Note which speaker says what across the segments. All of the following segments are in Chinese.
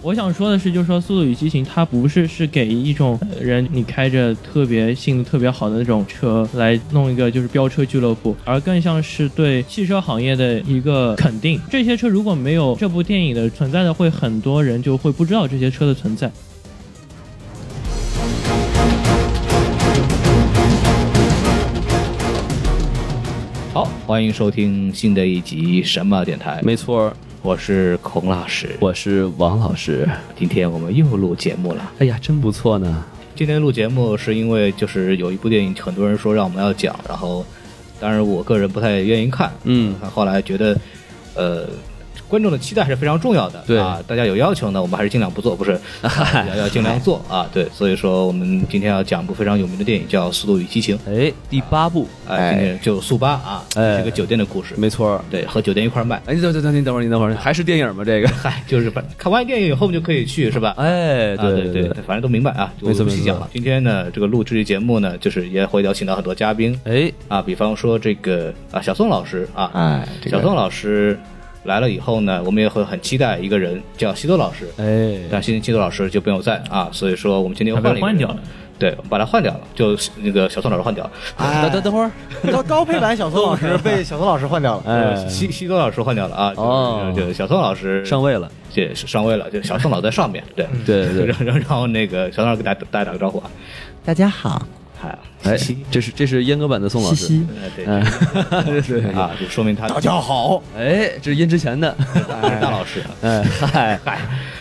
Speaker 1: 我想说的是，就是说《速度与激情》，它不是是给一种呃人，你开着特别性能特别好的那种车来弄一个就是飙车俱乐部，而更像是对汽车行业的一个肯定。这些车如果没有这部电影的存在的，会很多人就会不知道这些车的存在。
Speaker 2: 好，欢迎收听新的一集神马电台。
Speaker 3: 没错，
Speaker 2: 我是孔老师，
Speaker 3: 我是王老师。
Speaker 2: 今天我们又录节目了。
Speaker 3: 哎呀，真不错呢。
Speaker 2: 今天录节目是因为就是有一部电影，很多人说让我们要讲，然后，当然我个人不太愿意看，
Speaker 3: 嗯，
Speaker 2: 后来觉得，呃。观众的期待还是非常重要的，
Speaker 3: 对
Speaker 2: 啊，大家有要求呢，我们还是尽量不做，不 是，要要尽量做啊，对，所以说我们今天要讲部非常有名的电影叫《速度与激情》，
Speaker 3: 哎，第八部，
Speaker 2: 啊、今天就速八啊，
Speaker 3: 哎
Speaker 2: 是一个酒店的故事，
Speaker 3: 没错。
Speaker 2: 对，和酒店一块儿卖，
Speaker 3: 哎，你等等等，您等会儿，您等会儿，还是电影吗？这个？
Speaker 2: 嗨，就是把看完电影以后就可以去，是吧？
Speaker 3: 哎，
Speaker 2: 啊对
Speaker 3: 对对
Speaker 2: 反正都明白啊，就
Speaker 3: 没错
Speaker 2: 不细
Speaker 3: 没错
Speaker 2: 讲了。今天呢，这个录这期节目呢，就是也会邀请到很多嘉宾
Speaker 3: 哎，
Speaker 2: 啊，比方说这个啊小宋老师啊，
Speaker 4: 哎，这
Speaker 2: 小
Speaker 4: 个
Speaker 2: 宋老师来了以后呢，我们也会很期待一个人叫西多老师，
Speaker 3: 哎，
Speaker 2: 但西西多老师就不用在啊，所以说我们今天又
Speaker 1: 他被
Speaker 2: 换了一个
Speaker 1: 换掉
Speaker 2: 人
Speaker 1: 了，
Speaker 2: 对，我们把他换掉了，就那个小宋老师换掉了，
Speaker 4: 哎
Speaker 3: 等，等等会儿，
Speaker 4: 高高配版小宋老师被小宋老师换掉了。
Speaker 3: 哎，
Speaker 2: 西西多老师换掉了啊，就
Speaker 3: 哦
Speaker 2: 就就小宋老师
Speaker 3: 上位了。
Speaker 2: 这是上位了，就小宋老在上面，对
Speaker 3: 对对 对
Speaker 2: 然后然后然后那个小宋老师给大家大家打个招呼啊，
Speaker 4: 大家好，
Speaker 2: 嗨，
Speaker 3: 哎，这是这是阉割版的宋老师。
Speaker 2: 呃对
Speaker 3: 哎， 对对对
Speaker 2: 啊，就说明他大
Speaker 4: 家好，
Speaker 3: 哎，这是阴之 前的。
Speaker 2: 大老师啊，
Speaker 3: 哎，嗨，
Speaker 2: 嗨，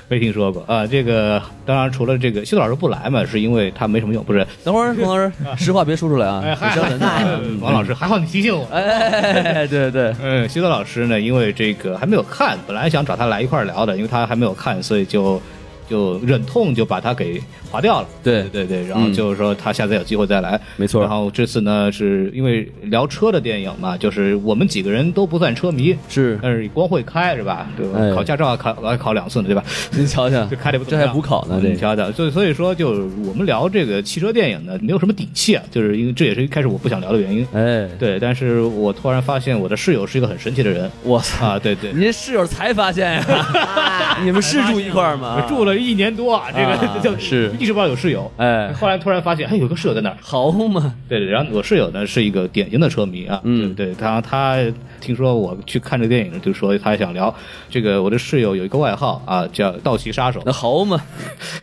Speaker 2: 没听说过啊。这个当然除了这个西多老师不来嘛，是因为他没什么用，不是？
Speaker 3: 等会儿，孔老师，实话别说出来啊，
Speaker 2: 哎嗨
Speaker 3: 得消沉的啊。
Speaker 2: 王老师，还好你提醒我。
Speaker 3: 哎，对对，
Speaker 2: 嗯，西多老师呢，因为这个还没有看，本来想找他来一块儿聊的，因为他还没有看，所以就就忍痛就把他给划掉了。
Speaker 3: 对
Speaker 2: 对对，然后
Speaker 3: 嗯
Speaker 2: 就是说他下次有机会再来。
Speaker 3: 没错
Speaker 2: 然后这次呢，是因为聊车的电影嘛，就是我们几个人都不算车迷，
Speaker 3: 是
Speaker 2: 但是光会开是吧？对吧？
Speaker 3: 哎
Speaker 2: 考驾照啊考考两次呢，对吧？
Speaker 3: 您瞧瞧
Speaker 2: 就，开的不怎
Speaker 3: 这
Speaker 2: 么
Speaker 3: 还
Speaker 2: 样
Speaker 3: 补考呢，
Speaker 2: 你
Speaker 3: 这个
Speaker 2: 瞧瞧，所以所以说，就是我们聊这个汽车电影呢，没有什么底气啊，就是因为这也是一开始我不想聊的原因。
Speaker 3: 哎，
Speaker 2: 对，但是我突然发现我的室友是一个很神奇的人
Speaker 3: 我操，
Speaker 2: 啊，对对
Speaker 3: 你，这室友才发现
Speaker 2: 哎
Speaker 3: 呀？你们是住一块儿吗？
Speaker 2: 住了一年多，啊，这
Speaker 3: 啊
Speaker 2: 个 就是意识不到有室友。
Speaker 3: 哎，
Speaker 2: 后来突然发现，哎，有个室友在那儿。
Speaker 3: 好嘛，
Speaker 2: 对，然后我室友呢是一个典型的车迷啊，
Speaker 3: 嗯
Speaker 2: 对对，他他听说我去看这个电影，就说他想聊这个。我的室友有一个外号啊，叫“道奇杀手
Speaker 3: 那好嘛，”，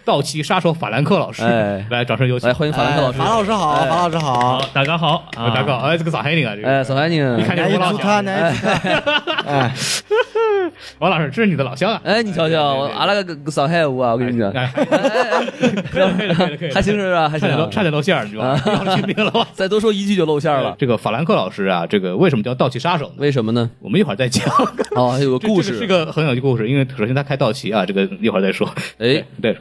Speaker 2: 道奇杀手法兰克老师，
Speaker 3: 哦哎
Speaker 2: 来，掌声有请
Speaker 3: 来。欢迎法兰克老师。
Speaker 4: 马老师好，
Speaker 3: 哎
Speaker 4: 马老师好，
Speaker 1: 好，大家好
Speaker 2: 啊，
Speaker 1: 啊，
Speaker 2: 大哥，哎，这个咋黑你啊？这
Speaker 3: 哎，
Speaker 2: 个，
Speaker 3: 早安哎你。
Speaker 2: 一看就是我
Speaker 4: 来一
Speaker 2: 老
Speaker 4: 组他，
Speaker 2: 乡。啊
Speaker 4: 来一组他，哎，
Speaker 2: 王老师，这是你的老乡啊？
Speaker 3: 哎，你瞧瞧，我
Speaker 2: 对对对
Speaker 3: 阿拉个上海话，啊我跟你讲，
Speaker 2: 哎， 还
Speaker 3: 还行是吧？还
Speaker 2: 差
Speaker 3: 行
Speaker 2: 点
Speaker 3: 啊
Speaker 2: 都，差点露馅儿，你知道吗？ 要去病了 吧？
Speaker 3: 再多说一句就露馅了。
Speaker 2: 这个法兰克老师啊，这个为什么叫盗窃杀手呢？
Speaker 3: 为什么呢？
Speaker 2: 我们一会儿再讲。
Speaker 3: 哦，有个
Speaker 2: 这
Speaker 3: 故
Speaker 2: 这个是
Speaker 3: 事。
Speaker 2: 个很有趣故事，因为首先他开道奇啊，这个一会儿再 说。
Speaker 3: 哎，
Speaker 2: 对，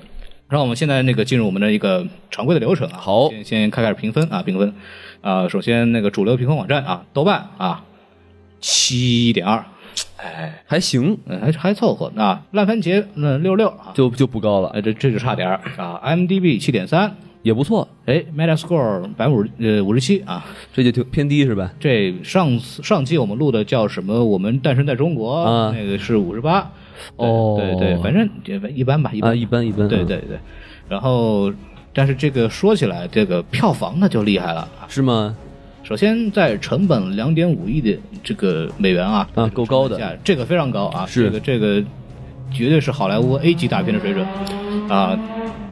Speaker 2: 然后我们现在那个进入我们的一个常规的流程啊，
Speaker 3: 好
Speaker 2: 先先开始评分啊，评分啊、首先那个主流评分网站啊，豆瓣啊，七点二，
Speaker 3: 还行，
Speaker 2: 嗯，还还凑合啊，烂番茄那六六啊，
Speaker 3: 就就不高了，
Speaker 2: 哎，这这就差点儿啊，IMDB 七点三，
Speaker 3: 也不错，
Speaker 2: 哎，Metascore 百五呃五十七啊，
Speaker 3: 这就挺偏低是吧？
Speaker 2: 这上次上期我们录的叫什么？我们诞生在中国，
Speaker 3: 啊
Speaker 2: 那个是五十八，
Speaker 3: 哦
Speaker 2: 对对，反正也一般吧，一般
Speaker 3: 啊，一般一般。
Speaker 2: 对
Speaker 3: 嗯，
Speaker 2: 对对，然后。但是这个说起来，这个票房那就厉害了。
Speaker 3: 是吗？
Speaker 2: 首先，在成本两点五亿的这个美元啊，
Speaker 3: 啊够高
Speaker 2: 这
Speaker 3: 的
Speaker 2: 个成本下，这个非常高啊，
Speaker 3: 是
Speaker 2: 这个这个绝对是好莱坞 A 级大片的水准啊。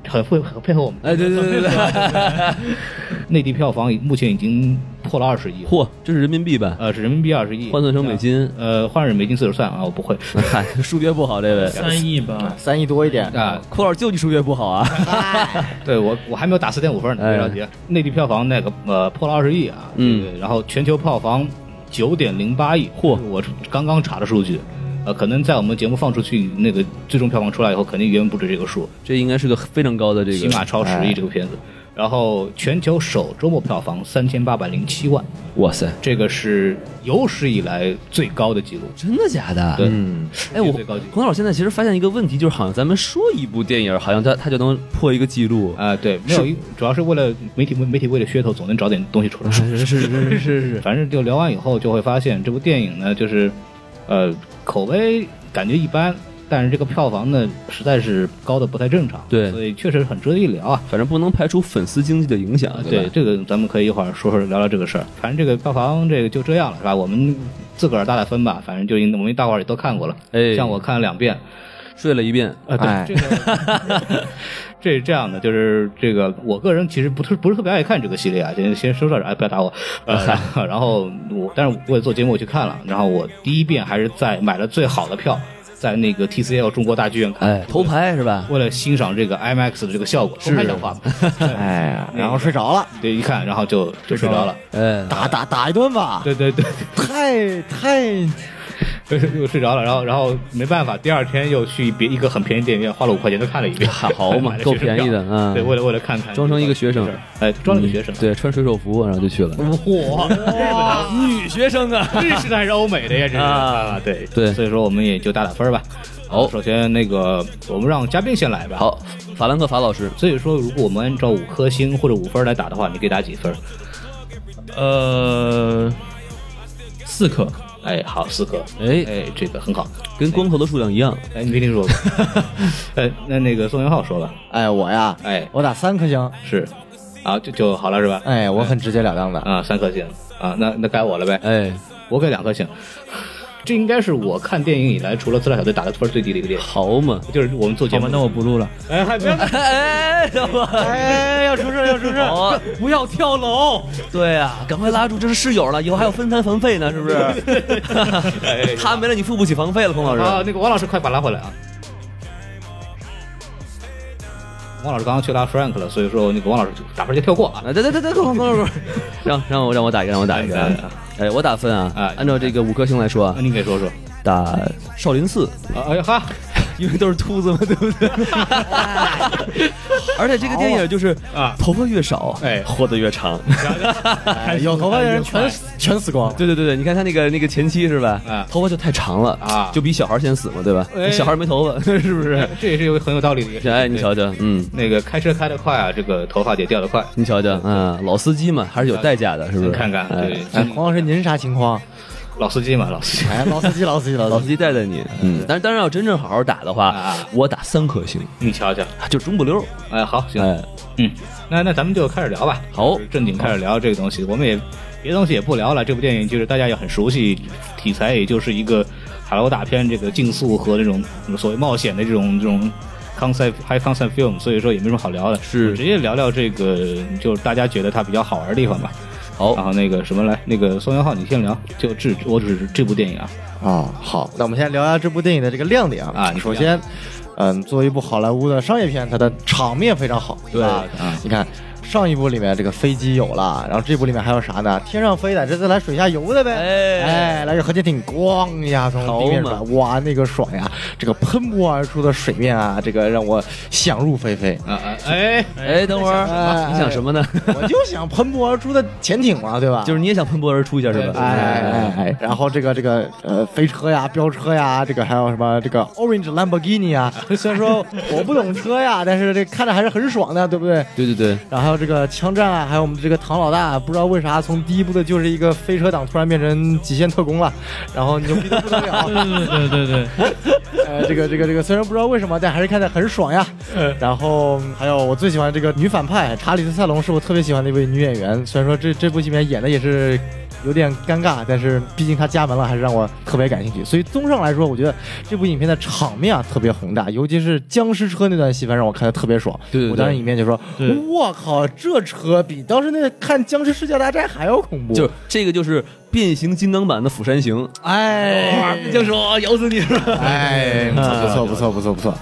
Speaker 2: 很会很配合我们。
Speaker 3: 哎，对对对 对对，
Speaker 2: 内地票房已目前已经破了二十亿，
Speaker 3: 嚯，这是人民币吧？
Speaker 2: 呃，是人民币二十亿，
Speaker 3: 换算成美金，
Speaker 2: 呃，换成美金自个儿算啊，我不会
Speaker 3: 嗨，哎数学不好，这位
Speaker 1: 三亿吧，
Speaker 4: 三亿多一点，
Speaker 2: 啊。
Speaker 3: 库老师就你数学不好啊？
Speaker 2: 对我我还没有打四点五分呢，别着急。内地票房那个呃破了二十亿啊，
Speaker 3: 哎嗯
Speaker 2: 这个，然后全球票房九点零八亿，
Speaker 3: 嚯
Speaker 2: 我刚刚查的数据。呃，可能在我们节目放出去，那个最终票房出来以后，肯定远远不止这个数。
Speaker 3: 这应该是个非常高的这个，哎
Speaker 2: 起码超十亿这个片子。然后全球首周末票房三千八百零七万，
Speaker 3: 哇塞，
Speaker 2: 这个是有史以来最高的记录。
Speaker 3: 真的假的？
Speaker 2: 对
Speaker 3: 嗯，哎，我
Speaker 2: 最高级
Speaker 3: 孔老师现在其实发现一个问题，就是好像咱们说一部电影，好像它它就能破一个记 录。
Speaker 2: 啊、对，没有一，主要是为了媒体，媒体为了噱头，总能找点东西出来。
Speaker 3: 是是是是是，
Speaker 2: 反正就聊完以后，就会发现这部电影呢，就是，呃，口碑感觉一般，但是这个票房呢，实在是高的不太正常。
Speaker 3: 对
Speaker 2: 所以确实很值得一聊啊。
Speaker 3: 反正不能排除粉丝经济的影响，
Speaker 2: 对，
Speaker 3: 吧？
Speaker 2: 这个咱们可以一会儿说说聊聊这个事儿。反正这个票房这个就这样了，是吧？我们自个儿打打分吧。反正就因我们大伙儿也都看过了，
Speaker 3: 哎
Speaker 2: 像我看了两遍。
Speaker 3: 睡了一遍，
Speaker 2: 啊，对，
Speaker 4: 哎
Speaker 2: 这个 这是这样的，就是这个我个人其实不是不是特别爱看这个系列啊，先先说到这儿，哎，不要打我。呃，然
Speaker 4: 哎
Speaker 2: 后 然后我但是为了做节目我去看了，然后我第一遍还是在买了最好的票，在那个 TCL 中国大剧院看。
Speaker 3: 哎，头排是吧？
Speaker 2: 为了欣赏这个 IMAX 的这个效果，说太讲话吧。
Speaker 4: 哎呀， 然后睡着了，
Speaker 2: 对，一看然后就就睡着了。
Speaker 3: 哎，
Speaker 4: 打打打一顿吧，
Speaker 2: 对对对，
Speaker 4: 太太
Speaker 2: 对， 又睡着了，然后然后没办法，第二天又去别一个很便宜的电影院，花了五块钱都看了一遍，
Speaker 3: 好 嘛
Speaker 2: 买了
Speaker 3: 够
Speaker 2: 学生
Speaker 3: 便宜的
Speaker 2: 票
Speaker 3: 嗯
Speaker 2: 对，为了为了看看，
Speaker 3: 装成一个学生，
Speaker 2: 哎，装了个学生，哎
Speaker 3: 对，穿水手服，然后就去了。
Speaker 2: 哇，
Speaker 3: 女学生 啊，
Speaker 2: 日式的还是欧美的呀？这是
Speaker 3: 啊
Speaker 2: 啊，对
Speaker 3: 对
Speaker 2: 所以说我们也就打打分吧。啊
Speaker 3: 好
Speaker 2: 首先那个我们让嘉宾先来吧。，
Speaker 3: 好，法兰克法老师，
Speaker 2: 所以说如果我们按照五颗星或者五分来打的话，你给打几分？
Speaker 1: 呃，四颗，
Speaker 2: 哎，好，四颗。
Speaker 3: 哎，
Speaker 2: 哎，这个很好。
Speaker 3: 跟光头的数量一样，
Speaker 2: 哎，你没听说过？ 哎，那那个宋元浩说吧。
Speaker 4: 哎，我呀，
Speaker 2: 哎，
Speaker 4: 我打三颗星，
Speaker 2: 是，啊，就就好了是吧？
Speaker 4: 哎，我很直截了当的，
Speaker 2: 啊，三颗星啊，那那该我了呗，
Speaker 3: 哎，
Speaker 2: 我给两颗星。这应该是我看电影以来，除了《自杀小队》打的分最低的一个电影，
Speaker 3: 好嘛，
Speaker 2: 就是我们做节
Speaker 1: 好
Speaker 2: 目
Speaker 1: 吧，。那我不录了。
Speaker 2: 哎，还没有
Speaker 3: 哎，什么？
Speaker 4: 哎，要出事要出事
Speaker 3: 好啊，
Speaker 1: 不要跳楼！
Speaker 3: 对啊，赶快拉住，这是室友了，以后还有分摊房费呢，是不是？他没了，你付不起房费了，孔老
Speaker 2: 啊
Speaker 3: 师。，
Speaker 2: 那个王老师快把他拉回来啊！王老师刚刚去拉 Frank 了，所以说那个王老师就打分就跳过啊。
Speaker 3: 啊，对对对对，孔老师，让让我让我打一个，让我打一个
Speaker 2: 哎哎。
Speaker 3: 哎，我打分啊
Speaker 2: 哎，
Speaker 3: 按照这个五颗星来说啊
Speaker 2: 那，您给说说。
Speaker 3: 打少林寺，
Speaker 2: 啊哎哈，
Speaker 3: 因为都是秃子嘛，对 不对？而且这个电影就是
Speaker 2: 啊
Speaker 3: 头发越少，
Speaker 2: 哎
Speaker 3: 活得越长。
Speaker 4: 哎有头发的人全全死光，
Speaker 3: 对对对对，你看他那个那个前妻是吧？
Speaker 2: 啊
Speaker 3: 头发就太长了
Speaker 2: 啊
Speaker 3: 就比小孩先死嘛，对吧？
Speaker 2: 哎
Speaker 3: 小孩没头发 是不是？
Speaker 2: 这也是有很有道理的一个事情。
Speaker 3: 哎，你瞧瞧，嗯，
Speaker 2: 那个开车开得快啊，这个头发也掉得快。
Speaker 3: 你瞧瞧，嗯，老司机嘛，还是有代价的，是不是？
Speaker 2: 你看看，
Speaker 3: 哎
Speaker 2: 对，
Speaker 4: 哎，黄老师您是啥情况？
Speaker 2: 老司机嘛，老司机。
Speaker 4: 哎，老司机老司机老
Speaker 3: 老
Speaker 4: 司
Speaker 3: 司
Speaker 4: 机，
Speaker 3: 机带带你，嗯，但是当然要真正好好打的话
Speaker 2: 啊，
Speaker 3: 我打三颗星，
Speaker 2: 你瞧瞧，
Speaker 3: 就中不溜。
Speaker 2: 哎，好，行，
Speaker 3: 哎，
Speaker 2: 嗯，那那咱们就开始聊吧。
Speaker 3: 好
Speaker 2: 正经开始聊这个东西，我们也别的东西也不聊了。这部电影就是大家也很熟悉，题材也就是一个海楼大片，这个竞速和这种所谓冒险的这种这种 concept high concept film，所以说也没什么好聊的。
Speaker 3: 是
Speaker 2: 直接聊聊这个，就是大家觉得它比较好玩的地方吧。然
Speaker 3: 好，
Speaker 2: 后那个什么来，那个宋元浩，你先聊，就这我只是这部电影啊，
Speaker 4: 哦，好，那我们先聊一下这部电影的这个亮点
Speaker 2: 啊你
Speaker 4: 首先，嗯，作为一部好莱坞的商业片，它的场面非常好。
Speaker 3: 对
Speaker 4: 啊
Speaker 2: 啊
Speaker 4: 你看上一部里面这个飞机有了，然后这部里面还有啥呢？天上飞的，这次来水下游的呗。
Speaker 3: 哎
Speaker 4: 哎，来个核潜艇，咣一下从地面
Speaker 3: 好嘛
Speaker 4: 上，哇，那个爽呀！这个喷薄而出的水面啊，这个让我想入非非。
Speaker 2: 啊啊哎，
Speaker 3: 哎，等会儿
Speaker 4: 哎
Speaker 3: 你想什么呢？
Speaker 4: 我就想喷薄而出的潜艇嘛，对吧？
Speaker 3: 就是你也想喷薄而出一下是吧？
Speaker 4: 哎哎哎，然后这个这个呃飞车呀、飙车呀，这个还有什么这个 Orange Lamborghini 啊， 虽然说我不懂车呀，但是这看着还是很爽的，对不对？
Speaker 3: 对对对，
Speaker 4: 然后还有这个枪战啊，还有我们这个唐老大，不知道为啥从第一部的就是一个飞车党，突然变成极限特工了，然后牛逼的不得了。
Speaker 1: 对对对对对，
Speaker 4: 呃，这个这个这个，虽然不知道为什么，但还是看得很爽呀。
Speaker 3: 嗯
Speaker 4: 然后还有我最喜欢这个女反派查理斯·塞隆，是我特别喜欢的一位女演员。虽然说这这部戏里面演的也是有点尴尬，但是毕竟它加盟了，还是让我特别感兴趣。所以综上来说，我觉得这部影片的场面啊特别宏大，尤其是僵尸车那段戏，反正让我看的特别爽。
Speaker 3: 对对对
Speaker 4: 我当时影片就说
Speaker 1: 对：“
Speaker 4: 我靠，这车比当时那个看《僵尸世界大战》还要恐怖。”
Speaker 3: 就是这个就是变形金刚版的《釜山行》，
Speaker 4: 哎，
Speaker 3: 就说哦咬死你！
Speaker 4: 哎，不错不错不错不错，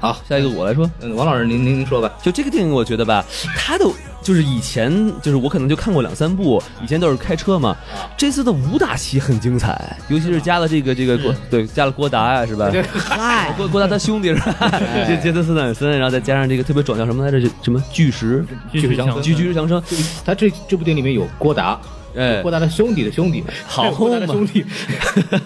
Speaker 3: 好，下一个我来说。
Speaker 2: 嗯王老师，您您您说吧。
Speaker 3: 就这个电影，我觉得吧，它的就是以前就是我可能就看过两三部，以前都是开车嘛。这次的武打戏很精彩，尤其是加了这个这个郭对加了郭达呀、是吧？
Speaker 4: 嗨，
Speaker 3: 郭郭达他兄弟是吧？
Speaker 1: 哎
Speaker 3: 杰杰森斯坦森，然后再加上这个特别壮叫什么来着？这什么巨石？
Speaker 1: 巨石强森
Speaker 3: 巨巨石强森。
Speaker 2: 他这这部电影里面有郭达，
Speaker 3: 哎
Speaker 2: 郭达他兄弟的兄弟，
Speaker 3: 好
Speaker 2: 还有郭达的兄弟。 哎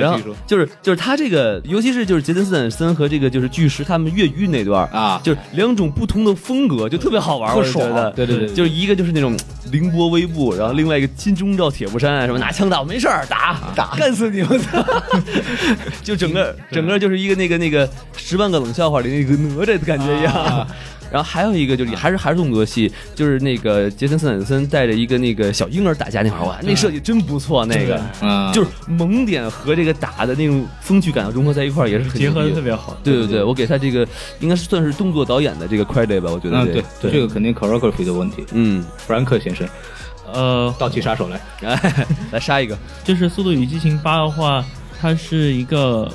Speaker 3: 然后
Speaker 2: 继续说
Speaker 3: 就是就是他这个，尤其是就是杰森斯坦森和这个就是巨石他们越狱那段儿
Speaker 2: 啊
Speaker 3: 就是两种不同的风格，就特别好玩儿，
Speaker 4: 特
Speaker 3: 我就觉
Speaker 4: 爽
Speaker 3: 得嗯
Speaker 2: 对对对对
Speaker 3: 就是一个就是那种凌波微步，然后另外一个金钟罩铁布衫，啊什么拿枪打我没事儿打
Speaker 2: 啊
Speaker 3: 打干死 你，我操！就整个整个就是一个那个那个十万个冷笑话里那个哪吒的感觉一
Speaker 2: 啊
Speaker 3: 样。然后还有一个就是还是还是动作戏，就是那个杰森斯坦森带着一个那个小婴儿打架那会儿，哇，那设计真不错，那个
Speaker 2: 嗯，
Speaker 3: 就是萌点和这个打的那种风趣感融合在一块儿，也是很
Speaker 1: 结合的
Speaker 3: 牛逼
Speaker 1: 特别好。
Speaker 3: 对对对，我给他这个应该是算是动作导演的这个 credit 吧，我觉得
Speaker 2: 嗯，
Speaker 3: 这
Speaker 2: 对
Speaker 3: 个，
Speaker 2: 这个肯定 choreography 的问题。
Speaker 3: 嗯，
Speaker 2: 弗兰克先生，
Speaker 1: 呃，
Speaker 2: 倒骑杀手来，
Speaker 3: 哎，来杀一个，
Speaker 1: 就是《速度与激情八》的话，它是一个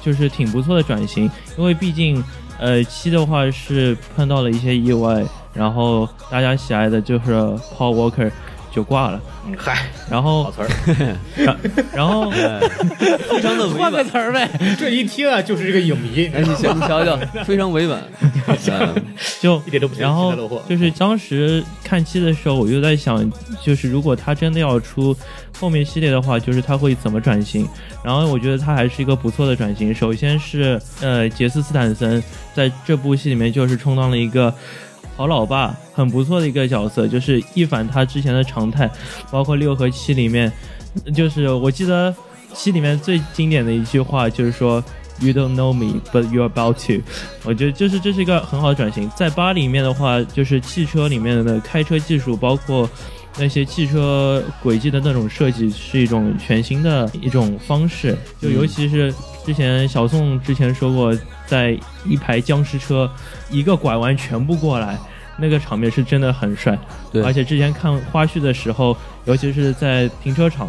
Speaker 1: 就是挺不错的转型，因为毕竟呃七的话是碰到了一些意外，然后大家喜爱的就是 Paul Walker 就挂了，
Speaker 2: 嗯嗨，
Speaker 1: 然后
Speaker 2: 好词儿。
Speaker 1: 然后
Speaker 3: 非常的委婉。
Speaker 1: 词儿呗，
Speaker 2: 这 一听啊，就是这个影迷，
Speaker 3: 哎，你瞧你瞧瞧，非常委婉。嗯
Speaker 1: 就
Speaker 2: 一点都不
Speaker 1: 然后就是当时看期的时候，我就在想，就是如果他真的要出后面系列的话，就是他会怎么转型。然后我觉得他还是一个不错的转型。首先是呃，杰斯斯坦森在这部戏里面就是充当了一个。好老爸很不错的一个角色，就是一反他之前的常态，包括六和七里面，就是我记得七里面最经典的一句话就是说 “You don't know me, but you're about to”，我觉得就是这是一个很好的转型。在八里面的话，就是汽车里面的开车技术，包括那些汽车轨迹的那种设计，是一种全新的一种方式。就尤其是之前小宋之前说过，在一排僵尸车一个拐弯全部过来。那个场面是真的很帅，
Speaker 3: 对
Speaker 1: 而且之前看花絮的时候，尤其是在停车场，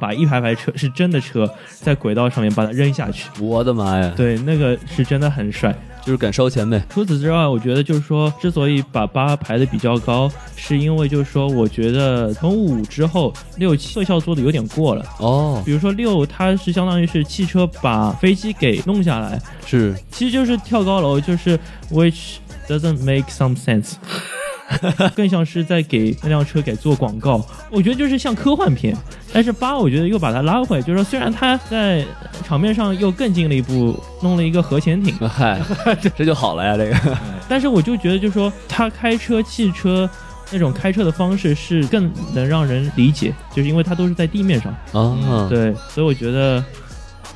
Speaker 1: 把一排排车是真的车在轨道上面把它扔下去，
Speaker 3: 我的妈呀，
Speaker 1: 对，那个是真的很帅。
Speaker 3: 就是敢烧钱呗。
Speaker 1: 除此之外，我觉得就是说，之所以把八排的比较高，是因为就是说，我觉得从五之后六七特效做的有点过了。
Speaker 3: 哦，
Speaker 1: 比如说六，它是相当于是汽车把飞机给弄下来，
Speaker 3: 是
Speaker 1: 其实就是跳高楼，就是 which doesn't make some sense，更像是在给那辆车给做广告。我觉得就是像科幻片，但是八我觉得又把它拉回来，就是说虽然它在场面上又更进了一步，弄了一个核潜艇，
Speaker 3: 嗨，哎这就好了呀，这个
Speaker 1: 但是我就觉得，就是说他开车、汽车那种开车的方式是更能让人理解，就是因为它都是在地面上。
Speaker 3: 啊，
Speaker 1: 对，所以我觉得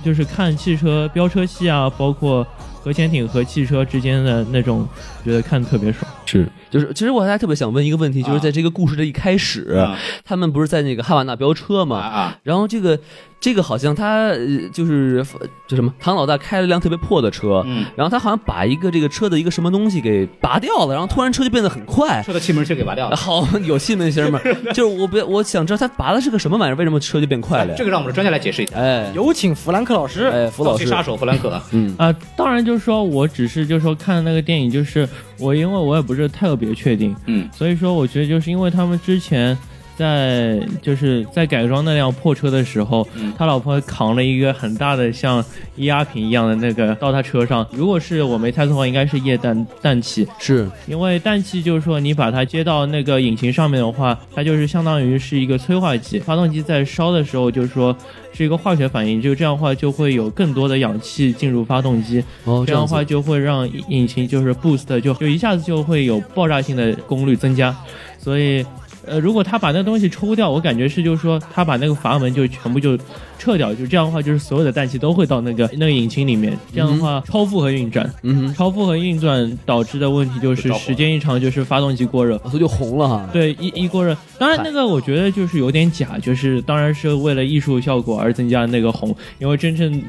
Speaker 1: 就是看汽车飙车戏啊，包括核潜艇和汽车之间的那种，觉得看特别爽。
Speaker 3: 是就是，其实我还特别想问一个问题，就是在这个故事的一开始，
Speaker 2: 啊
Speaker 3: 他们不是在那个哈瓦那飙车
Speaker 2: 啊
Speaker 3: 吗？
Speaker 2: 啊，
Speaker 3: 然后这个这个好像他呃就是呃这什么唐老大开了辆特别破的车，
Speaker 2: 嗯
Speaker 3: 然后他好像把一个这个车的一个什么东西给拔掉了，然后突然车就变得很快。
Speaker 2: 车的气门芯给拔掉了。
Speaker 3: 好，有气门芯吗？ 就是我别我想知道他拔的是个什么玩意儿，为什么车就变快了？
Speaker 2: 这个让我们的专家来解释一下。
Speaker 3: 哎
Speaker 4: 有请弗兰克老师。
Speaker 3: 哎，福老
Speaker 2: 倒
Speaker 3: 师
Speaker 2: 骑，杀手弗兰克，
Speaker 3: 嗯
Speaker 1: 啊、当然就是说我只是就是说看那个电影，就是我因为我也不是特别确定，
Speaker 2: 嗯，
Speaker 1: 所以说我觉得就是因为他们之前。在就是在改装那辆破车的时候，
Speaker 3: 嗯
Speaker 1: 他老婆扛了一个很大的像液压瓶一样的那个到他车上。如果是我没猜错的话，应该是液氮氮气，
Speaker 3: 是
Speaker 1: 因为氮气就是说你把它接到那个引擎上面的话，它就是相当于是一个催化剂，发动机在烧的时候就是说是一个化学反应，就这样的话就会有更多的氧气进入发动机，
Speaker 3: 哦，
Speaker 1: 这样的话就会让引擎就是 boost 就就一下子就会有爆炸性的功率增加，所以呃，如果他把那东西抽掉，我感觉是就是说他把那个阀门就全部就撤掉，就这样的话，就是所有的氮气都会到那个那个引擎里面，这样的话、超负荷运转，
Speaker 3: 嗯
Speaker 1: 超负荷运转导致的问题就是时间一长就是发动机过热。
Speaker 3: 哼，所以就红了哈。
Speaker 1: 对，一一锅热，当然那个我觉得就是有点假，就是当然是为了艺术效果而增加那个红，因为真正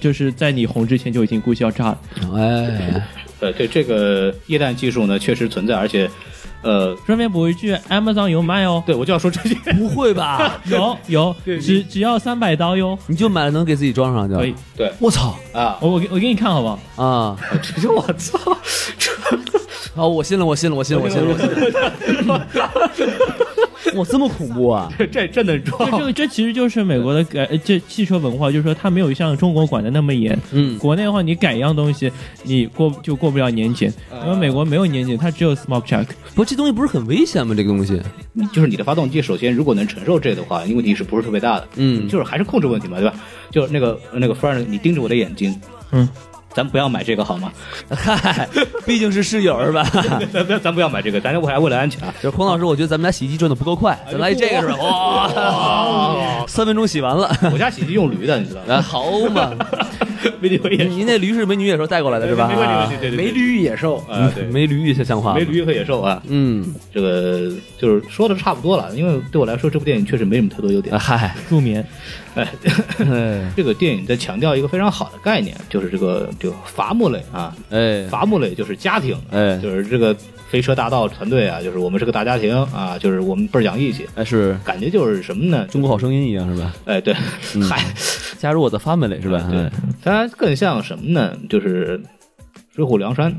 Speaker 1: 就是在你红之前就已经估计要炸了。
Speaker 3: 哎，
Speaker 2: 呃，对这个液氮技术呢，确实存在，而且，呃，
Speaker 1: 顺便补一句，Amazon 有卖哦，
Speaker 2: 对我就要说这 些。
Speaker 3: 不 会吧？
Speaker 1: 有有，只只要三百刀哟，
Speaker 3: 你就买了能给自己装上就
Speaker 1: 可以。。
Speaker 2: 对
Speaker 3: 我操
Speaker 2: 啊，
Speaker 1: 我我给我给你看好不好？
Speaker 3: 啊！
Speaker 2: 这我操，这
Speaker 3: 啊， 我信了，我信了，我信了，我信了，我信了。 哇，这么恐怖啊！
Speaker 2: 这这真能
Speaker 1: 这这
Speaker 2: 装。
Speaker 1: 个这其实就是美国的改呃这汽车文化，就是说它没有像中国管的那么严。
Speaker 3: 嗯
Speaker 1: 国内的话，你改一样东西，你过就过不了年检，因为美国没有年检，它只有 smoke check。
Speaker 3: 不过这东西不是很危险吗？这个东西，
Speaker 2: 就是你的发动机，首先如果能承受这的话，问题是不是特别大的？
Speaker 3: 嗯
Speaker 2: 就是还是控制问题嘛，对吧？就是那个那个 friend，你盯着我的眼睛，
Speaker 1: 嗯，
Speaker 2: 咱不要买这个好吗？
Speaker 3: 嗨，毕竟是室友是 吧？
Speaker 2: 咱不要咱不要买这个，咱我还为了安全啊。
Speaker 3: 就是孔老师，我觉得咱们家洗衣机转的不够快，咱哎来一这个是吧？哇，三分钟洗完了，
Speaker 2: 我家洗衣机用驴的，你知道吗？
Speaker 3: 哎好嘛！
Speaker 2: 没你回眼
Speaker 3: 您那驴是美女野兽带过来的是吧？
Speaker 2: 没问题，对对对，
Speaker 4: 美女与野兽，
Speaker 2: 啊，对，
Speaker 3: 嗯没驴像像话吗
Speaker 2: 没，驴和野兽啊，
Speaker 3: 嗯，
Speaker 2: 这个就是说的差不多了，因为对我来说，这部电影确实没什么太多优点。
Speaker 3: 嗨，
Speaker 1: 助眠，
Speaker 3: 哎
Speaker 2: 这个电影在强调一个非常好的概念，就是这个就伐木类啊，
Speaker 3: 哎
Speaker 2: 伐木类就是家庭，啊
Speaker 3: 哎
Speaker 2: 就是这个飞车大盗团队啊，就是我们是个大家庭啊，就是我们倍儿讲义气，
Speaker 3: 哎，是
Speaker 2: 感觉就是什么呢？
Speaker 3: 中国好声音一样是吧？
Speaker 2: 哎，对，嗨，
Speaker 3: 加入我的 family 是吧？哎
Speaker 2: 对，它更像什么呢？就是水浒梁山。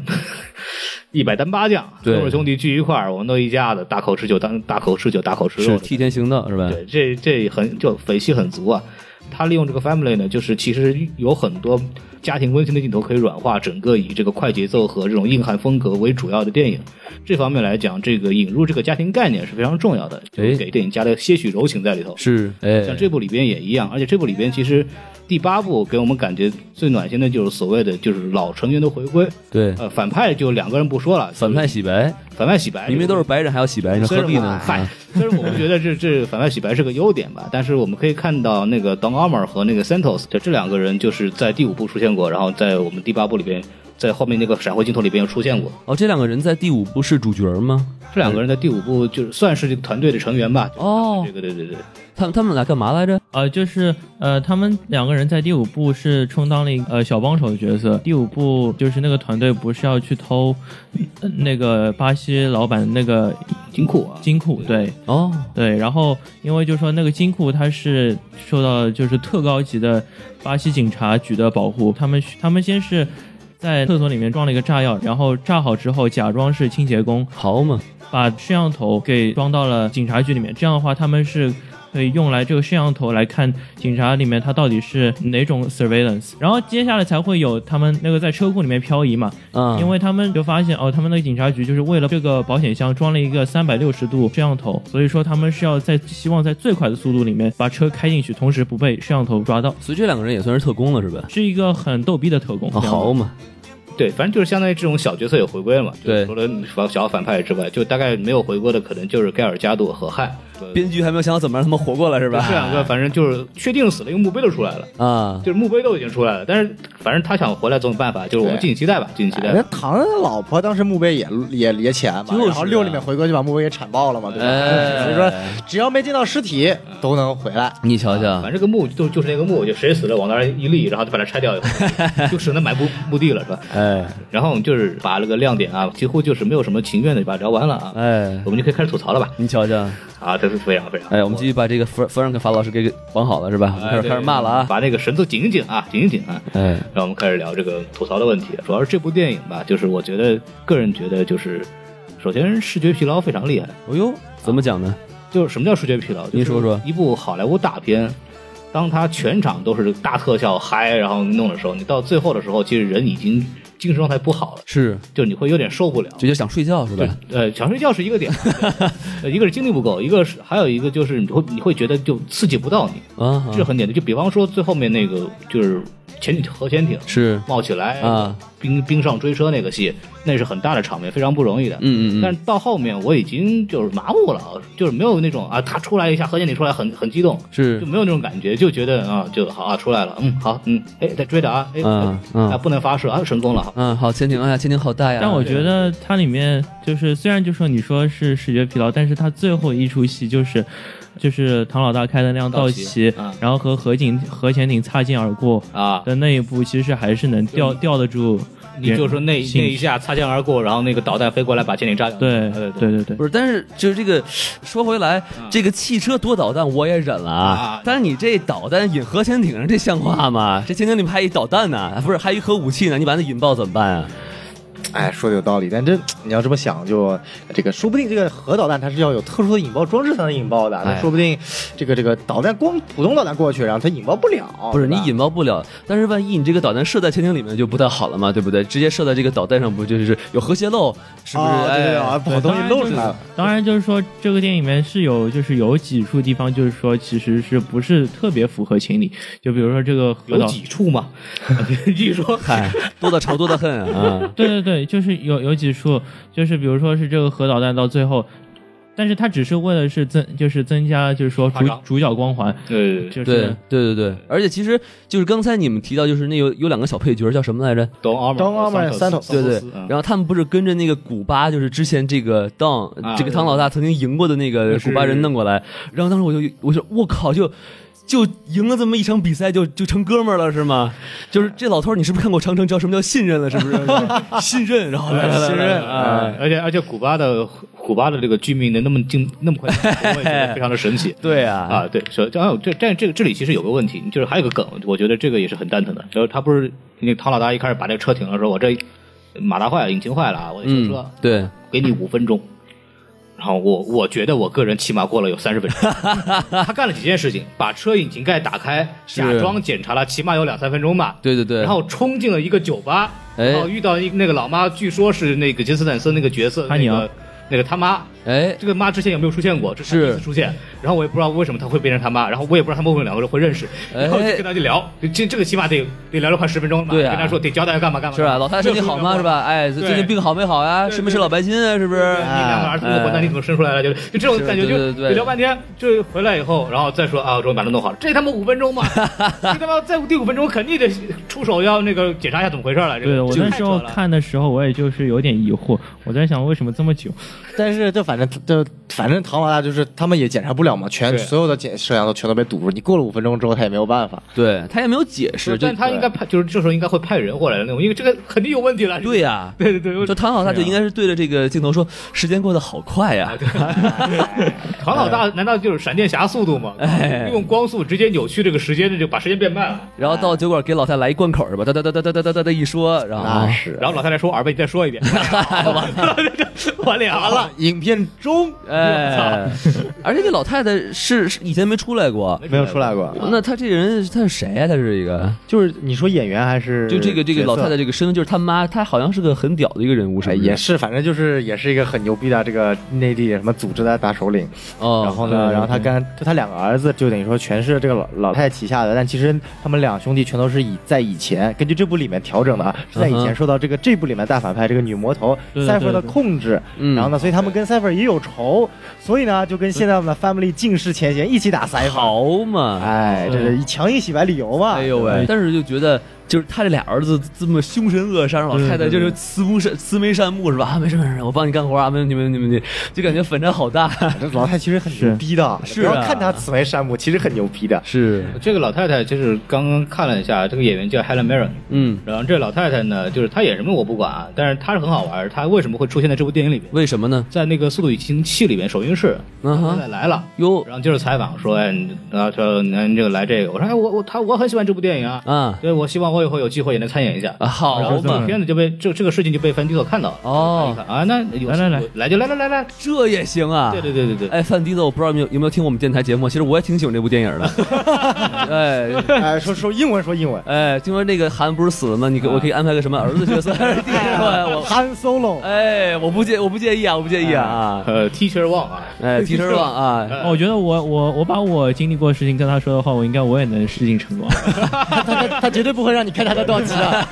Speaker 2: 一百单八将，
Speaker 3: 对
Speaker 2: 哥们儿兄弟聚一块儿，我们都一家子，大口吃酒当大口吃酒，大口吃
Speaker 3: 哎
Speaker 2: 肉
Speaker 3: 是
Speaker 2: 的，
Speaker 3: 替天行道是吧？
Speaker 2: 对，这这很就匪气很足啊。他利用这个 family 呢，就是其实有很多家庭温馨的镜头可以软化整个以这个快节奏和这种硬汉风格为主要的电影。这方面来讲，这个引入这个家庭概念是非常重要的，就
Speaker 3: 哎
Speaker 2: 给电影加了些许柔情在里头。
Speaker 3: 是，哎，
Speaker 2: 像这部里边也一样，而且这部里边其实第八部给我们感觉最暖心的就是所谓的就是老成员的回归。
Speaker 3: 对
Speaker 2: 呃，反派就两个人不说了，
Speaker 3: 反派洗白，
Speaker 2: 反派洗白，
Speaker 3: 明明都是白人还要洗白，你
Speaker 2: 虽
Speaker 3: 说
Speaker 2: 然
Speaker 3: 何必
Speaker 2: 我
Speaker 3: 呢？
Speaker 2: 嗨
Speaker 3: 啊，
Speaker 2: 虽然我们觉得这这反派洗白是个优点吧，但是我们可以看到那个 Don Armor 和那个 Santos，就这两个人就是在第五部出现过，然后在我们第八部里边，在后面那个闪回镜头里边又出现过。
Speaker 3: 哦，这两个人在第五部是主角吗？
Speaker 2: 这两个人在第五部就是算是这个团队的成员吧。
Speaker 3: 哦
Speaker 2: 这，个对对对，
Speaker 3: 他们他们俩干嘛来着？
Speaker 1: 呃，就是呃，他们两个人在第五部是充当了一个呃小帮手的角色。第五部就是那个团队不是要去偷、呃那个巴西老板那个
Speaker 2: 金库啊，
Speaker 1: 金库，对
Speaker 3: 哦，
Speaker 1: 对。然后因为就说那个金库它是受到就是特高级的巴西警察局的保护，他们他们先是。在厕所里面装了一个炸药，然后炸好之后假装是清洁工，
Speaker 3: 好嘛，
Speaker 1: 把摄像头给装到了警察局里面。这样的话，他们是可以用来这个摄像头来看警察里面他到底是哪种 surveillance。然后接下来才会有他们那个在车库里面漂移嘛，
Speaker 3: 啊，
Speaker 1: 因为他们就发现哦，他们那个警察局就是为了这个保险箱装了一个三百六十度摄像头，所以说他们是要在希望在最快的速度里面把车开进去，同时不被摄像头抓到。
Speaker 3: 所以这两个人也算是特工了是吧？
Speaker 1: 是一个很逗逼的特工，
Speaker 3: 啊，好嘛，
Speaker 2: 对，反正就是相当于这种小角色也回归了嘛。就是
Speaker 3: 对
Speaker 2: 除了小小反派之外，就大概没有回归的可能就是盖尔加朵和汉。呃
Speaker 3: 编剧还没有想好怎么让他们活过来是吧？
Speaker 2: 这两个反正就是确定死了，因为墓碑都出来了。
Speaker 3: 啊，
Speaker 2: 就是墓碑都已经出来了，但是反正他想回来总有办法，就是我们敬请期待吧，敬请期待
Speaker 4: 那。唐人的老婆当时墓碑也也也起来嘛，
Speaker 3: 就是啊
Speaker 4: 然后六里面回归就把墓碑给铲爆了嘛，对吧？
Speaker 3: 哎
Speaker 4: 所以说只要没见到尸体都能回来。
Speaker 3: 你瞧
Speaker 2: 反
Speaker 3: 瞧，
Speaker 2: 正这个墓就就是那个墓，就谁死了往那儿一立，然后就把它拆掉， 就省得买墓墓地了，是吧？
Speaker 3: 哎
Speaker 2: 然后我们就是把那个亮点啊，几乎就是没有什么情愿的就把它聊完了啊，
Speaker 3: 哎，
Speaker 2: 我们就可以开始吐槽了吧？
Speaker 3: 你瞧瞧，
Speaker 2: 啊，这是非常非常，
Speaker 3: 哎，我们继续把这个弗弗兰克法老师给给绑好了是吧？我们开始开始骂了啊，
Speaker 2: 把那个绳子紧一紧啊，紧一紧啊。
Speaker 3: 哎，
Speaker 2: 然后我们开始聊这个吐槽的问题，主要是这部电影吧，就是我觉得个人觉得就是，首先视觉疲劳非常厉害，
Speaker 3: 哦呦，怎么讲呢？
Speaker 2: 就是什么叫视觉疲劳？
Speaker 3: 您说说
Speaker 2: 就是一部好莱坞大片，当它全场都是大特效嗨，然后弄的时候，你到最后的时候，其实人已经精神状态不好了，
Speaker 3: 是，
Speaker 2: 就你会有点受不了。
Speaker 3: 就就想睡觉是吧
Speaker 2: 对？，呃，想睡觉是一个 点，呃一个是精力不够，一个是还有一个就是你会你会觉得就刺激不到你，
Speaker 3: 啊，
Speaker 2: 这是很点的。就比方说最后面那个就是潜艇核潜艇
Speaker 3: 是
Speaker 2: 冒起来
Speaker 3: 啊，
Speaker 2: 冰冰上追车那个戏，那是很大的场面，非常不容易的。
Speaker 3: 嗯嗯嗯
Speaker 2: 但是到后面我已经就是麻木了，就是没有那种啊，他出来一下核潜艇出来很很激动，
Speaker 3: 是
Speaker 2: 就没有那种感觉，就觉得啊就好啊出来了，嗯好嗯，哎在追着啊，哎、
Speaker 3: 嗯嗯
Speaker 2: 啊不能发射啊成功了，好
Speaker 3: 嗯，好潜艇，哎呀，潜艇好大呀！
Speaker 1: 但我觉得它里面就是，虽然就说你说是视觉疲劳，但是它最后一出戏就是，就是唐老大开的那辆道奇，
Speaker 2: 道奇啊
Speaker 1: 然后和核警核潜艇擦肩而过
Speaker 3: 嗯
Speaker 2: 啊。
Speaker 1: 的那一步，其实还是能吊吊得住人。
Speaker 2: 你就说那
Speaker 1: 兴
Speaker 2: 那一下擦肩而过，然后那个导弹飞过来把潜艇炸掉。
Speaker 1: 对
Speaker 2: 啊对
Speaker 1: 对对对
Speaker 3: 不，是，但是就是这个，说回来，这个汽车多导弹我也忍了啊
Speaker 2: 啊，
Speaker 3: 但是你这导弹引核潜艇上，这像话吗？这潜艇里面还一导弹呢、啊不是还一核武器呢？你把它引爆怎么办啊？
Speaker 4: 哎，说的有道理，但这你要这么想就，这个说不定这个核导弹它是要有特殊的引爆装置才能引爆的，那
Speaker 3: 哎
Speaker 4: 说不定这个这个导弹光普通导弹过去，然后它引爆不了。
Speaker 3: 不是
Speaker 4: 对
Speaker 3: 你
Speaker 4: 哦吧
Speaker 3: 引爆不了，但是万一你这个导弹射在潜艇里面就不太好了嘛，对不对？直接射在这个导弹上，不就是有核泄漏？是不是？
Speaker 4: 啊，对对对
Speaker 3: 哎
Speaker 4: 啊，把东西露出来了。
Speaker 1: 当然就是说这个电影里面是有，就是有几处地方，就是说其实是不是特别符合情理？就比如说这个核
Speaker 2: 有
Speaker 1: 导
Speaker 2: 几处 嘛？你说，
Speaker 3: 嗨，多的潮，多的恨 啊！
Speaker 1: 对对对，就是有有几处，就是比如说是这个核导弹到最后，但是它只是为了是增，就是增加，就是说
Speaker 2: 夸
Speaker 1: 主
Speaker 2: 张
Speaker 1: 主角光环，
Speaker 2: 呃，
Speaker 1: 就
Speaker 3: 对
Speaker 1: 是
Speaker 3: 对对对，而且其实就是刚才你们提到，就是那有有两个小配角叫什么来着？
Speaker 2: 东阿
Speaker 4: 东阿曼三头
Speaker 3: 对对，
Speaker 2: 嗯
Speaker 3: 然后他们不是跟着那个古巴，就是之前这个当、
Speaker 2: 啊
Speaker 3: 这个唐老大曾经赢过的那个
Speaker 2: 是
Speaker 3: 古巴人弄过来，然后当时我就我说我靠，就就赢了这么一场比赛，就就成哥们儿了是吗？就是这老头儿，你是不是看过《长城》，知道什么叫信任了？是 不是？信任，然后来来来
Speaker 2: 信任
Speaker 3: 啊，
Speaker 2: 嗯而且而且古巴的古巴的这个居民能那么近那么快，我也觉得非常的神奇。
Speaker 3: 对啊，
Speaker 2: 啊，对，所以这哦这但这个这里其实有个问题，就是还有个梗，我觉得这个也是很蛋疼的。就是他不是那个唐老大一开始把这个车停了，说我这马达坏了，引擎坏了啊，我得修
Speaker 3: 嗯
Speaker 2: 车，，
Speaker 3: 对，
Speaker 2: 给你五分钟。然后我我觉得我个人起码过了有三十分钟， 他干了几件事情：把车引擎盖打开，假
Speaker 3: 是
Speaker 2: 装检查了，起码有两三分钟吧。
Speaker 3: 对对对，
Speaker 2: 然后冲进了一个酒吧，
Speaker 3: 哎
Speaker 2: 然后遇到一那个老妈，据说是那个杰斯坦森那个角色，
Speaker 1: 他
Speaker 2: 那
Speaker 1: 娘
Speaker 2: 个那个他妈。
Speaker 3: 哎，
Speaker 2: 这个妈之前有没有出现过？这
Speaker 3: 是
Speaker 2: 第一次出现，然后我也不知道为什么她会变成他妈，然后我也不知道他们为什么两个人会认识，
Speaker 3: 哎
Speaker 2: 然后就跟他就聊，这这个起码得得聊了快十分钟吧，
Speaker 3: 对啊
Speaker 2: 跟他说得交代要干嘛干嘛，
Speaker 3: 是吧？老太太身体好吗？是？吧？哎，
Speaker 2: 对
Speaker 3: 最近病好没好呀？
Speaker 2: 对
Speaker 3: 吃没吃老白金啊？是不是？
Speaker 2: 对你两个儿子的混蛋，你怎么生出来了？就就这种感觉，
Speaker 3: 是
Speaker 2: 就
Speaker 3: 对对对
Speaker 2: 就聊半天，就是回来以后，然后再说啊，我终于把它弄好了。这他妈五分 钟嘛，这他妈在第五分钟肯定得出手要那个检查一下怎么回事了。这个
Speaker 1: 对我
Speaker 2: 这个
Speaker 1: 那时
Speaker 2: 太扯
Speaker 1: 候
Speaker 2: 了
Speaker 1: 看的时候，我也就是有点疑惑，我在想为什么这么久？
Speaker 4: 但是就反正就反正唐老大就是他们也检查不了嘛，全
Speaker 2: 对
Speaker 4: 所有的检摄像头全都被堵住，你过了五分钟之后他也没有办法。
Speaker 3: 对他也没有解
Speaker 2: 不
Speaker 3: 释，
Speaker 2: 是，
Speaker 3: 就
Speaker 2: 但他应该派，就是这时候应该会派人过来的那种，因为这个肯定有问题了。
Speaker 3: 对呀，
Speaker 2: 对对对，
Speaker 3: 就唐老
Speaker 4: 啊
Speaker 3: 大就应该是对着这个镜头说：“时间过得好快呀。
Speaker 2: 唐老大难道就是闪电侠速度吗？
Speaker 3: 哎
Speaker 2: 用光速直接扭曲这个时间，那就把时间变慢了。”
Speaker 3: 然后到酒馆给老太来一灌口是吧？哒哒哒哒哒哒哒哒哒一说，然后
Speaker 4: 那哎是
Speaker 2: 然后老太太说：“我耳背，你再说 一遍。完了”完了，完
Speaker 4: 完了，影片中
Speaker 3: 哎，而且这老太太是是以前没出来过，
Speaker 4: 没有出来过。
Speaker 3: 那她这人她是谁啊呀、她是一个。
Speaker 4: 就是你说演员还是
Speaker 3: 就这个这个
Speaker 4: 角色
Speaker 3: 老太太这个身份，就是她妈，她好像是个很屌的一个人物，是
Speaker 4: 哎，
Speaker 3: 不是
Speaker 4: 也是，反正就是也是一个很牛逼的这个内地什么组织的大首领。
Speaker 3: 哦，
Speaker 4: 然后呢，然后他跟就他两个儿子，就等于说全是这个老老太太旗下的，但其实他们两兄弟全都是以在以前根据这部里面调整的啊，是在以
Speaker 3: 嗯
Speaker 4: 前
Speaker 3: 哼
Speaker 4: 受到这个这部里面大反派这个女魔头
Speaker 1: 对对
Speaker 4: 赛弗尔的
Speaker 1: 对对
Speaker 4: 控制，
Speaker 3: 嗯
Speaker 4: 然后呢，所以他们跟赛弗尔也有仇，所以呢就跟现在我们的 Family 尽释前嫌，一起打赛弗尔。
Speaker 3: 好嘛，
Speaker 4: 哎，这是以强硬洗白理由嘛？
Speaker 3: 哎呦喂！但是就觉得就是他这俩儿子这么凶神恶煞，让老太太就是慈不善慈眉善目是吧？啊，没事没事，我帮你干活啊，没问题没问题没问题，就感觉反差好大，啊
Speaker 4: 这老太太其实很牛逼的，
Speaker 3: 是
Speaker 4: 不
Speaker 3: 啊
Speaker 4: 要看她慈眉善目，其实很牛逼 的。
Speaker 3: 是，
Speaker 2: 这个老太太就是刚刚看了一下，这个演员叫 Helen Mirren，
Speaker 3: 嗯，
Speaker 2: 然后这老太太呢，就是她演什么我不管啊，但是她是很好玩儿。她为什么会出现在这部电影里面？
Speaker 3: 为什么呢？
Speaker 2: 在那个《速度与激情七》里面，首映式，
Speaker 3: 嗯
Speaker 2: 现
Speaker 3: 哼
Speaker 2: 在，来了。
Speaker 3: 哟
Speaker 2: 然后就是采访说，哎，你然后说您这个来这个，我说哎，我我他我很喜欢这部电影啊，
Speaker 3: 啊
Speaker 2: 对，我希望我以后有机会也能参演一下。
Speaker 3: 啊，
Speaker 2: 然后
Speaker 3: 好
Speaker 2: 这个
Speaker 3: 嘛，
Speaker 2: 片子就被这这个事情就被范迪所看到了。一
Speaker 3: 哦，
Speaker 2: 看啊，那有
Speaker 1: 来来来
Speaker 2: 来就来来来来，
Speaker 3: 这也行啊，
Speaker 2: 对对对对对，
Speaker 3: 哎，范迪子，我不知道你有有没有听我们电台节目，其实我也挺喜欢这部电影 的。哎
Speaker 4: 哎，说说英文，说英 文。
Speaker 3: 哎，听说那个韩不是死了吗？你给我
Speaker 2: 啊
Speaker 3: 可以安排个什么儿子 角色？ 我
Speaker 4: Han Solo，
Speaker 3: 哎，我不介我不介意啊，我不介意啊啊！
Speaker 2: 呃，Teacher Wang 啊，
Speaker 3: 哎，提车 网啊，
Speaker 2: 呃
Speaker 1: 哦我觉得我 我我把我经历过的事情跟他说的话，我应该我也能事情成功。
Speaker 4: 他他绝对不会让让你开他的道奇啊。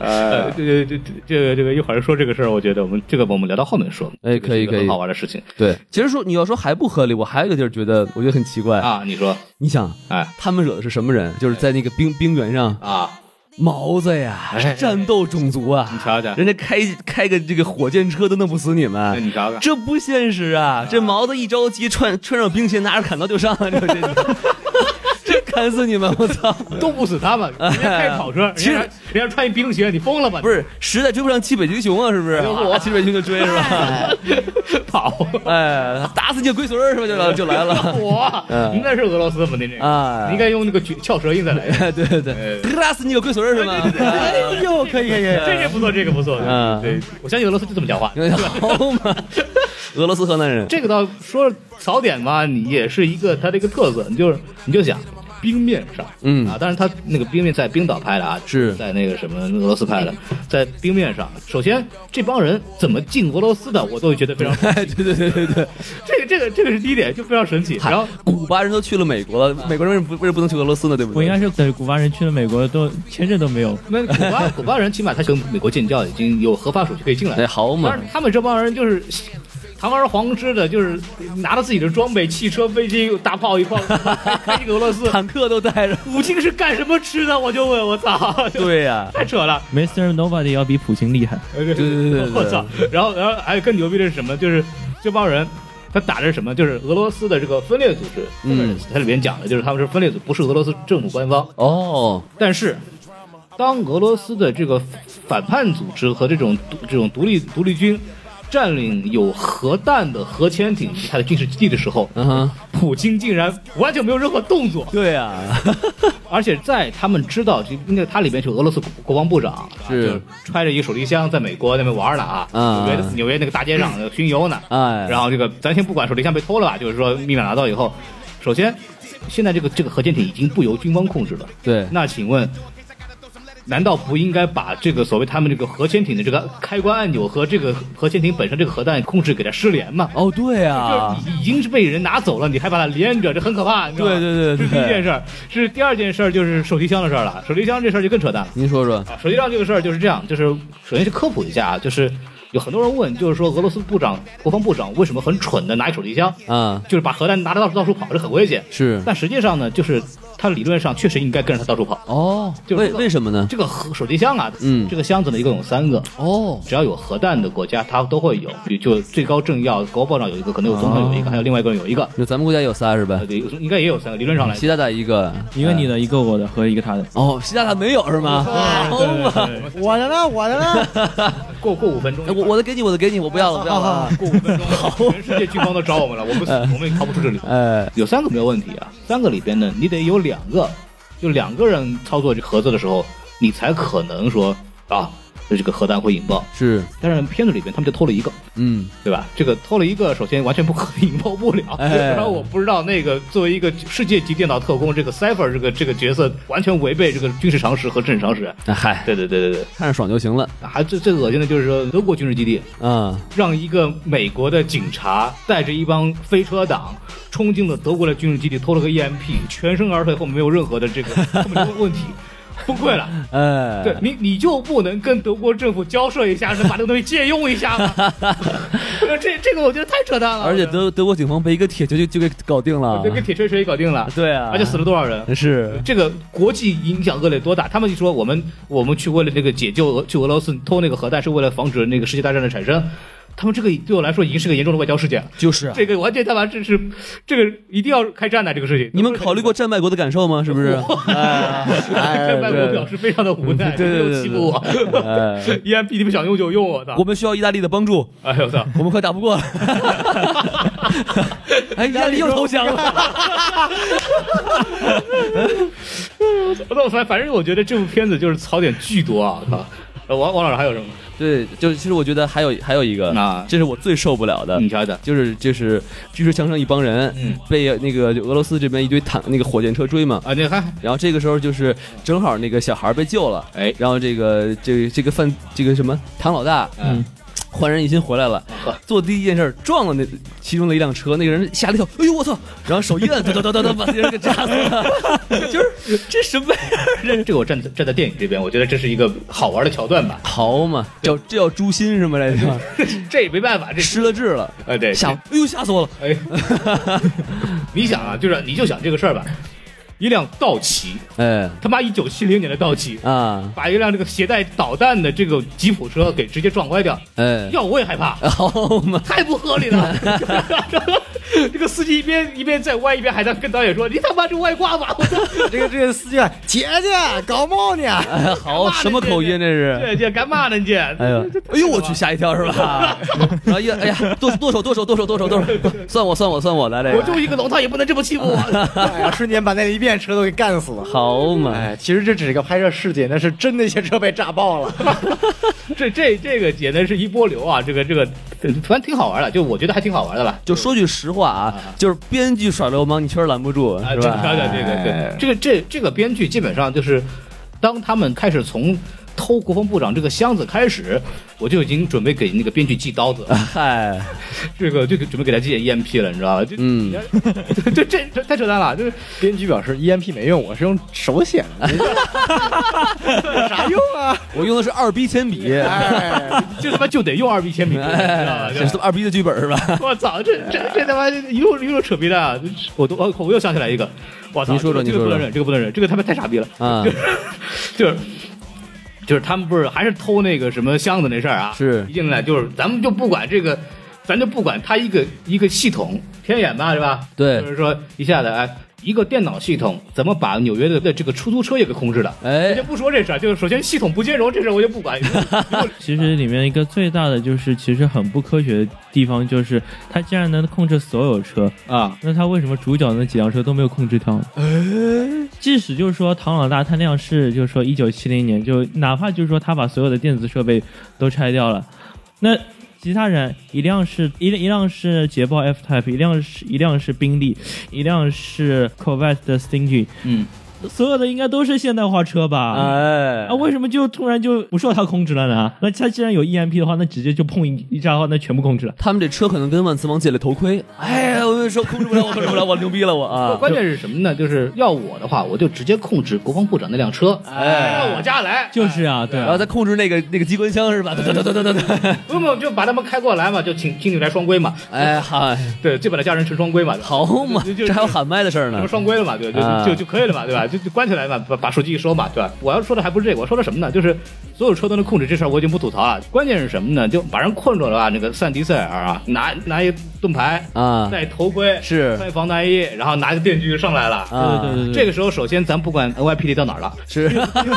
Speaker 2: 呃，这这这这个这个一会儿说这个事儿，我觉得我们这个我们聊到后面说。
Speaker 3: 哎
Speaker 2: 这个
Speaker 3: 可
Speaker 2: 是
Speaker 3: 以
Speaker 2: 一个
Speaker 3: 可以
Speaker 2: 很好玩的事情
Speaker 3: 对，其实说你要说还不合理，我还有一个地儿觉得我觉得很奇怪。
Speaker 2: 啊！你说，
Speaker 3: 你想，
Speaker 2: 哎
Speaker 3: 他们惹的是什么人？就是在那个冰冰原上，
Speaker 2: 啊，
Speaker 3: 毛子呀
Speaker 2: 哎，
Speaker 3: 战斗种族
Speaker 2: 你
Speaker 3: 啊，
Speaker 2: 瞧瞧，
Speaker 3: 人家开开个这个火箭车都弄不死你
Speaker 2: 哎
Speaker 3: 们。
Speaker 2: 你瞧瞧，
Speaker 3: 这不现实啊！这毛子一着急，穿穿上冰鞋，拿着砍刀就上，这这这 砍死你们！我操！
Speaker 2: 都不死他 们，人家开跑车，
Speaker 3: 其实
Speaker 2: 人家人家穿一冰鞋，你疯了吧？
Speaker 3: 不是，实在追不上骑北极熊啊，是不是？我骑北极熊就追是吧？
Speaker 2: 是跑，
Speaker 3: 哎，打死你个龟孙儿是吧？就来就来了。
Speaker 2: 我
Speaker 3: 嗯
Speaker 2: 那是俄罗斯吗？您这个，
Speaker 3: 啊
Speaker 2: 你应，该用那个卷翘舌音再 来。
Speaker 3: 哎，对对对，
Speaker 2: 哎
Speaker 3: 打死你个龟孙儿是吗？
Speaker 4: 哎呦，可以可以可以。
Speaker 2: 这个不错，这个不错。
Speaker 3: 嗯
Speaker 2: 对，我相信俄罗斯就这么讲话。
Speaker 3: 好嘛，哎俄罗斯河南人，
Speaker 2: 这个倒说槽点吧，你也是一个它的一个特色，你就是你就想冰面上，
Speaker 3: 嗯
Speaker 2: 啊，当然它那个冰面在冰岛拍的啊，
Speaker 3: 是
Speaker 2: 在那个什么俄罗斯拍的，在冰面上，首先这帮人怎么进俄罗斯的，我都觉得 非常，
Speaker 3: 哎，对对对对对，
Speaker 2: 这个这个这个是第一点，就非常神奇。然后
Speaker 3: 古巴人都去了美国了，美国人为什么不为什么不能去俄罗斯呢？对不对？
Speaker 1: 我应该是在古巴人去了美国都签证都没有，
Speaker 2: 那古巴古巴人起码他跟美国建交已经有合法手续可以进来
Speaker 3: 哎，
Speaker 2: 了，
Speaker 3: 好嘛
Speaker 2: 但，是他们这帮人就是。堂而皇之的，就是拿着自己的装备，汽车、飞机、大炮一炮，开进俄罗 斯。
Speaker 3: 坦克都带着，
Speaker 2: 普京是干什么吃的？我就问，我操，
Speaker 3: 对呀、
Speaker 2: 太扯了。
Speaker 1: Mr. Nobody 要比普京厉害。
Speaker 2: 哎对对
Speaker 3: 对对对
Speaker 2: 我操！然后然后还有更牛逼的是什么？就是这帮人。他打的是什么？就是俄罗斯的这个分裂组织，
Speaker 3: 嗯，
Speaker 2: 它里边讲的就是他们是分裂组，不是俄罗斯政府官方。
Speaker 3: 哦，
Speaker 2: 但是，当俄罗斯的这个反叛组织和这种独这种独立独立军占领有核弹的核潜艇以及它的军事基地的时候，
Speaker 3: 嗯哼，
Speaker 2: 普京竟然完全没有任何动作，
Speaker 3: 对呀、
Speaker 2: 而且在他们知道，就应该他里面是俄罗斯国国防部长，
Speaker 3: 是
Speaker 2: 吧就揣着一手提箱在美国那边玩呢啊，纽
Speaker 3: 啊
Speaker 2: 约纽约那个大街上巡游呢，
Speaker 3: 哎
Speaker 2: 然后这个咱先不管手提箱被偷了吧，就是说密码拿到以后，首先现在这个这个核潜艇已经不由军方控制了，
Speaker 3: 对，
Speaker 2: 那请问。难道不应该把这个所谓他们这个核潜艇的这个开关按钮和这个核潜艇本身这个核弹控制给它失联吗？
Speaker 3: 哦，对呀、
Speaker 2: 就是已已经是被人拿走了，你还把它连着，这很可怕，你知道吗？
Speaker 3: 对对对
Speaker 2: 这
Speaker 3: 对
Speaker 2: 是第一件事儿。是第二件事儿就是手提箱的事儿了，手提箱这事儿就更扯淡了。
Speaker 3: 您说说，
Speaker 2: 啊手提箱这个事儿就是这样，就是首先是科普一下啊，就是有很多人问，就是说俄罗斯部长、国防部长为什么很蠢的拿一手提箱，
Speaker 3: 啊，
Speaker 2: 就是把核弹拿着到处到处跑，这很危险。
Speaker 3: 是，
Speaker 2: 但实际上呢，就是他理论上确实应该跟着他到处跑。
Speaker 3: 哦，
Speaker 2: 就是
Speaker 3: 为
Speaker 2: 这个
Speaker 3: 为什么呢？
Speaker 2: 这个核手提箱啊，
Speaker 3: 嗯
Speaker 2: 这个箱子呢一共有三个，
Speaker 3: 哦，
Speaker 2: 只要有核弹的国家，它都会有，比如就最高政要、国防部长有一个，可能有总统有一
Speaker 3: 哦
Speaker 2: 个，还有另外一个人有一个，
Speaker 3: 就咱们国家有仨是吧
Speaker 2: 呃，？对，应该也有三个，理论上来
Speaker 3: 习大大一个，
Speaker 1: 一个你
Speaker 2: 哎
Speaker 1: 的，一个我的和一个他的。
Speaker 3: 哦，习大大没有是吗？好嘛，
Speaker 4: 我的呢，我的呢，
Speaker 2: 过过五分钟，
Speaker 3: 哎我我的给你，我的给你，我不要了，不要了啊。
Speaker 2: 过五分 钟，全世界军方都找我们了，我们
Speaker 3: 嗯
Speaker 2: 我们也逃不出这里。
Speaker 3: 哎，
Speaker 2: 有三个没有问题啊，三个里边呢，你得有两个，就两个人操作这盒子的时候，你才可能说啊，这个核弹会引爆。
Speaker 3: 是，
Speaker 2: 但是片子里边他们就偷了一个，
Speaker 3: 嗯，
Speaker 2: 对吧？这个偷了一个，首先完全不可能引爆不了。
Speaker 3: 哎
Speaker 2: 然后我不知道那个作为一个世界级电脑特工，这个 Cipher 这个这个角色完全违背这个军事常识和政治常识。
Speaker 3: 哎嗨，
Speaker 2: 对对对对对，
Speaker 3: 看着爽就行了
Speaker 2: 还最最恶心的就是说，德国军事基地
Speaker 3: 啊。
Speaker 2: 让一个美国的警察带着一帮飞车党冲进了德国的军事基地，偷了个 EMP，全身而退后没有任何的这个 后面问题，崩溃了。
Speaker 3: 哎，
Speaker 2: 对你，你就不能跟德国政府交涉一下，能把这个东西借用一下吗？这这个我觉得太扯淡了。
Speaker 3: 而且德德国警方被一个铁球就就给搞定了
Speaker 2: 这，跟铁锤锤搞定了，
Speaker 3: 对啊，
Speaker 2: 而且死了多少人？
Speaker 3: 是
Speaker 2: 这个国际影响恶劣多大？他们就说我们我们去为了那个解救俄去俄罗斯偷那个核弹，是为了防止那个世界大战的产生。他们这个对我来说已经是个严重的外交事件了。
Speaker 3: 就是
Speaker 2: 这个完全他妈这是这个一定要开战的这个事情。
Speaker 3: 你们 考虑过战败国的感受 吗？是不是？哎
Speaker 2: 开外国表示非常的无奈，
Speaker 3: 对对对
Speaker 2: 没有欺负我。
Speaker 3: 哎
Speaker 2: EMP 你们想用就用，我
Speaker 3: 我
Speaker 2: 操！
Speaker 3: 们需要意大利的帮助，
Speaker 2: 哎呦我操！
Speaker 3: 我们快打不过 了。哎，意大利又投降了。
Speaker 2: 那反反正我觉得这部片子就是槽点巨多啊！我操！呃王王老师还有什么？
Speaker 3: 对，就是其实我觉得还有还有一个
Speaker 2: 啊，
Speaker 3: 这是我最受不了的
Speaker 2: 你。瞧瞧，
Speaker 3: 就是就是巨石强盛一帮人
Speaker 2: 嗯
Speaker 3: 被那个就俄罗斯这边一堆坦那个火箭车追嘛，
Speaker 2: 啊，你看，
Speaker 3: 然后这个时候就是正好那个小孩被救了，
Speaker 2: 哎
Speaker 3: 然后这个这这个犯这个什么唐老大呃
Speaker 2: 嗯，
Speaker 3: 焕然一新回来了，做第一件事儿撞了那其中的一辆车，那个人吓了一跳，哎呦我操！然后手一摁，哒哒哒哒哒，把那人给扎死了。就是这什么呀？
Speaker 2: 这这个我站在站在电影这边，我觉得这是一个好玩的桥段 吧。
Speaker 3: 逃嘛，叫这叫诛心是吗？这叫
Speaker 2: 这也没办法，这
Speaker 3: 失了智了，
Speaker 2: 哎对，
Speaker 3: 吓，哎呦吓死我 了！
Speaker 2: 哎，你想啊，就是你就想这个事儿吧，一辆道奇，
Speaker 3: 哎
Speaker 2: 他妈一九七零年的道奇，
Speaker 3: 啊
Speaker 2: 把一辆这个携带导弹的这个吉普车给直接撞歪掉，
Speaker 3: 哎，
Speaker 2: 要我也害怕。
Speaker 3: 好嘛，
Speaker 2: 太不合理了！ 这个司机一边一边在歪，一边还在跟导演说：“你他妈是歪瓜吧！”我操！
Speaker 4: 这个这个司机啊，姐姐搞毛 呢？
Speaker 3: 哎 好什么口音这是？
Speaker 2: 这这哎干嘛呢？这
Speaker 3: 哎呦，哎呦我去，吓一跳是吧？ 然后一哎呀，剁剁手剁手剁手剁手剁手， 算我算我算我来这
Speaker 2: 我
Speaker 3: 个，
Speaker 2: 就一个龙套，也不能这么欺负我。
Speaker 4: 哎呀瞬间把那一遍车都给干死了。
Speaker 3: 好嘛，
Speaker 4: 哎，其实这只是个拍摄事件，那是真那些车被炸爆了。
Speaker 2: 这这这个简直是一波流啊！这个这个，反正挺好玩的，就我觉得还挺好玩的吧。
Speaker 3: 就说句实话啊，哎就是编剧耍流氓，你确实拦不住，
Speaker 2: 啊，
Speaker 3: 是
Speaker 2: 这个
Speaker 3: 吧？哎
Speaker 2: 对对对，这个这这个编剧基本上就是，当他们开始从偷国防部长这个箱子开始，我就已经准备给那个编剧寄刀子了，
Speaker 3: 嗨，
Speaker 2: 这个就给准备给他寄 EMP 了，你知道吧？就
Speaker 3: 嗯，
Speaker 2: 这这这太扯淡了，就是
Speaker 4: 编剧表示 EMP 没用，我是用手写的，有啥用啊？
Speaker 3: 我用的是二逼铅笔，
Speaker 4: 哎，
Speaker 2: 就他妈就得用二 B 铅笔，你知道吧
Speaker 3: 哎，？这是他妈二逼的剧本是吧？
Speaker 2: 我操，这这这他妈一路一路扯皮蛋啊！我都我我又想起来一个，我操，
Speaker 3: 你说说
Speaker 2: 这个这个
Speaker 3: 你说说
Speaker 2: 不能忍，这个不能忍，这个他妈太傻逼了，
Speaker 3: 啊，
Speaker 2: 就是。就是他们不是还是偷那个什么箱子那事儿啊？
Speaker 3: 是
Speaker 2: 一进来就是咱们就不管这个，咱就不管他一个一个系统天眼吧是吧？
Speaker 3: 对
Speaker 2: 就是说一下子哎，一个电脑系统怎么把纽约的的这个出租车也给控制了？我
Speaker 3: 哎
Speaker 2: 就，不说这事儿，就是首先系统不兼容这事儿我就不管。
Speaker 1: 其实里面一个最大的就是，其实很不科学的地方就是，它竟然能控制所有车，
Speaker 2: 啊，
Speaker 1: 那它为什么主角那几辆车都没有控制掉呢？哎即使就是说唐老大他那样是，就是说一九七零年，就哪怕就是说他把所有的电子设备都拆掉了，那其他人一辆是一一辆是捷豹 F Type，一辆是一辆是宾利，一辆是 Corvette 的 Stingy，
Speaker 2: 嗯，
Speaker 1: 所有的应该都是现代化车吧？
Speaker 3: 哎
Speaker 1: 啊，为什么就突然就不受它控制了呢？那它既然有 EMP 的话，那直接就碰一一下的话，那全部控制了。
Speaker 3: 他们这车可能跟万磁王借了头盔。哎呀，我就说控制不了，我控制不了，我牛逼了，我啊！
Speaker 2: 关键是什么呢？就是要我的话，我就直接控制国防部长那辆车，哎，到我家来，
Speaker 1: 就是啊，对
Speaker 3: 然后
Speaker 1: 啊，
Speaker 3: 再控制那个那个机关枪是 吧？哒哒哒哒哒哒。
Speaker 2: 不不就把他们开过来嘛，就请请你来双规嘛，
Speaker 3: 哎嗨，
Speaker 2: 对，就把他家人成双规嘛，
Speaker 3: 好嘛，
Speaker 2: 就就
Speaker 3: 这还有喊麦的事儿
Speaker 2: 什
Speaker 3: 呢
Speaker 2: 么。双规了嘛，对，就
Speaker 3: 啊
Speaker 2: 就就可以了嘛，对吧？就就关起来嘛，把把手机一收嘛，对吧？我要说的还不是这个，我说的什么呢？就是所有车都能控制这事儿，我已经不吐槽了。关键是什么呢？就把人困住了啊，那个范迪塞尔啊，拿拿一盾牌，
Speaker 3: 啊，
Speaker 2: 戴头盔，
Speaker 3: 是
Speaker 2: 穿防弹衣，然后拿个电锯就上来了。
Speaker 3: 啊
Speaker 1: 对对对对，
Speaker 2: 这个时候，首先咱不管 NYPD 到哪儿了，
Speaker 3: 是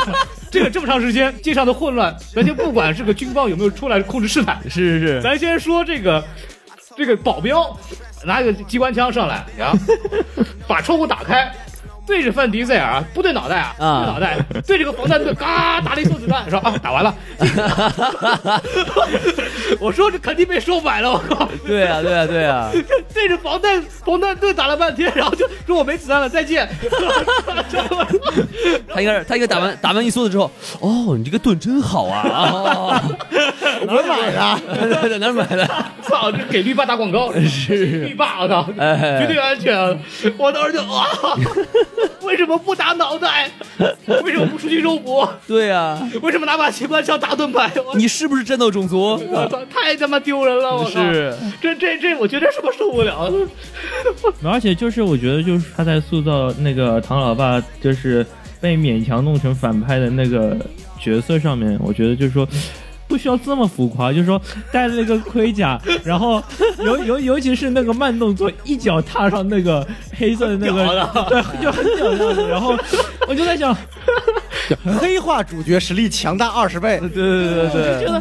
Speaker 2: 这个这么长时间街上的混乱，咱先不管这个军方有没有出来控制事态，
Speaker 3: 是是是，
Speaker 2: 咱先说这个这个保镖拿一个机关枪上来，然后把窗户打开。对着范迪塞尔啊不对脑袋啊，
Speaker 3: 啊
Speaker 2: 不对脑袋， 对这个防弹盾，嘎打了一梭子弹，说啊打完了。我说这肯定被收买了，我靠！
Speaker 3: 对啊对啊对啊，
Speaker 2: 对着防弹防弹盾打了半天，然后就说我没子弹了，再见。
Speaker 3: 他应该是他应该打完打完一梭子之后，哦，你这个盾真好 啊！哦，
Speaker 4: 哪儿买的？
Speaker 3: 在哪儿买 的？
Speaker 2: 操，这给绿霸打广告， 是绿霸，我靠，
Speaker 3: 哎
Speaker 2: 绝对安全啊！我当时就 啊，为什么不打脑袋？为什么不出去肉搏？
Speaker 3: 对啊，
Speaker 2: 为什么拿把机关枪打盾牌？我
Speaker 3: 你是不是战斗种族？
Speaker 4: 啊
Speaker 2: 我操，太他妈丢人了！我靠，
Speaker 3: 是
Speaker 2: 这这这，我觉得是我受不了。
Speaker 1: 而且就是我觉得就是他在塑造那个唐老爸就是被勉强弄成反派的那个角色上面，我觉得就是说。不需要这么浮夸，就是说戴了个盔甲，然后尤尤尤其是那个慢动作，一脚踏上那个黑色的那个
Speaker 2: 屌的，
Speaker 1: 对，就很屌的样子。然后我就在想，
Speaker 4: 黑化主角实力强大二十倍，
Speaker 3: 对对对对
Speaker 1: 觉得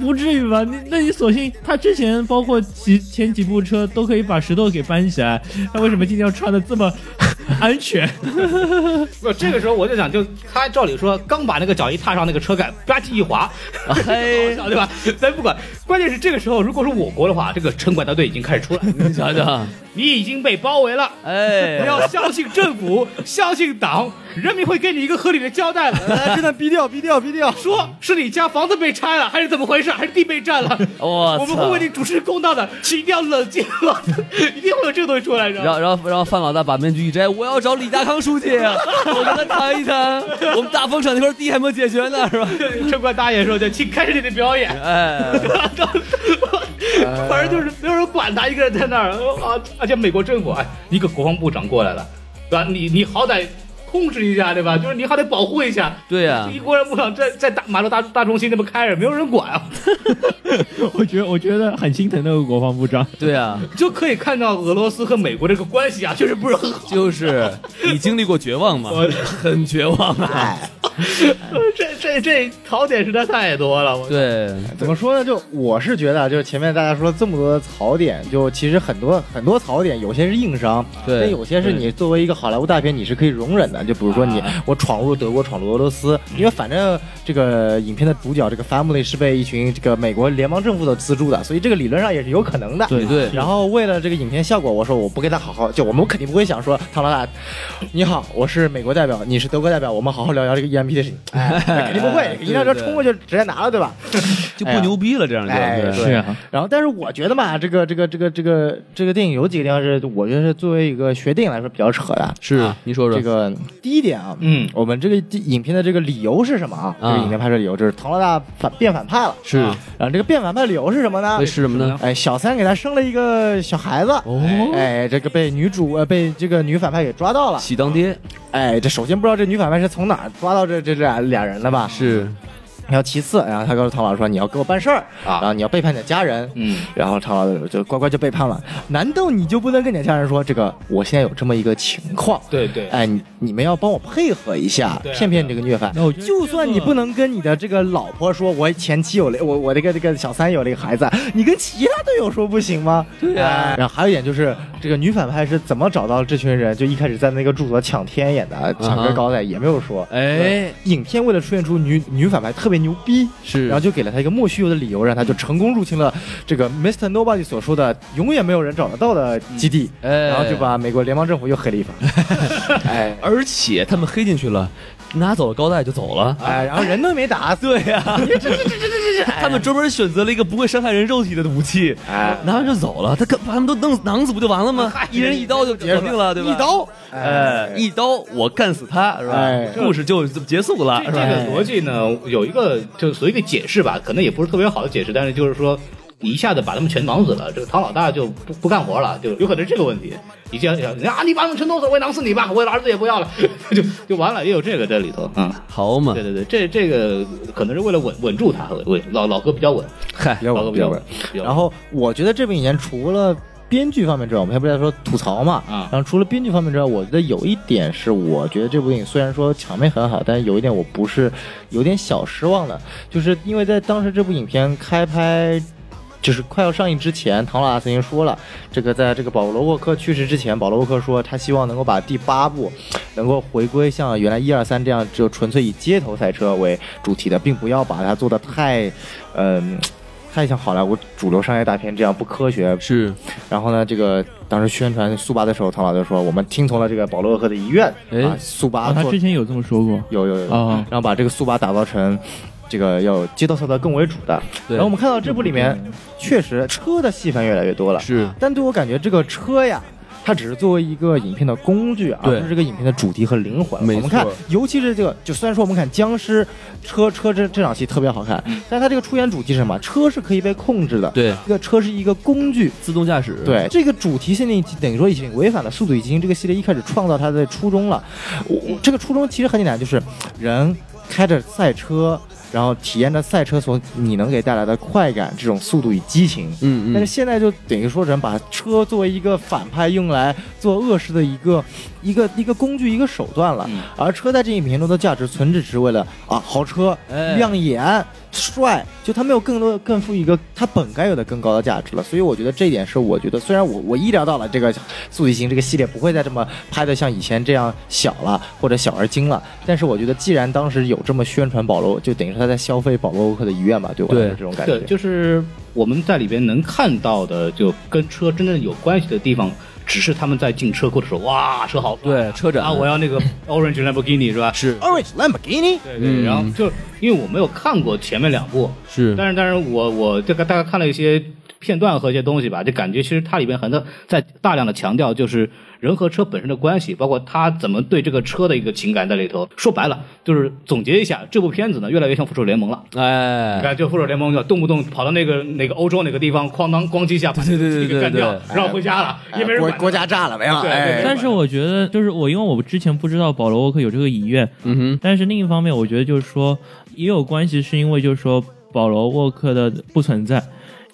Speaker 1: 不至于吧？你那你索性他之前包括几前几部车都可以把石头给搬起来，他为什么今天要穿的这么 安全？
Speaker 2: 不，这个时候我就想，就他照理说刚把那个脚一踏上那个车盖，吧唧一滑，
Speaker 3: 对，
Speaker 4: 哎
Speaker 3: 嘿，
Speaker 2: 对吧？咱不管，关键是这个时候，如果是我国的话，这个城管大队已经开始 出来了，
Speaker 3: 你想想，
Speaker 2: 你已经被包围了。
Speaker 3: 哎，
Speaker 2: 要相信政府，相信党，人民会给你一个合理的交 代的。
Speaker 4: 来，哎真的逼掉，逼掉，逼掉！
Speaker 2: 说是你家房子被拆了，还是怎么回事？还是地被占了？
Speaker 3: 我
Speaker 2: 我们
Speaker 3: 操
Speaker 2: 会为你主持公道的，请一定要冷静， 一定会有这个东西出来，你知道吗？
Speaker 3: 然后，然后，然后范老大把面具一摘，我要找李达康书记 啊，我跟他谈一谈，我们大风场那块地还没有解决呢，是吧？
Speaker 2: 城管大爷说的，请开始你的表演。
Speaker 3: 哎，
Speaker 2: 反正就是没有人管他，一个人在那儿 啊！而且美国政府，哎，一个国防部长过来了，对吧？你你好歹控制一下，对吧？就是你好歹保护一下。
Speaker 3: 对
Speaker 1: 啊
Speaker 3: 啊呀、
Speaker 2: 一国人部长在在大马路大大中心那么开着，没有人管啊，
Speaker 1: 我觉得我觉得很心疼那个国防部长。
Speaker 3: 对啊呀、
Speaker 2: 就可以看到俄罗斯和美国这个关系啊，确实不是很好。
Speaker 3: 就是你经历过绝望吗？很绝望啊。
Speaker 4: 哎，
Speaker 2: 这这这槽点实在太多了，我
Speaker 3: 对，
Speaker 4: 怎么说呢？就我是觉得啊，就是前面大家说了这么多的槽点，就其实很多很多槽点，有些是硬伤，
Speaker 3: 对啊
Speaker 4: 但有些是你作为一个好莱坞大片，你是可以容忍的。就比如说你、我闯入德国，闯入俄罗斯，
Speaker 3: 嗯
Speaker 4: 因为反正这个影片的主角这个 family 是被一群这个美国联邦政府的资助的，所以这个理论上也是有可能的。
Speaker 3: 对对
Speaker 4: 然后为了这个影片效果，我说我不跟他好好，就我们肯定不会想说唐老大，你好，我是美国代表，你是德国代表，我们好好聊聊这个 EMP 的事情。哎， 肯定不会，一辆车冲过去直接拿了，对吧？
Speaker 3: 就不牛逼了，这样就、
Speaker 4: 哎，
Speaker 3: 对
Speaker 4: 对
Speaker 1: 是啊
Speaker 4: 然后，但是我觉得吧，这个这个这个这个这个电影有几个地方是我觉得是作为一个学电影来说比较扯的。
Speaker 3: 是，你说说
Speaker 4: 这个第一点啊，
Speaker 2: 嗯
Speaker 4: 我们这个影片的这个理由是什么啊？这
Speaker 3: 啊
Speaker 4: 个影片拍摄理由就是唐老大反变反派了。
Speaker 3: 是
Speaker 4: 然后这个变反派理由是什么呢
Speaker 3: 那？是什么呢？
Speaker 4: 哎，小三给他生了一个小孩子。
Speaker 3: 哦，
Speaker 4: 哎，这个被女主呃被这个女反派给抓到了。
Speaker 3: 喜当爹
Speaker 4: 哎，这首先不知道这女反派是从哪儿抓到这这俩俩人的吧？
Speaker 3: 是
Speaker 4: 然后其次，然后他告诉唐老师说你要给我办事儿
Speaker 2: 啊
Speaker 4: 然后你要背叛你的家人，
Speaker 2: 嗯，
Speaker 4: 然后唐老师就乖乖就背叛了。难道你就不能跟你的家人说这个我现在有这么一个情况？
Speaker 2: 对对
Speaker 4: 哎，你你们要帮我配合一下，
Speaker 2: 对啊
Speaker 4: 骗骗这个虐犯。
Speaker 1: 那我觉得
Speaker 4: 就算你不能跟你的这个老婆说，我前妻有了我我这个这个小三有了一个孩子，你跟其他队友说不行吗？对啊。然后还有一点就是，这个女反派是怎么找到这群人？就一开始在那个住所抢天眼的，抢
Speaker 3: 啊哈
Speaker 4: 根高带也没有说。
Speaker 3: 哎
Speaker 4: 影片为了出现出女女反派特别牛逼，
Speaker 3: 是，
Speaker 4: 然后就给了他一个莫须有的理由，让他就成功入侵了这个 Mr. Nobody 所说的永远没有人找得到的基地，
Speaker 3: 哎
Speaker 4: 然后就把美国联邦政府又黑了一番。哎
Speaker 3: 而且他们黑进去了，拿走了高带就走了。
Speaker 4: 哎，然后人都没打死，
Speaker 3: 对呀、他们专门选择了一个不会伤害人肉体的武器，
Speaker 4: 哎
Speaker 3: 拿完就走了。他跟把他们都弄囊死不就完了吗？一人一刀就搞定了，对吧？
Speaker 4: 一，刀，
Speaker 3: 哎，一刀我干死他，是
Speaker 4: 哎
Speaker 3: 吧？故事就这么结束了，
Speaker 2: 这
Speaker 3: 是
Speaker 2: 这
Speaker 3: 吧？
Speaker 2: 个逻辑呢，有一个就所谓的解释吧，可能也不是特别好的解释，但是就是说，你一下子把他们全囊死了，这个唐老大就不不干活了，就有可能是这个问题。你这样想啊，你把他们全弄死，我也囊死你吧，我儿子也不要了， 就就完了，也有这个在里头嗯。
Speaker 3: 好嘛
Speaker 2: 对，对对，这这个可能是为了稳稳住他，稳老老哥比较稳，
Speaker 3: 嗨
Speaker 4: 比，较
Speaker 2: 老哥
Speaker 4: 稳，
Speaker 2: 比
Speaker 4: 比
Speaker 2: 较
Speaker 4: 较
Speaker 2: 稳
Speaker 4: 稳。。
Speaker 2: 比较稳
Speaker 4: 然后我觉得这部影片除了。编剧方面之外，我们还不是在说吐槽嘛？
Speaker 2: 啊
Speaker 4: 然后除了编剧方面之外，我觉得有一点是，我觉得这部电影虽然说场面很好，但是有一点我不是有点小失望的，就是因为在当时这部影片开拍。就是快要上映之前，唐老大曾经说了，这个在这个保罗沃克去世之前，保罗沃克说他希望能够把第八部能够回归像原来一二三这样，就纯粹以街头赛车为主题的，并不要把它做的太，嗯、太像好莱坞主流商业大片这样不科学。
Speaker 3: 是，
Speaker 4: 然后呢，这个当时宣传速八的时候，唐老大就说我们听从了这个保罗沃克的遗愿，
Speaker 3: 哎
Speaker 4: 啊，速八
Speaker 1: 啊，他
Speaker 4: 做
Speaker 1: 之前有这么说过
Speaker 4: 有有有有
Speaker 1: 啊
Speaker 4: 然后把这个速八打造成这个要街道赛道更为主的。
Speaker 3: 对
Speaker 4: 然后我们看到这部里面，确实车的戏份越来越多了，
Speaker 3: 是
Speaker 4: 但对我感觉这个车呀。它只是作为一个影片的工具，而
Speaker 3: 对
Speaker 4: 不是这个影片的主题和灵魂。
Speaker 3: 没
Speaker 4: 我们看
Speaker 3: 错，
Speaker 4: 尤其是这个，就虽然说我们看僵尸车车这这场戏特别好看，但它这个出演主题是什么？车是可以被控制的，，
Speaker 3: 嗯对，
Speaker 4: 这个车是一个工具，
Speaker 3: 自动驾驶，，
Speaker 4: 对这个主题限定，等于说已经违反了《速度与激情》这个系列一开始创造它的初衷了。我我这个初衷其实很简单，就是人开着赛车，然后体验着赛车所你能给带来的快感，这种速度与激情。
Speaker 3: 嗯
Speaker 4: 但是
Speaker 3: 嗯，
Speaker 4: 现在就等于说，人把车作为一个反派用来做恶事的一个一个一个工具、一个手段
Speaker 3: 嗯
Speaker 4: 了。而车在这一片中的价值，纯只是为了啊豪车、
Speaker 3: 哎
Speaker 4: 亮眼、帅，就它没有更多、更赋予一个它本该有的更高的价值了。所以我觉得这一点是我觉得，虽然我我意料到了这个《速激情》这个系列不会再这么拍的像以前这样小了或者小而精了，但是我觉得既然当时有这么宣传保罗，就等于说他在消费保罗沃克的遗愿吧，对我来
Speaker 3: 对
Speaker 4: 说这种感觉
Speaker 2: 对，。就是我们在里边能看到的，就跟车真正有关系的地方，只是他们在进车库的时候，哇，车好，
Speaker 3: 对车展
Speaker 2: 啊，我要那 个 orange Lamborghini 是吧？
Speaker 3: 是嗯
Speaker 4: Orange Lamborghini，
Speaker 2: 对对，然后就因为我没有看过前面两部，
Speaker 3: 是
Speaker 2: 但是但是我我这个大概看了一些片段和一些东西吧，就感觉其实它里边很多在大量的强调就是人和车本身的关系，包括他怎么对这个车的一个情感在里头。说白了，就是总结一下，这部片子呢越来越像复仇者联盟了。
Speaker 3: 哎，
Speaker 2: 哎，就复仇者联盟就动不动跑到那个哪个欧洲哪个地方，哐当咣叽一下把
Speaker 3: 对对对
Speaker 2: 这个干
Speaker 3: 对对
Speaker 2: 掉，然后回家了，也没人
Speaker 4: 国
Speaker 2: 管。
Speaker 4: 国家炸了没有？
Speaker 2: 对对对
Speaker 4: 哎
Speaker 2: 对
Speaker 1: 但是我觉得，就是我因为我之前不知道保罗沃克有这个遗愿，
Speaker 3: 嗯哼，
Speaker 1: 但是另一方面，我觉得就是说也有关系，是因为就是说保罗沃克的不存在，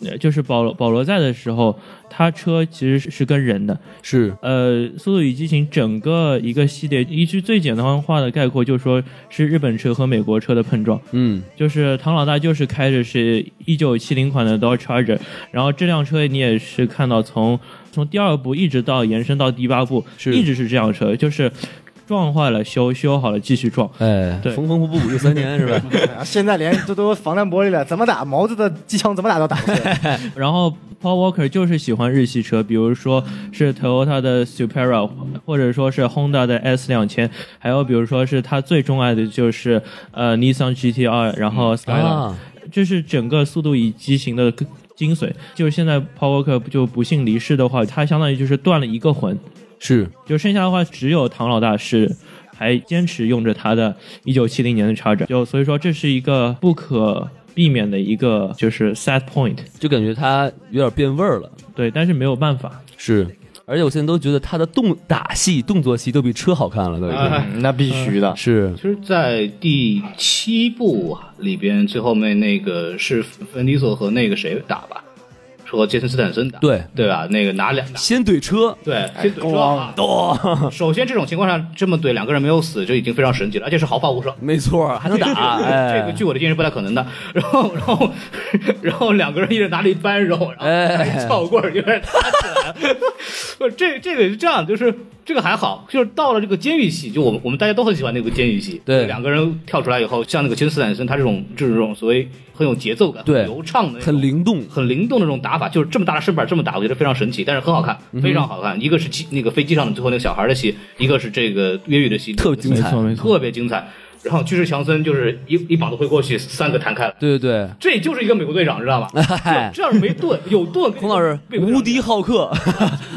Speaker 1: 呃就是保罗保罗在的时候，他车其实是是跟人的。
Speaker 3: 是
Speaker 1: 呃，《速度与激情》整个一个系列，一句最简单化的概括就是说是日本车和美国车的碰撞。
Speaker 3: 嗯
Speaker 1: 就是唐老大就是开着是一九七零款的 Dodge Charger，然后这辆车你也是看到从从第二部一直到延伸到第八部，
Speaker 3: 是
Speaker 1: 一直是这辆车，就是撞坏了修，修好了继续撞。
Speaker 3: 哎，
Speaker 1: 对
Speaker 3: 缝缝补补补就三年是吧？
Speaker 4: 然后 现在连都都防弹玻璃了，怎么打毛子的机枪怎么打都打 不碎。
Speaker 1: 然后 Paul Walker 就是喜欢日系车，比如说是 Toyota 的 Supra，或者说是 Honda 的 S 两千，还有比如说是他最钟爱的就是呃 Nissan GT R，然后 Skyline，、
Speaker 3: 啊，
Speaker 1: 这是整个《速度与激情》的精髓。就是现在 Paul Walker 就不幸离世的话，他相当于就是断了一个魂，
Speaker 3: 是
Speaker 1: 就剩下的话只有唐老大是。还坚持用着他的1970年的 Charger，就所以说这是一个不可避免的一个就是 sad point，
Speaker 3: 就感觉它有点变味儿了，
Speaker 1: 对，但是没有办法，
Speaker 3: 是。而且我现在都觉得他的动打戏、动作戏都比车好看了，都已经
Speaker 2: 哎
Speaker 4: 那必须的，
Speaker 3: 是
Speaker 2: 其实，在第七部啊里边，最后面那个是芬迪索和那个谁打吧，是和杰森斯坦森打，
Speaker 3: 对
Speaker 2: 对吧？那个拿两拿
Speaker 3: 先对车，
Speaker 2: 对，先怼说 啊
Speaker 3: 咚，
Speaker 2: 首先这种情况下这么怼，两个人没有死就已经非常神奇了，而且是毫发 无伤。
Speaker 3: 没错，还能打，
Speaker 2: 这个
Speaker 3: 哎
Speaker 2: 据我的经验是不太可能的。然后，然后，然后两个人一人拿着一扳手，然后
Speaker 3: 哎
Speaker 2: 拿 一撬棍儿就开始打起来了。 不，这这个是这样，就是这个还好，就是到了这个监狱戏，就我们我们大家都很喜欢那个监狱戏。
Speaker 3: 对
Speaker 2: 两个人跳出来以后，像那个金斯坦森，他这种就是这种所谓很有节奏感、
Speaker 3: 对
Speaker 2: 很流畅的、
Speaker 3: 很。灵动，
Speaker 2: 很灵动的那种打法，就是这么大的身板这么打，我觉得非常神奇，但是很好看，
Speaker 3: 嗯
Speaker 2: 非常好看。一个是机那个飞机上的最后那个小孩的戏，一个是这个越狱的戏，
Speaker 3: 特别精
Speaker 1: 没
Speaker 3: 彩
Speaker 1: 错，没错。
Speaker 2: 特别精彩。然后巨石强森就是一一膀子挥过去，三个弹开了，
Speaker 3: 对对对。
Speaker 2: 这就是一个美国队长，知道 吧？
Speaker 3: 嗨
Speaker 2: 这要是没 盾，有盾，
Speaker 3: 孔老师
Speaker 2: 美国队长
Speaker 3: 无敌 好客，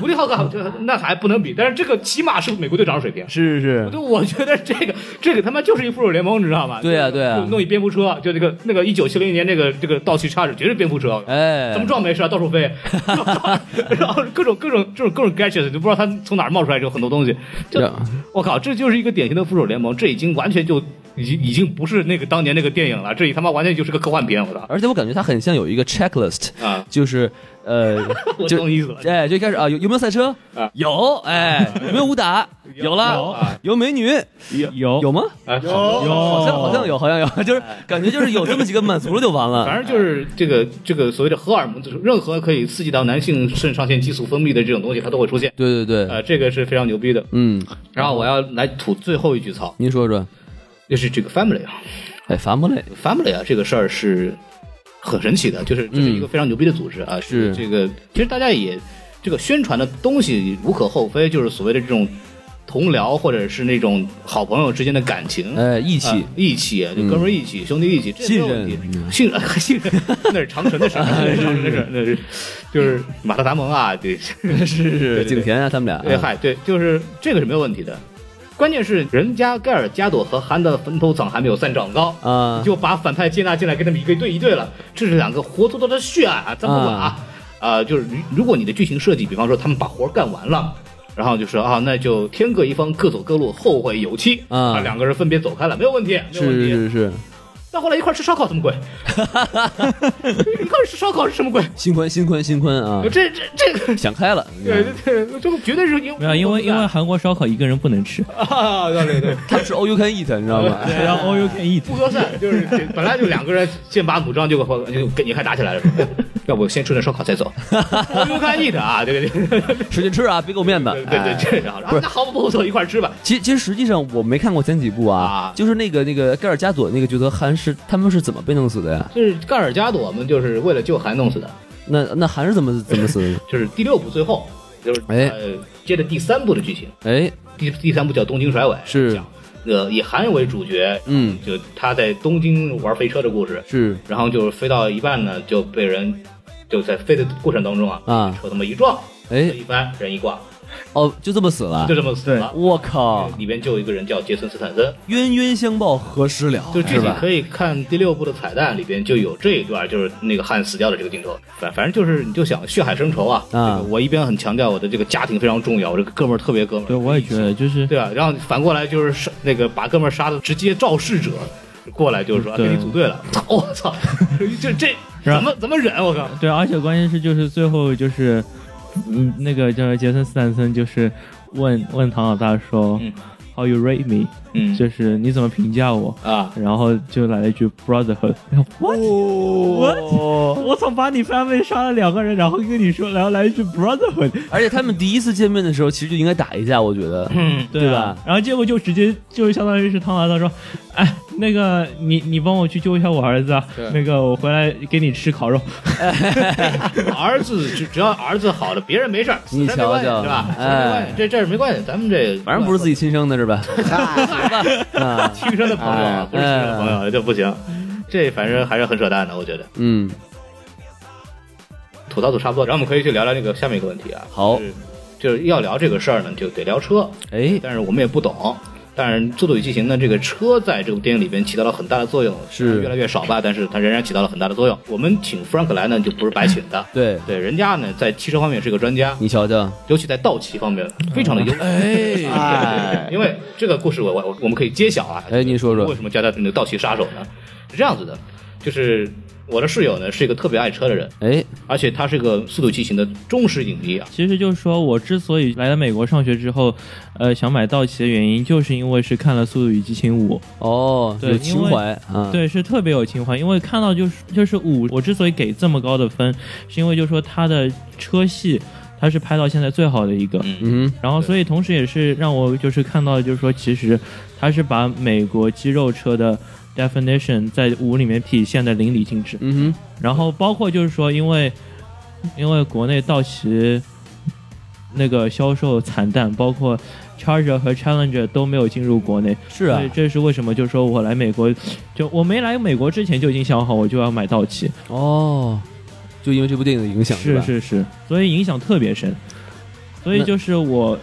Speaker 2: 无敌浩克那还不能比，但是这个起码是美国队长水平。
Speaker 3: 是是是，
Speaker 2: 就我觉得这个这个他妈就是一复仇者联盟，你知道吧？
Speaker 3: 对啊
Speaker 2: 就是
Speaker 3: 对啊
Speaker 2: 弄弄一蝙蝠车，就那个那个一九七零年那个这个道奇叉是绝对蝙蝠车，
Speaker 3: 哎，
Speaker 2: 怎么撞没事啊，到处 飞，然后 各种各种这种各种 gadget，就不知道他从哪儿冒出来这种很多东西。就
Speaker 3: 呀
Speaker 2: 我靠，这就是一个典型的复仇者联盟，这已经完全就已经已经不是那个当年那个电影了，这他妈完全就是个科幻片，我操
Speaker 3: 而且我感觉它很像有一个 checklist，
Speaker 2: 啊！，
Speaker 3: 就是呃
Speaker 2: 我
Speaker 3: 就
Speaker 2: 懂意思了。
Speaker 3: 哎，就一开始啊，有有没有赛车
Speaker 2: 啊？
Speaker 3: 有，哎，有没有 武打？有
Speaker 2: 有
Speaker 3: 了
Speaker 2: 啊，
Speaker 3: 有美女，
Speaker 1: 有
Speaker 3: 有吗？
Speaker 2: 哎，好
Speaker 3: 好像好像有，好像有， 就是感觉就是有这么几个满足了就完 了。
Speaker 2: 反正就是这个这个所谓的荷尔蒙，就是任何可以刺激到男性肾上腺激素分泌的这种东西，它都会出现。
Speaker 3: 对对对，
Speaker 2: 呃，这个是非常牛逼的。
Speaker 3: 嗯，
Speaker 2: 然后我要来吐最后一句槽，
Speaker 3: 您说说，
Speaker 2: 就是这个 family 啊
Speaker 3: 哎，伐木累，
Speaker 2: ，family 啊，这个事儿是很神奇的，就是这是一个非常牛逼的组织啊，
Speaker 3: 是
Speaker 2: 这个其实大家也这个宣传的东西无可厚非，就是所谓的这种同僚或者是那种好朋友之间的感情，
Speaker 3: 哎，义
Speaker 2: 啊
Speaker 3: 气，
Speaker 2: 义气，就哥们儿义气，兄弟义气，这没有问题
Speaker 3: 信任
Speaker 2: 信任，信任，那是长城的事 儿，那是长城的事儿，那是就是马特达蒙啊，对，
Speaker 3: 是是
Speaker 2: 对对
Speaker 3: 景甜啊，他们俩，
Speaker 2: 对，嗨，对，就是这个是没有问题的。关键是人家盖尔加朵和韩德坟头草还没有三丈高，
Speaker 3: 啊，
Speaker 2: 就把反派接纳进来，跟他们一个对一对了，这是两个活脱脱的血案啊！咱不管啊，啊，就是如如果你的剧情设计，比方说他们把活儿干完了。然后就说啊，那就天各一方，各走各路，后会有期
Speaker 3: 啊
Speaker 2: 两个人分别走开了，没有问题，没有问
Speaker 3: 是
Speaker 2: 题。
Speaker 3: 是是，
Speaker 2: 到后来一块儿吃烧烤，什么鬼？ 一块儿吃烧烤是什么鬼？
Speaker 3: 心宽心宽心宽啊，
Speaker 2: 这这这个，
Speaker 3: 想开了，
Speaker 2: 对对对，这个绝对是因
Speaker 1: 没有，因为因为韩国烧烤一个人不能吃，
Speaker 2: 啊，对对 对，
Speaker 3: 他们是 all you can eat，你知道吗？
Speaker 1: 然后 all you can eat。
Speaker 2: 不合算，就是 本来就两个人剑拔弩张，结果就跟你还打起来了，说哎 要不先吃顿烧烤再走，不看意的啊， 对对对对对
Speaker 3: 使劲吃啊，别给我面子，
Speaker 2: 对对，
Speaker 3: 哎
Speaker 2: 这然后
Speaker 3: 不是
Speaker 2: 那毫不不错，一块儿吃吧，
Speaker 3: 其实其实实际上我没看过前几部啊
Speaker 2: 啊，
Speaker 3: 就是那个那个盖尔加朵那个角色韩是他们是怎么被弄死的呀？
Speaker 2: 就是盖尔加朵，我们就是为了救韩弄死的，
Speaker 3: 那那韩是怎么怎么死的？
Speaker 2: 就是第六部最后，就是
Speaker 3: 哎
Speaker 2: 呃接着第三部的剧情，
Speaker 3: 哎，
Speaker 2: 第第三部叫《东京甩尾》，
Speaker 3: 是
Speaker 2: 讲呃以韩为主角，
Speaker 3: 嗯，
Speaker 2: 就他在东京玩飞车的故事，
Speaker 3: 是
Speaker 2: 然后就是飞到一半呢就被人就在飞的过程当中啊，
Speaker 3: 啊，
Speaker 2: 车他妈一撞，车
Speaker 3: 哎，
Speaker 2: 一翻人一挂，
Speaker 3: 哦，就这么死了
Speaker 2: 就，这么死了。
Speaker 3: 我靠，
Speaker 2: 里边就有一个人叫杰森斯坦森，
Speaker 3: 冤冤相报何时了，
Speaker 2: 就具
Speaker 3: 哦是
Speaker 2: 体
Speaker 3: 吧？
Speaker 2: 可以看第六部的彩蛋里边就有这一段，就是那个汉死掉的这个镜头。反反正就是你就想血海深仇啊！
Speaker 3: 啊
Speaker 2: 这个我一边很强调我的这个家庭非常重要，我这个哥们儿特别哥们儿。
Speaker 1: 对，我也觉得就是
Speaker 2: 对啊，然后反过来就是杀那个把哥们儿杀的，直接肇事者过来就是说啊
Speaker 1: 对
Speaker 2: 跟你组队了， 操我操，这这怎么怎么忍啊我靠！
Speaker 1: 对，而且关键是就是最后就是，嗯，那个叫杰森斯坦森就是问问唐老大说、
Speaker 2: 嗯
Speaker 1: h o w you rate me？、
Speaker 2: 嗯
Speaker 1: 就是你怎么评价我？
Speaker 2: 啊，
Speaker 1: 然后就来了一句 brotherhood，我
Speaker 3: 哦，
Speaker 1: 我操，把你 family 杀了两个人，然后跟你说，然后来一句 brotherhood，
Speaker 2: 啊
Speaker 3: 而且他们第一次见面的时候，其实就应该打一架，我觉得。
Speaker 2: 嗯，
Speaker 1: 对
Speaker 3: 对
Speaker 1: 吧
Speaker 3: 吧？
Speaker 1: 然后结果就直接就是相当于是唐老大说，哎，那个你你帮我去救一下我儿子啊，那个我回来给你吃烤肉，
Speaker 2: 儿子只只要儿子好了，别人没事儿，
Speaker 3: 你
Speaker 2: 死人没关系
Speaker 3: 瞧瞧
Speaker 2: 是吧？死人没关
Speaker 3: 哎
Speaker 2: 系，这这事没关系，咱们这
Speaker 3: 反正不是自己亲生的是吧？啊，
Speaker 2: 亲生的朋友啊，不是亲生的朋友这不行，这反正还是很扯淡的，我觉得
Speaker 3: 嗯，
Speaker 2: 吐槽吐差不多，然后我们可以去聊聊那个下面一个问题啊，
Speaker 3: 好
Speaker 2: 就，是就是要聊这个事儿呢，就得聊车，
Speaker 3: 哎，
Speaker 2: 但是我们也不懂。但是《速度与激情》呢，这个车在这部电影里边起到了很大的作用，
Speaker 3: 是
Speaker 2: 虽然越来越少吧，但是它仍然起到了很大的作用。我们请弗兰克来呢，就不是白请的，
Speaker 3: 对
Speaker 2: 对，人家呢在汽车方面是个专家，
Speaker 3: 你瞧瞧，
Speaker 2: 尤其在倒骑方面非常的优秀。
Speaker 3: 哎，
Speaker 4: 哎，
Speaker 2: 因为这个故事我，我我我们可以揭晓啊。
Speaker 3: 哎你说说
Speaker 2: 为什么叫他那个盗骑杀手呢？是这样子的，就是我的室友呢是一个特别爱车的人，
Speaker 3: 哎，
Speaker 2: 而且他是个《速度与激情》的忠实影迷啊。
Speaker 1: 其实就是说我之所以来到美国上学之后，呃，想买道奇的原因，就是因为是看了《速度与激情五》
Speaker 3: 哦，
Speaker 1: 对
Speaker 3: 有情怀啊，，
Speaker 1: 对，是特别有情怀。因为看到就是就是五，我之所以给这么高的分，是因为就是说它的车系，它是拍到现在最好的一个。
Speaker 2: 嗯
Speaker 3: 嗯
Speaker 1: 然后，所以同时也是让我就是看到，就是说，其实它是把美国肌肉车的 definition 在五里面体现的淋漓尽致。
Speaker 3: 嗯
Speaker 1: 然后包括就是说，因为因为国内道奇那个销售惨淡，包括 Charger 和 Challenger 都没有进入国内，
Speaker 3: 哼，是啊
Speaker 1: 所以，这是为什么？就是说我来美国，就我没来美国之前就已经想好我就要买道奇，
Speaker 3: 哦，就因为这部电影的影响，
Speaker 1: 是
Speaker 3: 吧？
Speaker 1: 是是，所以影响特别深。所以
Speaker 3: 那
Speaker 1: 就是我，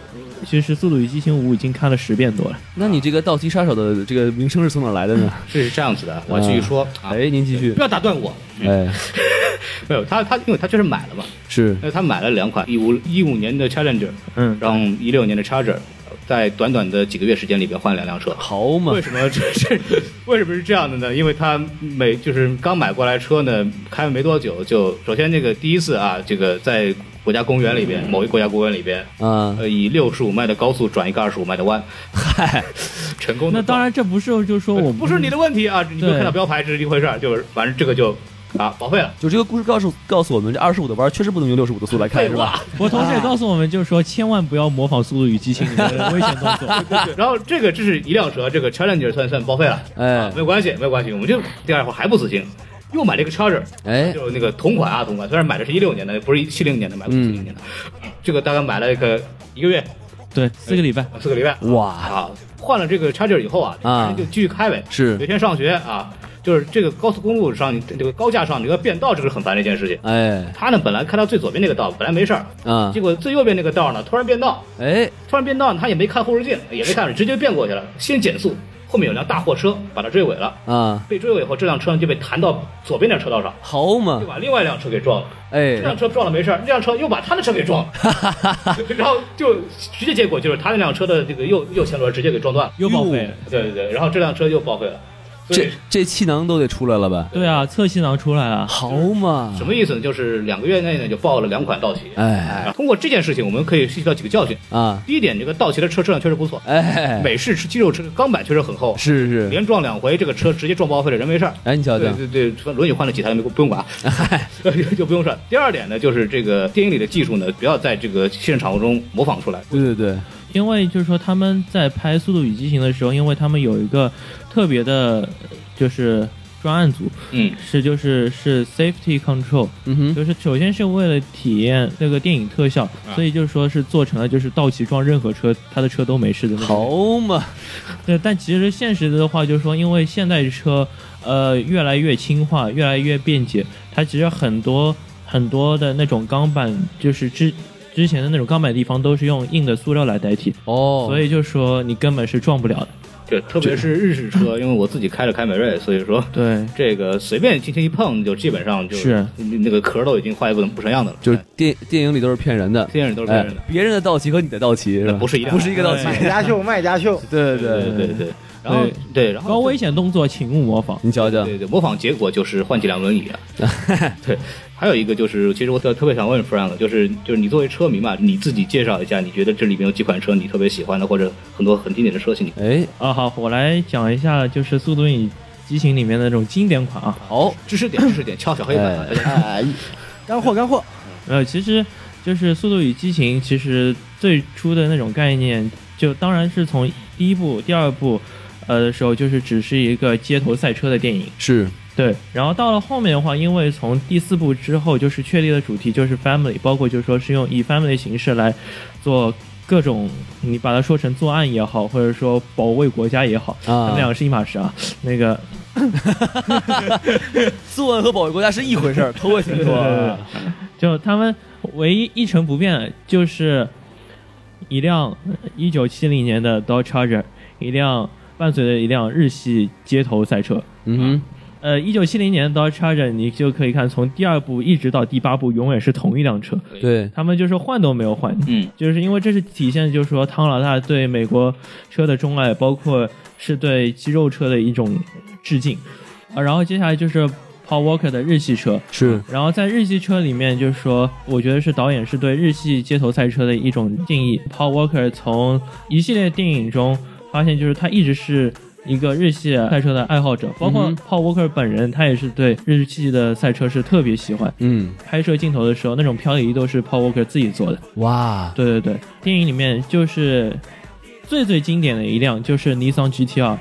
Speaker 1: 其实《速度与激情五》已经看了十遍多了。
Speaker 3: 那你这个盗骑杀手的这个名声是从哪来的呢？
Speaker 2: 这是这样子的，我继续说啊，
Speaker 3: 哎，您继续
Speaker 2: 不，要打断我。
Speaker 3: 哎，
Speaker 2: 没有他，他因为他确实买了嘛，
Speaker 3: 是
Speaker 2: 因为他买了两款一五一五年的 Challenger，
Speaker 1: 嗯，
Speaker 2: 然后一六年的 Charger，在短短的几个月时间里边换了两辆车。
Speaker 3: 豪嘛
Speaker 2: 为，什么 这这为什么是这样的呢？因为他每就是刚买过来车呢，开没多久就首先这个第一次啊，这个在国家公园里边，某一国家公园里边，
Speaker 3: 啊，
Speaker 2: 呃，以六十五迈的高速转一个二十五迈的弯，嗨，成功的。
Speaker 1: 那当然这不是就是说我
Speaker 2: 不是你的问题啊，你没有
Speaker 1: 对
Speaker 2: 看到标牌这是一回事儿，就是反正这个就啊报废了。
Speaker 3: 就这个故事告诉告诉我们，这二十五的弯确实不能用六十五的速度来开，是吧？
Speaker 1: 我同时也告诉我们，就是说千万不要模仿《速度与激情》里面的危险动
Speaker 3: 啊
Speaker 1: 作。
Speaker 2: 然后这个这是一辆车，这个 Challenger 算算报废了，
Speaker 3: 哎
Speaker 2: 没有关系，没有关系，我们就第二回还不死心，又买了一个 Charger，
Speaker 3: 哎，
Speaker 2: 就是那个同款啊，同款，虽然买的是一六年的，不是七零年的，买过七
Speaker 3: 嗯
Speaker 2: 零年的，这个大概买了一个一个月
Speaker 1: 对，四个礼拜。
Speaker 2: 四个礼拜
Speaker 3: 哇，
Speaker 2: 啊，换了这个 Charger 以后啊，
Speaker 3: 啊
Speaker 2: 就继续开呗，每
Speaker 3: 是，
Speaker 2: 天上学啊，就是这个高速公路上，这个高架上，这个变道这个是很烦的一件事情。
Speaker 3: 哎
Speaker 2: 他呢，本来开到最左边那个道，本来没事儿，
Speaker 3: 啊
Speaker 2: 结，果最右边那个道呢，突然变道，
Speaker 3: 哎，
Speaker 2: 突然变道，他也没看后视镜，也没看，直接变过去了，先减速，后面有辆大货车把他追尾了，
Speaker 3: 啊，
Speaker 2: 被追尾后，这辆车就被弹到左边那车道上，
Speaker 3: 豪嘛
Speaker 2: 就，把另外一辆车给撞了。
Speaker 3: 哎
Speaker 2: 这，辆车撞了没事儿，那辆车又把他的车给撞 了，然后就直接结果就是他那辆车的这个右右前轮直接给撞断了。
Speaker 1: 又报废了，
Speaker 2: 对对对，然后这辆车又报废了。所以
Speaker 3: 这这气囊都得出来了吧？
Speaker 1: 对啊，侧气囊出来了，
Speaker 3: 豪嘛
Speaker 2: 什，么意思呢？就是两个月内呢就报了两款道奇。
Speaker 3: 哎
Speaker 2: 啊通过这件事情，我们可以吸取到几个教训。
Speaker 3: 啊，
Speaker 2: 第一点，这个道奇的车质量确实不错，
Speaker 3: 哎，
Speaker 2: 美式肌肉车钢板确实很厚，
Speaker 3: 是是，
Speaker 2: 连撞两回，这个车直接撞报废了，人没事儿。
Speaker 3: 哎，你瞧瞧
Speaker 2: 对，对对，反正轮椅换了几台没不用管，啊
Speaker 3: 哎
Speaker 2: 就不用事儿。第二点呢，就是这个电影里的技术呢，不要在这个现场中模仿出来。
Speaker 3: 对对对，
Speaker 1: 因为就是说他们在拍《速度与激情》的时候，因为他们有一个特别的，就是专案组，
Speaker 2: 嗯
Speaker 1: 是就是是 safety control，
Speaker 3: 嗯哼，
Speaker 1: 就是首先是为了体验那个电影特效，所以就是说是做成了就是道奇撞任何车，他的车都没事的那种。
Speaker 3: 好嘛，
Speaker 1: 对，但其实现实的话，就是说，因为现代车，呃，越来越轻化，越来越便捷，它其实很多很多的那种钢板，就是之之前的那种钢板地方都是用硬的塑料来代替，
Speaker 3: 哦，
Speaker 1: 所以就说你根本是撞不了的。
Speaker 2: 对，特别是日式车，因为我自己开了凯美瑞，所以说
Speaker 1: 对，
Speaker 2: 这个随便轻轻一碰，就基本上就是那个壳都已经坏不不成样子了。
Speaker 3: 就是电电影里都是骗人的，
Speaker 2: 电影都是骗人的
Speaker 3: 哎，别人的道奇和你的道奇是吧？
Speaker 2: 不是一辆
Speaker 3: 不是一个道奇，
Speaker 4: 卖家秀，卖家秀，
Speaker 3: 对
Speaker 2: 对
Speaker 3: 对
Speaker 2: 对对，对。然后对，然后
Speaker 1: 高危险动作请勿模仿。
Speaker 3: 你瞧瞧，
Speaker 2: 对对，模仿结果就是换几辆轮椅啊。对，还有一个就是，其实我特特别想问 Frank，就是就是你作为车迷嘛，你自己介绍一下，你觉得这里面有几款车你特别喜欢的，或者很多很经典的车型你？
Speaker 3: 哎，
Speaker 1: 啊，好，我来讲一下，就是《速度与激情》里面的那种经典款啊。
Speaker 3: 好，
Speaker 2: 知识点，知识点，敲小黑板啊。
Speaker 4: 哎，干货干货，
Speaker 1: 呃，其实就是《速度与激情》，其实最初的那种概念，就当然是从第一部、第二部，呃的时候，就是只是一个街头赛车的电影。
Speaker 3: 是
Speaker 1: 对，然后到了后面的话，因为从第四部之后，就是确立的主题就是 family，包括就是说是用以 family 形式来做各种，你把它说成作案也好，或者说保卫国家也好，他
Speaker 3: 啊
Speaker 1: 们两个是一码事啊。那个
Speaker 3: 作案和保卫国家是一回事儿，头我听说。
Speaker 1: 就他们唯一一成不变就是一辆呃一九七零年的 Dodge Charger，一辆伴随着一辆日系街头赛车。
Speaker 3: 嗯
Speaker 1: 呃，一九七零年的 Dodge Charger，你就可以看从第二部一直到第八部，永远是同一辆车，
Speaker 3: 哼，对，
Speaker 1: 他们就是换都没有换。
Speaker 2: 嗯，
Speaker 1: 就是因为这是体现，就是说汤老大对美国车的钟爱，包括是对肌肉车的一种致敬。啊，然后接下来就是 Paul Walker 的日系车，
Speaker 3: 是
Speaker 1: 然后在日系车里面，就是说，我觉得是导演是对日系街头赛车的一种定义。Paul Walker 从一系列电影中发现，就是他一直是一个日系赛车的爱好者，包括
Speaker 3: 嗯
Speaker 1: Paul Walker 本人，他也是对日系的赛车是特别喜欢。
Speaker 3: 嗯，
Speaker 1: 拍摄镜头的时候，那种漂移都是 Paul Walker 自己做的。
Speaker 3: 哇，
Speaker 1: 对对对，电影里面就是最最经典的一辆就是尼桑 GT 二。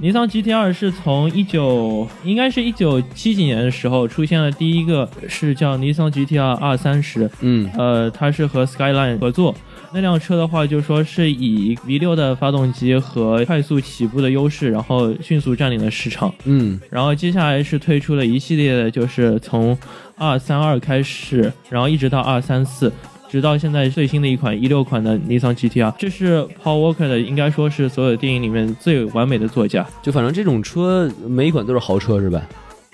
Speaker 1: 尼桑 GT 二是从一九，应该是一九七几年的时候出现了第一个，是叫尼桑 GT 二二三十，
Speaker 3: 嗯
Speaker 1: 呃，它是和 Skyline 合作。那辆车的话，就说是以 V 六的发动机和快速起步的优势，然后迅速占领了市场。
Speaker 3: 嗯
Speaker 1: 然后接下来是推出了一系列的，就是从二三二开始，然后一直到二三四，直到现在最新的一款一六款的尼桑 GTR，这是 Paul Walker 的，应该说是所有电影里面最完美的座驾，
Speaker 3: 就反正这种车每一款都是豪车是吧？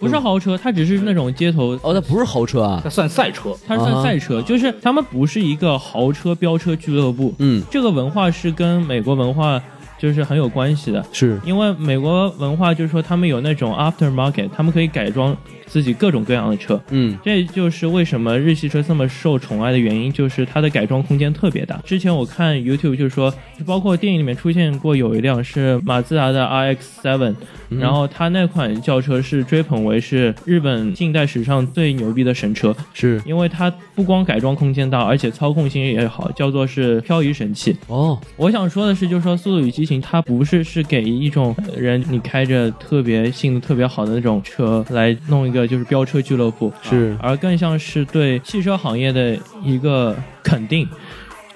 Speaker 1: 不是豪车，它只是那种街头。
Speaker 3: 哦，它不是豪车啊
Speaker 2: 那，算赛车。
Speaker 1: 它是算赛车，就是他们不是一个豪车飙车俱乐部，
Speaker 3: 嗯，
Speaker 1: 这个文化是跟美国文化就是很有关系的。
Speaker 3: 是
Speaker 1: 因为美国文化就是说，他们有那种 aftermarket，他们可以改装自己各种各样的车。
Speaker 3: 嗯
Speaker 1: 这就是为什么日系车这么受宠爱的原因，就是它的改装空间特别大。之前我看 YouTube 就是说，包括电影里面出现过有一辆是马自达的 RX-7，、然后它那款轿车是追捧为是日本近代史上最牛逼的神车，
Speaker 3: 是
Speaker 1: 因为它不光改装空间大，而且操控性也好，叫做是漂移神器。
Speaker 3: 哦，
Speaker 1: 我想说的是，就是说《速度与激情》，它不是是给一种呃人你开着特别性能特别好的那种车来弄一个就是飙车俱乐部，
Speaker 3: 是
Speaker 1: 而更像是对汽车行业的一个肯定。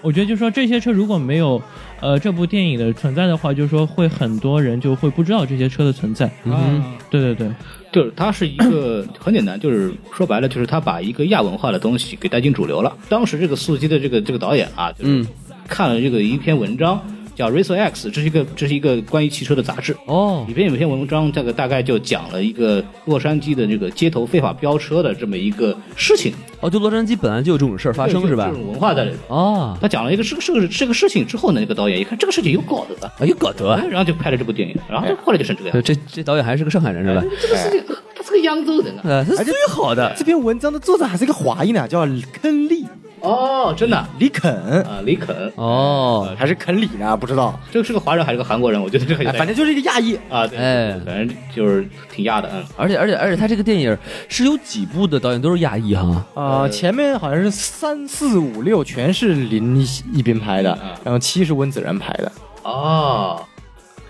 Speaker 1: 我觉得就是说这些车如果没有。呃，这部电影的存在的话，就是说会很多人就会不知道这些车的存在。啊
Speaker 3: 嗯
Speaker 1: 对对对，
Speaker 2: 就是它是一个很简单，就是说白了，就是他把一个亚文化的东西给带进主流了。当时这个速激的这个这个导演啊，就是
Speaker 3: 嗯
Speaker 2: 看了这个一篇文章。叫 Racer X，这是一个这是一个关于汽车的杂志，
Speaker 3: 哦
Speaker 2: 里边有一篇文章，这个大概就讲了一个洛杉矶的这个街头非法飙车的这么一个事情
Speaker 3: 哦，就洛杉矶本来就有这种事儿发生是吧
Speaker 2: 这？种文化在里头。
Speaker 3: 啊，
Speaker 2: 他讲了一个这个这个这个事情之后呢，那个导演一看这个事情有搞头的，
Speaker 3: 哎呦，葛德
Speaker 2: 哎，，然后就拍了这部电影，然后就后来就成这个样子。
Speaker 3: 呃这这导演还是个上海人是吧？
Speaker 2: 这个事情他是个扬州人啊！
Speaker 3: 呃，他最好的
Speaker 4: 这篇文章的作者还是一个华裔呢，叫肯利
Speaker 2: 哦，真的啊
Speaker 4: 里肯，
Speaker 2: 啊，里肯，
Speaker 3: 哦，
Speaker 4: 还是肯里呢？不知道，
Speaker 2: 这个是个华人还是个韩国人？我觉得这个有
Speaker 4: 哎
Speaker 2: 点
Speaker 4: 反正就是一个亚裔。
Speaker 2: 啊，对
Speaker 3: 哎
Speaker 2: 反正就是挺亚的，嗯。
Speaker 3: 而且而且而且他这个电影是有几部的导演都是亚裔哈，
Speaker 4: 呃，前面好像是三四五六嗯全是林一斌拍的，然后七是温子仁拍的。
Speaker 2: 哦，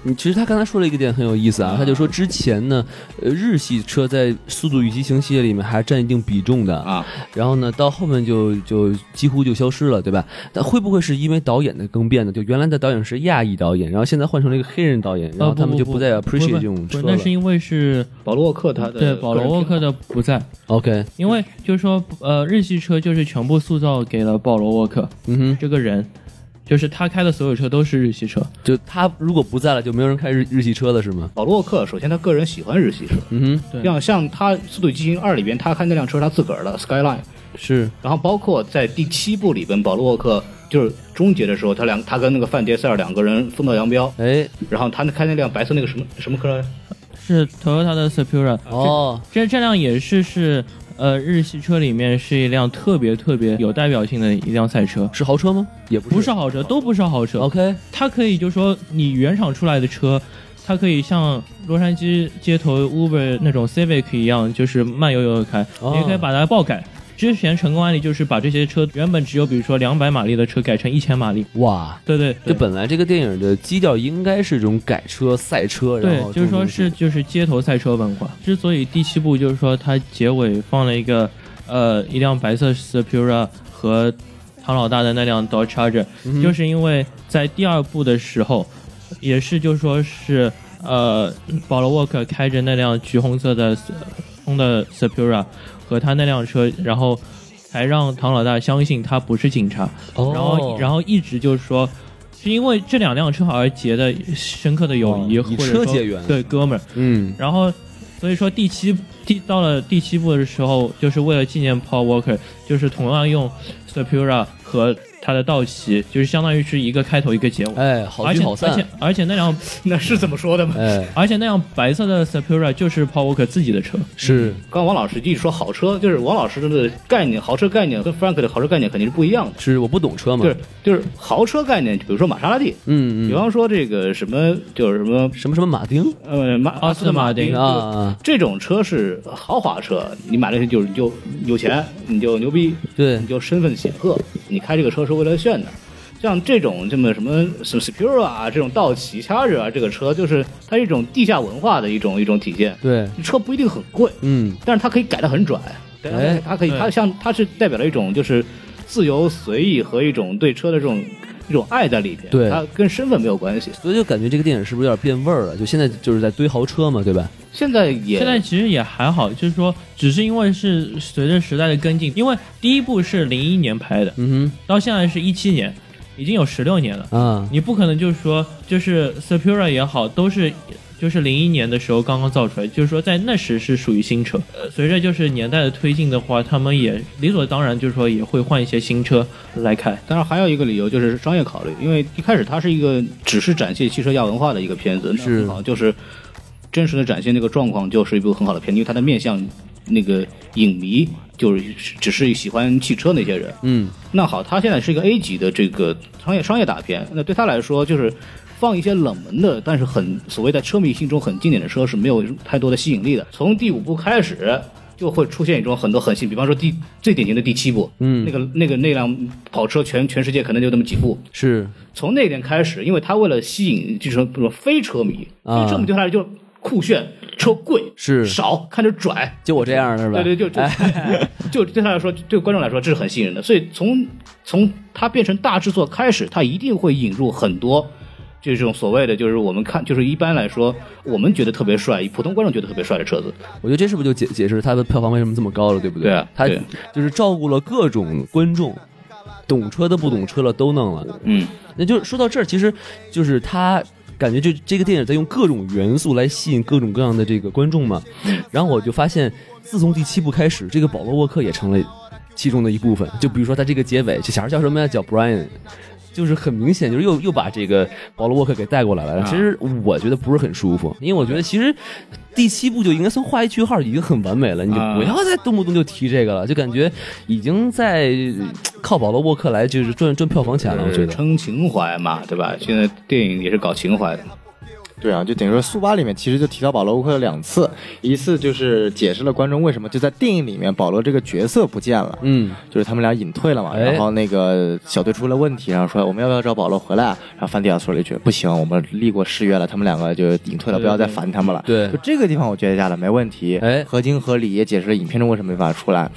Speaker 3: 你嗯其实他刚才说了一个点很有意思啊，他就说之前呢，呃，日系车在《速度与激情》系列里面还占一定比重的
Speaker 2: 啊，
Speaker 3: 然后呢，到后面就就几乎就消失了，对吧？但会不会是因为导演的更变呢？就原来的导演是亚裔导演，然后现在换成了一个黑人导演，然后他们就
Speaker 1: 呃不
Speaker 3: 不再 appreciate 这种
Speaker 1: 不
Speaker 3: 车
Speaker 1: 不
Speaker 3: 了
Speaker 1: 那是因为是
Speaker 2: 保罗沃克他的
Speaker 1: 对保罗沃克的不在，
Speaker 3: ？OK，
Speaker 1: 因为就是说呃，日系车就是全部塑造给了保罗沃克
Speaker 3: 嗯哼，
Speaker 1: 这个人，就是他开的所有车都是日系车。
Speaker 3: 就他如果不在了，就没有人开日日系车了，是吗？
Speaker 2: 保罗沃克，首先他个人喜欢日系车，
Speaker 3: 嗯哼，
Speaker 1: 对
Speaker 2: 像像他《速度与激情二》里边，他开那辆车是他自个儿的 Skyline，
Speaker 3: 是
Speaker 2: 然后包括在第七部里边，保罗沃克就是终结的时候，他两他跟那个范杰塞尔两个人分道扬镳，
Speaker 3: 哎，
Speaker 2: 然后他那开那辆白色那个什么什么车来着，
Speaker 1: 是 Toyota 的 Supra，
Speaker 3: 哦，
Speaker 1: 这这辆也是是呃日系车里面是一辆特别特别有代表性的一辆赛车，
Speaker 3: 是豪车吗？也不
Speaker 1: 不是豪车，都不是豪车。
Speaker 3: OK，
Speaker 1: 它可以就说你原厂出来的车，它可以像洛杉矶街头 Uber 那种 Civic 一样，就是慢悠悠的开，
Speaker 3: 哦
Speaker 1: 也可以把它爆改。之前成功案例就是把这些车原本只有比如说两百马力的车改成一千马力，
Speaker 3: 哇。
Speaker 1: 对对
Speaker 3: 就
Speaker 1: 对。
Speaker 3: 本来这个电影的基调应该是这种改车、赛车，然
Speaker 1: 对
Speaker 3: 后，
Speaker 1: 就是说
Speaker 3: 这种
Speaker 1: 是就是街头赛车文化。之所以第七部就是说它结尾放了一个呃一辆白色 Supra 和唐老大的那辆 Dodge Charger，、就是
Speaker 3: 嗯
Speaker 1: 因为在第二部的时候，也是就说是呃保罗沃克开着那辆橘红色的红的 Supra 和他那辆车，然后才让唐老大相信他不是警察。
Speaker 3: 东西，
Speaker 1: 然后然
Speaker 3: 后
Speaker 1: 后一直就是说，是因为这两辆车好像结的深刻的友谊，
Speaker 3: 哦
Speaker 1: 或者
Speaker 3: 以车
Speaker 1: 说
Speaker 3: 结缘
Speaker 1: 对哥们儿。
Speaker 3: 嗯，
Speaker 1: 然后所以说第七第到了第七部的时候，就是为了纪念 Paul Walker，就是同样用 Supra 和他的道奇，就是相当于是一个开头一个结尾。
Speaker 3: 哎，好
Speaker 1: 而
Speaker 3: 聚
Speaker 1: 且
Speaker 3: 好
Speaker 1: 而且
Speaker 3: 散，
Speaker 1: 而且那辆
Speaker 2: 那是怎么说的吗？
Speaker 3: 哎，
Speaker 1: 而且那辆白色的 Supra 就是 Paul Walker 自己的车，
Speaker 3: 是
Speaker 1: 嗯
Speaker 2: 刚刚王老师一直说豪车，就是王老师的概念，豪车概念跟 Frank 的豪车概念肯定是不一样的。
Speaker 3: 是，我不懂车嘛
Speaker 2: 就，是就是豪车概念，比如说玛莎拉蒂，
Speaker 3: 嗯
Speaker 2: 比
Speaker 3: 嗯，
Speaker 2: 方说这个什么就是什么
Speaker 3: 什么什么马丁
Speaker 2: 呃马
Speaker 1: 阿斯顿马丁
Speaker 2: 对
Speaker 3: 啊啊，
Speaker 2: 这种车是豪华车，你买了它就是你就有钱，你就牛逼，
Speaker 3: 对
Speaker 2: 你就身份显赫，你开这个车是为了炫的。像这种这么什么什么 Supra 啊，这种道奇、掐着啊，这个车就是它一种地下文化的一种一种体现。
Speaker 3: 对，
Speaker 2: 车不一定很贵，
Speaker 3: 嗯，
Speaker 2: 但是它可以改得很拽，
Speaker 3: 哎
Speaker 2: 它可以
Speaker 1: 对
Speaker 2: 它像它是代表了一种就是自由随意和一种对车的这种一种爱在里边，
Speaker 3: 对
Speaker 2: 它跟身份没有关系。
Speaker 3: 所以就感觉这个电影是不是有点变味儿了？就现在就是在堆豪车嘛，对吧？
Speaker 2: 现在也
Speaker 1: 现在其实也还好，就是说，只是因为是随着时代的跟进，因为第一部是零一年拍的，
Speaker 3: 嗯
Speaker 1: 到现在是一七年，已经有十六年了。
Speaker 3: 哼，啊，
Speaker 1: 你不可能就是说，就是 Supra 也好，都是就是零一年的时候刚刚造出来，就是说在那时是属于新车。呃，随着就是年代的推进的话，他们也理所当然就是说也会换一些新车来开。
Speaker 2: 当然还有一个理由就是商业考虑，因为一开始它是一个只是展现汽车亚文化的一个片子，那
Speaker 3: 是
Speaker 2: 很好，就是真实的展现那个状况，就是一部很好的片，因为它的面向那个影迷就是只是喜欢汽车那些人。
Speaker 3: 嗯，
Speaker 2: 那好，它现在是一个 A 级的这个商业商业大片，那对他来说就是。放一些冷门的，但是很所谓在车迷心中很经典的车是没有太多的吸引力的。从第五部开始，就会出现一种很多很新，比方说第最典型的第七部，
Speaker 3: 嗯
Speaker 2: 那个那个那辆跑车全全世界可能就那么几部。
Speaker 3: 是
Speaker 2: 从那天开始，因为他为了吸引就是说非车迷，
Speaker 3: 啊
Speaker 2: 非车迷对他来说就是酷炫，车贵
Speaker 3: 是
Speaker 2: 少，看着拽。
Speaker 3: 就我这样是吧？哎
Speaker 2: 对对，就就、 就 对他来说，对观众来说，这是很吸引人的。所以从从他变成大制作开始，他一定会引入很多这种所谓的，就是我们看，就是一般来说，我们觉得特别帅，普通观众觉得特别帅的车子。
Speaker 3: 我觉得这是不是就解解释它的票房为什么这么高了，对不对？
Speaker 2: 对啊
Speaker 3: 它
Speaker 2: 对
Speaker 3: 就是照顾了各种观众，懂车的不懂车了都弄了。
Speaker 2: 嗯，
Speaker 3: 那就是说到这儿，其实就是他感觉就这个电影在用各种元素来吸引各种各样的这个观众嘛。然后我就发现，自从第七部开始，这个保罗沃克也成了其中的一部分。就比如说他这个结尾，这小孩叫什么呀？叫 Brian。就是很明显，就是又又把这个保罗沃克给带过来了。其实我觉得不是很舒服，因为我觉得其实第七部就应该算画一句号，已经很完美了。你就
Speaker 2: 啊
Speaker 3: 不要再动不动就提这个了，就感觉已经在呃靠保罗沃克来就是赚赚票房钱了。我觉得
Speaker 2: 撑情怀嘛，对吧？现在电影也是搞情怀的嘛。
Speaker 4: 对啊，就等于说《速八》里面其实就提到保罗·沃克两次，一次就是解释了观众为什么就在电影里面保罗这个角色不见了，
Speaker 3: 嗯，
Speaker 4: 就是他们俩隐退了嘛，
Speaker 3: 哎
Speaker 4: 然后那个小队出了问题，然后说我们要不要找保罗回来啊？然后梵蒂冈说了一句不行，我们立过誓约了，他们两个就隐退了，不要再烦他们了。
Speaker 3: 对
Speaker 4: 就这个地方我觉得加的没问题，
Speaker 3: 哎
Speaker 4: 合情合理，也解释了影片中为什么没法出来。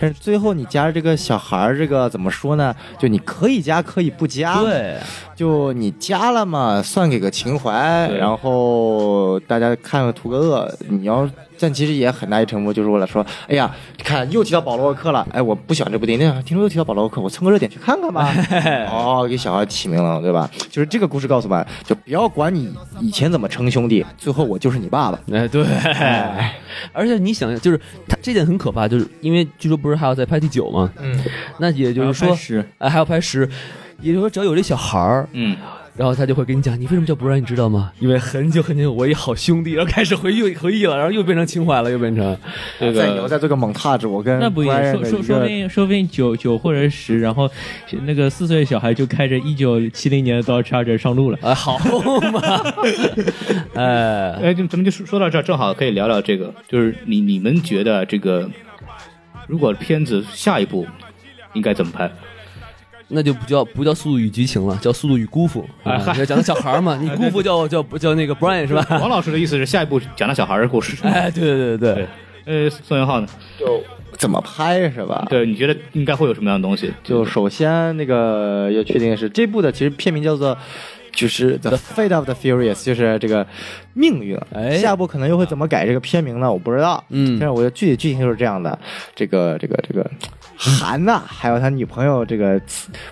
Speaker 4: 但是最后你加这个小孩儿，这个怎么说呢？就你可以加，可以不加，，
Speaker 3: 对，
Speaker 4: 就你加了嘛，算给个情怀，
Speaker 2: 对
Speaker 4: 然后大家看个图个乐。你要，但其实也很大一程度就是为了说，哎呀，看又提到保罗沃克了，哎，我不喜欢这部电影，那听说又提到保罗沃克，我蹭个热点去看看吧。 哦，给小孩起名了，对吧？就是这个故事告诉我们，就不要管你以前怎么称兄弟，最后我就是你爸爸。
Speaker 3: 哎对，哎而且你想想，就是他这点很可怕，就是因为据说不是还要再拍第九吗？
Speaker 4: 嗯，
Speaker 3: 那也就是说，
Speaker 1: 是
Speaker 3: 哎，还要拍十，也就是说，只要有这小孩儿，
Speaker 2: 嗯，
Speaker 3: 然后他就会跟你讲，你为什么叫不让你知道吗？因为很久很久有我一好兄弟，然后开始回忆回忆了，然后又变成情怀了，又变成
Speaker 2: 这
Speaker 4: 再牛
Speaker 2: 个
Speaker 4: 再做个猛踏子，我跟
Speaker 1: 呃那不一
Speaker 4: Brian
Speaker 1: 定，说说
Speaker 4: 的一
Speaker 1: 说
Speaker 4: 个
Speaker 1: 不定说不定九九或者十，然后那个四岁的小孩就开着一九七零年的 Dodge Charger 上路了。
Speaker 3: 哎好 嘛，哎，
Speaker 2: 哎，就咱们就说说到这儿，正好可以聊聊这个，就是你你们觉得这个，如果片子下一步应该怎么拍？
Speaker 3: 那就不叫不叫《速度与激情》了，叫《速度与姑 父》
Speaker 2: 哎
Speaker 3: 啊
Speaker 2: 嗨，
Speaker 3: 要讲的小孩儿 嘛，你姑父叫叫叫那个 Brian 是 吧？
Speaker 2: 王老师的意思是下一步讲那小孩儿的故事。
Speaker 3: 哎，对对对对对。
Speaker 2: 呃，宋元浩呢？
Speaker 4: 怎么拍是吧？
Speaker 2: 对，你觉得应该会有什么样的东西？
Speaker 4: 就首先那个要确定的是，这部的其实片名叫做。就是 The Fate of the Furious，就是这个命运。
Speaker 3: 哎
Speaker 4: 下部可能又会怎么改这个片名呢？我不知道。
Speaker 3: 嗯
Speaker 4: 但是我的具体剧情就是这样的。这个这个这个，韩呐、还有他女朋友，这个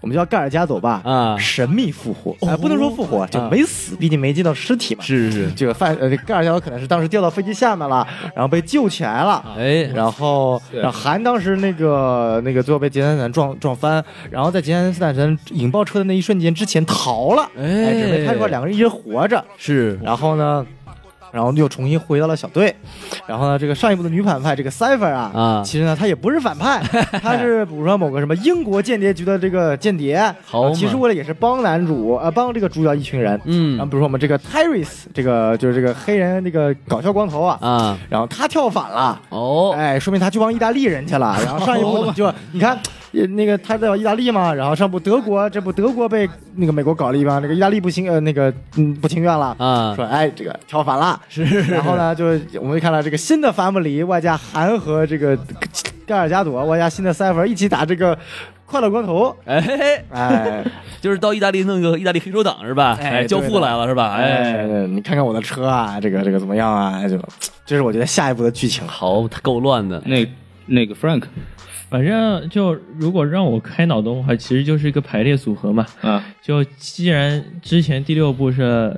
Speaker 4: 我们叫盖尔加朵吧，
Speaker 3: 啊哦
Speaker 4: 神秘复活，哎、不能说复活，就没死，毕竟没见到尸体嘛。
Speaker 3: 是是是，
Speaker 4: 这个范呃，盖尔加朵可能是当时掉到飞机下面了，然后被救起来了。
Speaker 3: 哎，
Speaker 4: 然后，
Speaker 2: 对
Speaker 4: 然后韩当时那个那个最后被杰森斯坦撞撞翻，然后在杰森斯坦神引爆车的那一瞬间之前逃了，
Speaker 3: 哎
Speaker 4: 哎，只没看出来两个人一直活着。
Speaker 3: 是
Speaker 4: 然后呢，然后又重新回到了小队。然后呢，这个上一部的女反派这个 Cipher 啊，
Speaker 3: 啊
Speaker 4: 其实呢她也不是 反派，她是比如说某个什么英国间谍局的这个间谍，啊
Speaker 3: 好嘛
Speaker 4: 其实为了也是帮男主呃帮这个主角一群人。
Speaker 3: 嗯
Speaker 4: 然后比如说我们这个 Tyrese 这个就是这个黑人那个搞笑光头啊，
Speaker 3: 啊，
Speaker 4: 然后他跳反了。
Speaker 3: 哦，
Speaker 4: 哎，说明他去帮意大利人去 了。然后上一部就你看，呃那个他在意大利嘛，然后上部德国，这不德国被那个美国搞了一帮，那个意大利不情呃那个嗯不情愿了。
Speaker 3: 啊，
Speaker 4: 说哎，这个跳反了，
Speaker 3: 是，
Speaker 4: 然后呢，就是我们就看到这个新的 family 外加韩和这个盖尔加朵外加新的 cipher 一起打这个快乐光头，
Speaker 3: 哎，
Speaker 4: 哎，
Speaker 3: 就是到意大利弄个意大利黑手党是吧？
Speaker 4: 哎
Speaker 3: 哎，教父来了是吧？
Speaker 4: 哎
Speaker 3: 哎，，
Speaker 4: 你看看我的车啊，这个这个怎么样啊？就这是我觉得下一步的剧情。
Speaker 3: 好，他够乱的。
Speaker 2: 那那个 Frank
Speaker 1: 反正就如果让我开脑洞的话，其实就是一个排列组合嘛。
Speaker 2: 啊，
Speaker 1: 就既然之前第六部是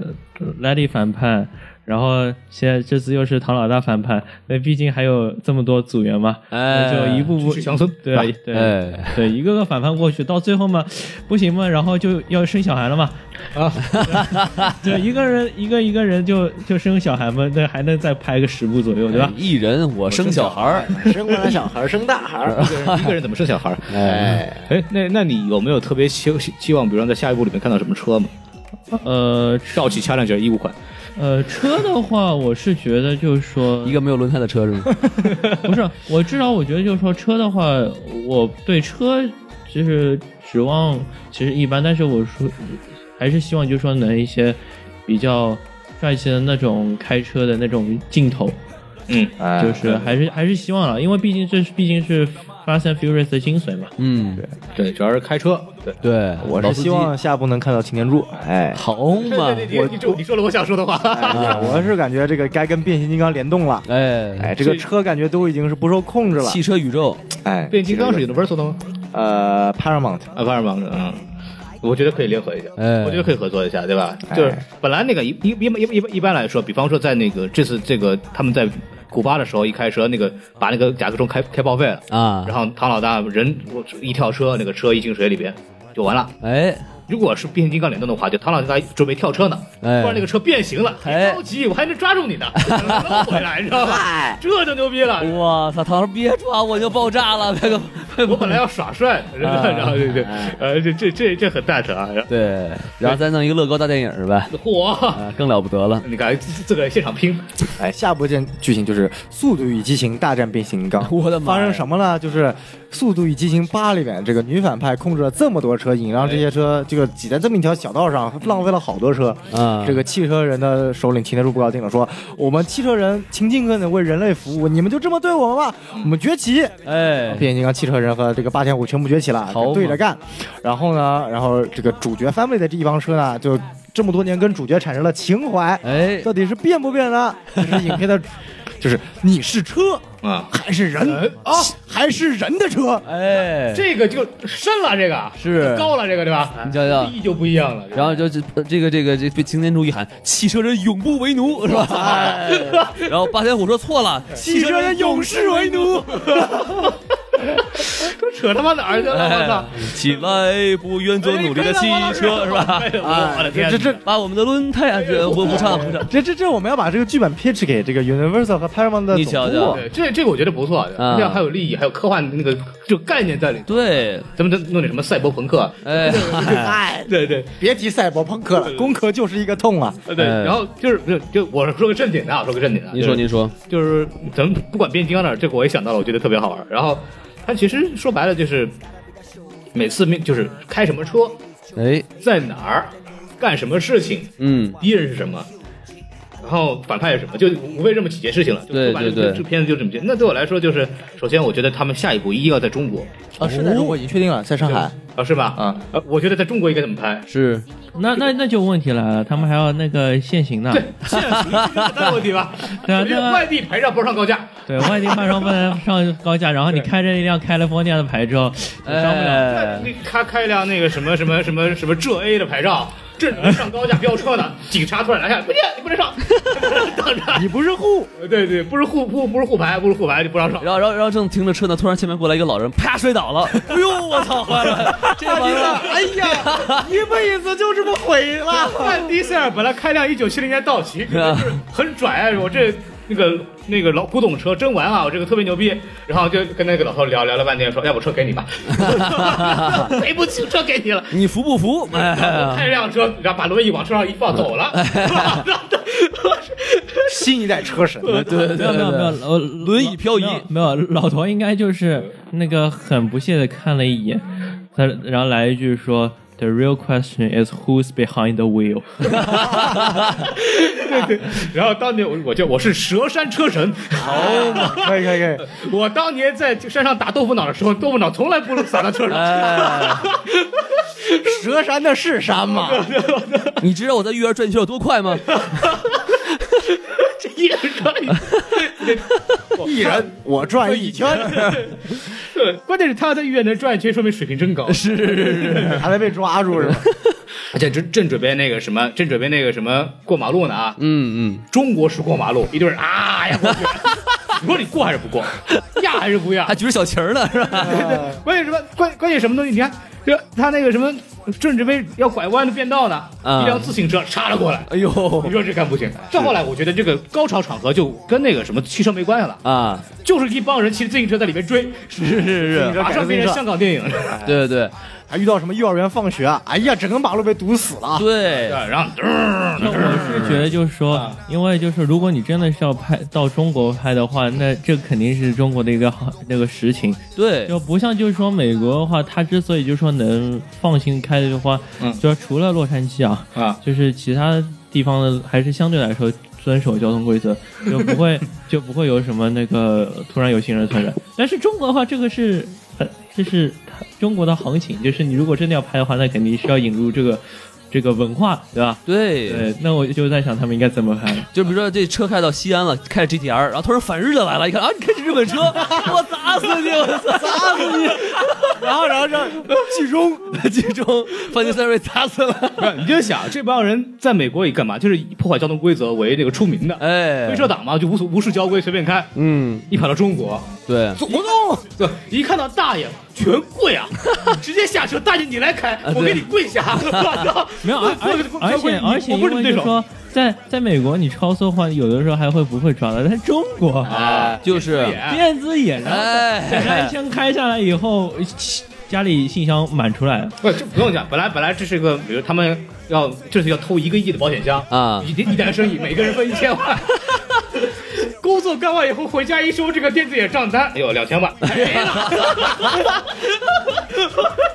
Speaker 1: 莱利反叛，然后现在这次又是唐老大反叛，那毕竟还有这么多组员嘛，
Speaker 3: 哎
Speaker 1: 那就一步步
Speaker 2: 去乡村
Speaker 1: 对
Speaker 2: 吧
Speaker 1: 对、
Speaker 3: 哎
Speaker 1: 对，一个个反叛过去，到最后嘛，不行嘛，然后就要生小孩了嘛，
Speaker 2: 啊，
Speaker 1: 对，一个人一个一个人就就生小孩嘛，那还能再拍个十部左右，对吧？
Speaker 3: 一人我生小孩儿，
Speaker 4: 生过来小孩，生大孩，
Speaker 2: 一个人怎么生小孩儿？
Speaker 3: 哎，
Speaker 2: 哎，那那你有没有特别期期望，比如说在下一部里面看到什么车吗？
Speaker 1: 呃
Speaker 2: 道奇 Challenger 一五款，
Speaker 1: 呃，车的话，我是觉得就是说
Speaker 3: 一个没有轮胎的车是吗？
Speaker 1: 不是，我至少我觉得就是说车的话，我对车就是指望其实一般，但是我说还是希望就是说能一些比较帅气的那种开车的那种镜头，
Speaker 2: 嗯，
Speaker 1: 就是还是还是希望了，因为毕竟这是毕竟是 Fast and Furious 的精髓嘛。
Speaker 3: 嗯，
Speaker 2: 对，主要是开车，对，
Speaker 3: 对，
Speaker 4: 我
Speaker 3: 老
Speaker 4: 是
Speaker 3: 司机
Speaker 4: 希望下部能看到擎天柱，哎。
Speaker 3: 好嘛，
Speaker 2: 啊我哎你说你说了我想说的话，
Speaker 4: 啊，我是感觉这个该跟变形金刚联动了。
Speaker 3: 哎，
Speaker 4: 哎，这个车感觉都已经是不受控制了。
Speaker 3: 汽车宇宙，
Speaker 4: 哎，
Speaker 2: 变形金刚是 Universal 的吗？
Speaker 4: 呃 Paramount，
Speaker 2: 啊，巴尔芒的，嗯。我觉得可以联合一下，
Speaker 3: 哎
Speaker 2: 我觉得可以合作一下，对吧？
Speaker 4: 哎
Speaker 2: 就是本来那个一一一般一般一般一般来说，比方说在那个这次这个他们在古巴的时候，一开车那个把那个甲壳虫开开报废了
Speaker 3: 啊
Speaker 2: 然后唐老大人一跳车，那个车一进水里边就完了。
Speaker 3: 哎，
Speaker 2: 如果是变形金刚联动的话，就唐老大准备跳车呢，
Speaker 3: 哎
Speaker 2: 突然那个车变形了，
Speaker 3: 哎
Speaker 2: 别着急，我还能抓住 你呢，
Speaker 3: 哎
Speaker 2: 捞回来，你知道吧？这就牛逼了。
Speaker 3: 啊我操，唐老师别抓我就爆炸了，别个
Speaker 2: 我本来要耍帅，然后
Speaker 3: 啊
Speaker 2: 然后这这呃这这这这很蛋疼啊， 然后
Speaker 3: 对，然后再弄一个乐高大电影是吧？
Speaker 2: 嚯！
Speaker 3: 啊，更了不得了。
Speaker 2: 你看自自个儿现场拼，
Speaker 4: 哎，下部件剧情就是《速度与激情大战变形金刚》。
Speaker 3: 我的妈
Speaker 4: 发
Speaker 3: 呀
Speaker 4: 生什么了？就是《速度与激情八》里面这个女反派控制了这么多车，引让这些
Speaker 3: 哎
Speaker 4: 车这个挤在这么一条小道上，
Speaker 3: 嗯
Speaker 4: 浪费了好多车。
Speaker 3: 啊
Speaker 4: 这个汽车人的首领停得住不高兴了，说：“我们汽车人请尽可能为人类服务，你们就这么对我们吧，我们崛起。”
Speaker 3: 哎，
Speaker 4: 变形金刚汽车人和这个霸天虎全部崛起了
Speaker 3: 好嘛，
Speaker 4: 对着干。然后呢，然后这个主角 family 的这一帮车呢，就这么多年跟主角产生了情怀。
Speaker 3: 哎，
Speaker 4: 到底是变不变呢？这是影片的，就是你是车
Speaker 2: 啊
Speaker 4: 还是人啊，还是人的车？
Speaker 3: 哎，
Speaker 2: 这个就深了，这个
Speaker 3: 是
Speaker 2: 高了，这个对吧？
Speaker 3: 你瞧瞧
Speaker 2: 意义就不一样了。
Speaker 3: 然后就这这个这个这被擎天柱一喊，汽车人永不为奴是吧？哎 然后霸天虎说错了，汽车人永世 为奴。
Speaker 2: 这扯他妈哪儿去了？我操！
Speaker 3: 哎起来，不愿做努力的汽车是吧？啊
Speaker 2: 哎我的天，
Speaker 4: 这这
Speaker 3: 把我们的轮胎啊，这不不唱不唱
Speaker 4: 这这这，我们要把这个剧本 pitch 给这个 Universal 和 Paramount 的
Speaker 3: 你
Speaker 4: 总
Speaker 3: 瞧瞧
Speaker 4: 部。
Speaker 2: 对这这个我觉得不错，
Speaker 3: 啊
Speaker 2: 这样还有利益，还有科幻那个就概念在里头。
Speaker 3: 对，
Speaker 2: 咱们再弄点什么赛博朋克，啊
Speaker 3: 哎，
Speaker 4: 哎，
Speaker 2: 对对
Speaker 4: 别提赛博朋克了，工科就是一个痛啊！
Speaker 2: 呃对，
Speaker 3: 哎
Speaker 2: 然后就是就就我说个正经的，啊，说个正经的，
Speaker 3: 您说
Speaker 2: 就是
Speaker 3: 您 说，
Speaker 2: 就是咱们不管变形金刚那儿，这个我也想到了，我觉得特别好玩。然后它其实说白了就是每次命就是开什么车，
Speaker 3: 哎，
Speaker 2: 在哪儿，干什么事情，
Speaker 3: 嗯，
Speaker 2: 敌人是什么，然后反派是什么，就无非这么几件事情了。就
Speaker 3: 对
Speaker 2: 说白了
Speaker 3: 对对
Speaker 2: 这片子就这么些。那对我来说就是，首先我觉得他们下一步一定要在中国，
Speaker 3: 哦
Speaker 4: 啊，是在中国已经确定了，在上海。
Speaker 2: 啊是吧？
Speaker 4: 嗯
Speaker 2: 呃，我觉得在中国应该怎么拍？
Speaker 3: 是
Speaker 1: 那那那就问题来了，他们还要那个限行呢，
Speaker 2: 现实这大问题吧？
Speaker 1: 对啊
Speaker 2: 首先
Speaker 1: 那
Speaker 2: 外地牌照不让上高架，
Speaker 1: 对外地卖商不能上高架，然后你开着一辆开 a 丰 i 的牌照，你上不了。
Speaker 2: 那
Speaker 3: 哎，
Speaker 2: 那他开一辆那个什么什么什么什么浙 A 的牌照，正准备上高架飙车呢，警察突然拦下，来，不行，你不能上，等着。
Speaker 4: 你不是沪，
Speaker 2: 对对，不是沪不不是沪牌，不是沪牌就不让上。
Speaker 3: 然后然后然后正停着车呢，突然前面过来一个老人，啪摔倒了， 哎呦我操，坏了，这玩 意儿，
Speaker 4: 哎呀，一辈子就这么毁了。
Speaker 2: 范迪塞尔本来开辆一九七零年道奇，就是很拽啊，我这那个那个老古董车真玩啊，我这个特别牛逼。然后就跟那个老头聊聊了半天，说要不哎车给你吧，赔不起车给你了。
Speaker 3: 你服不服？
Speaker 2: 我
Speaker 3: 哎，
Speaker 2: 开辆车，然后把轮椅往车上一放，走了。
Speaker 4: 新一代车神，
Speaker 3: 对对对
Speaker 1: 没有没有没有，
Speaker 3: 对，
Speaker 1: 呃，
Speaker 3: 轮椅漂移
Speaker 1: 没有，没有老头应该就是那个很不屑的看了一眼，他然后来一句说：“The real question is who's behind the wheel。
Speaker 2: 对对，然后当年我我就我是蛇山车神，
Speaker 4: 好嘛，可以可以可以。
Speaker 2: 我当年在山上打豆腐脑的时候，豆腐脑从来不撒到车
Speaker 3: 哎
Speaker 2: 上。
Speaker 4: 蛇山那是山吗？
Speaker 3: 你知道我在育儿转圈有多快吗？
Speaker 2: 这一人车，
Speaker 4: 一人我转一圈，
Speaker 2: 对， 关键是他要在医院能转一圈，说明水平真高。是，
Speaker 4: 还没被抓住是吧？
Speaker 2: 而且正正准备那个什么，正准备那个什么过马路呢啊！
Speaker 3: 嗯嗯，
Speaker 2: 中国式过马路，一堆人啊呀 过去，你说你过还是不过？压还是不压
Speaker 3: 还？举着小旗儿呢是吧？
Speaker 2: 关键什么？关关键什么东西？你看，这他那个什么，正准备要拐弯的变道呢，
Speaker 3: 嗯
Speaker 2: 一辆自行车插了过来。
Speaker 3: 哎呦
Speaker 2: 你说这干不行。再后来，我觉得这个高潮场合就跟那个什么汽车没关系了，
Speaker 3: 啊，
Speaker 2: 就是一帮人骑自行车在里面追，
Speaker 3: 是是是，
Speaker 2: 马上变成香港电 影。
Speaker 3: 对对
Speaker 4: 还遇到什么幼儿园放学？哎呀，整个马路被堵死了。啊
Speaker 3: 对
Speaker 2: 对，然后噔，”
Speaker 1: 那我是觉得就是说，
Speaker 3: 啊
Speaker 1: 因为就是如果你真的是要拍到中国拍的话，那这肯定是中国的一个好那个实情，
Speaker 3: 对
Speaker 1: 就不像就是说美国的话，它之所以就是说能放心开的话，
Speaker 2: 嗯
Speaker 1: 就是除了洛杉矶啊，
Speaker 2: 啊，
Speaker 1: 就是其他地方的还是相对来说遵守交通规则，就不 会就不会有什么那个突然有行人突然。但是中国的话，这个是呃，这是中国的行情，就是你如果真的要拍的话，那肯定是要引入这个这个文化，对吧？
Speaker 3: 对，
Speaker 1: 对，那我就在想他们应该怎么拍。
Speaker 3: 就比如说这车开到西安了，开着 GTR，然后突然反日的来了，一看啊，你开着日本车，我砸死你，我砸死你， 然后然后让剧中剧中范迪塞瑞砸死了，
Speaker 2: 不是你就想这帮人在美国也干嘛？就是以破坏交通规则为这个出名的，
Speaker 3: 哎
Speaker 2: 黑，车党嘛，就无所无视交规随便开。
Speaker 3: 嗯，
Speaker 2: 一跑到中国，
Speaker 3: 对，
Speaker 4: 祖国栋，
Speaker 2: 对，一看到大爷全跪啊，直接下车，大爷你来开，我给你跪下。
Speaker 1: 啊 没有，而而而且而且，因为就是说，在在美国你超速的话，有的时候还会不会抓的，在中国
Speaker 2: 啊，
Speaker 3: 就是
Speaker 1: 电子眼，然后检查一
Speaker 3: 哎，
Speaker 1: 圈开下来以后，家里信箱满出来了。
Speaker 2: 不这不用讲，本来本来这是个，比如他们要这是要偷一个亿的保险箱
Speaker 3: 啊
Speaker 2: 一一单生意，每个人分一千万。 工作干完以后回家一收这个电子眼账单，哎呦两 千万，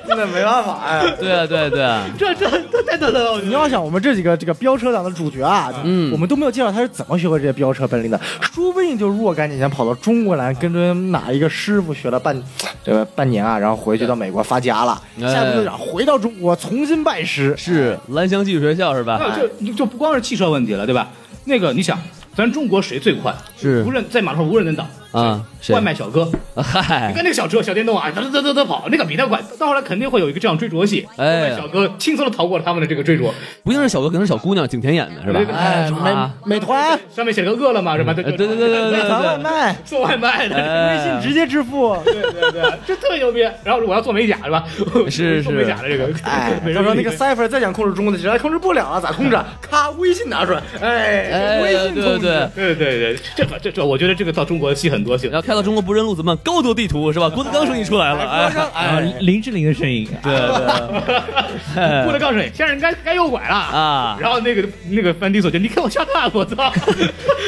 Speaker 4: 那没办法呀。
Speaker 3: 对啊，对啊对啊，
Speaker 2: 这这这太难了，
Speaker 4: 你要想我们这几个这个飙车党的主角啊，
Speaker 3: 嗯
Speaker 4: 我们都没有介绍他是怎么学会这些飙车本领的，说不定就若干年前跑到中国来，跟着哪一个师傅学了半这个半年啊，然后回去到美国发家了，
Speaker 3: 哎
Speaker 4: 下一步就想回到中国重新拜师。
Speaker 3: 是兰香技术学校是吧？
Speaker 2: 那啊就就不光是汽车问题了，对吧？那个你想，咱中国谁最快？
Speaker 3: 是
Speaker 2: 无人在马路上无人能挡
Speaker 3: 啊谁
Speaker 2: 外卖小哥，你
Speaker 3: 嗨，
Speaker 2: 看那个小车、小电动啊，噔噔噔噔跑，那个比他快。到后来肯定会有一个这样追逐戏，
Speaker 3: 哎
Speaker 2: 外卖小哥轻松的逃过他们的这个追逐。
Speaker 3: 不一定是小哥，可能是小姑娘，景甜演的是吧？
Speaker 4: 哎，美美团，
Speaker 2: 上面写了个饿了么什么的，
Speaker 3: 呃对对对对
Speaker 4: 美
Speaker 3: 对
Speaker 4: 团外卖，
Speaker 2: 送外卖
Speaker 3: 哎
Speaker 2: 的，
Speaker 4: 微信直接支付。
Speaker 2: 对对对，这特别牛逼。然后我要做美甲是吧？
Speaker 3: 是
Speaker 2: 做美甲的这个，
Speaker 4: 哎，
Speaker 2: 美
Speaker 4: 他
Speaker 2: 容院
Speaker 4: 说那
Speaker 2: 里
Speaker 4: 个
Speaker 2: 面
Speaker 4: cipher 再想控制中国的，实在控制不了啊，咋控制啊？咔，微信拿出来，哎，
Speaker 3: 哎，
Speaker 4: 微
Speaker 3: 对
Speaker 4: 信控
Speaker 3: 对
Speaker 4: 制。
Speaker 3: 对。
Speaker 2: 对对对，这个这这，我觉得这个到中国戏很多戏
Speaker 3: 然。后开到中国不认路怎么办？高德地图是吧？郭德纲声音出来了，哎，
Speaker 1: 啊，林志玲的声音， 对
Speaker 3: 哎
Speaker 2: 郭德纲说：“先生，该该右拐了
Speaker 3: 啊
Speaker 2: 然后那个那个翻地索就：“你看我下蛋，我操！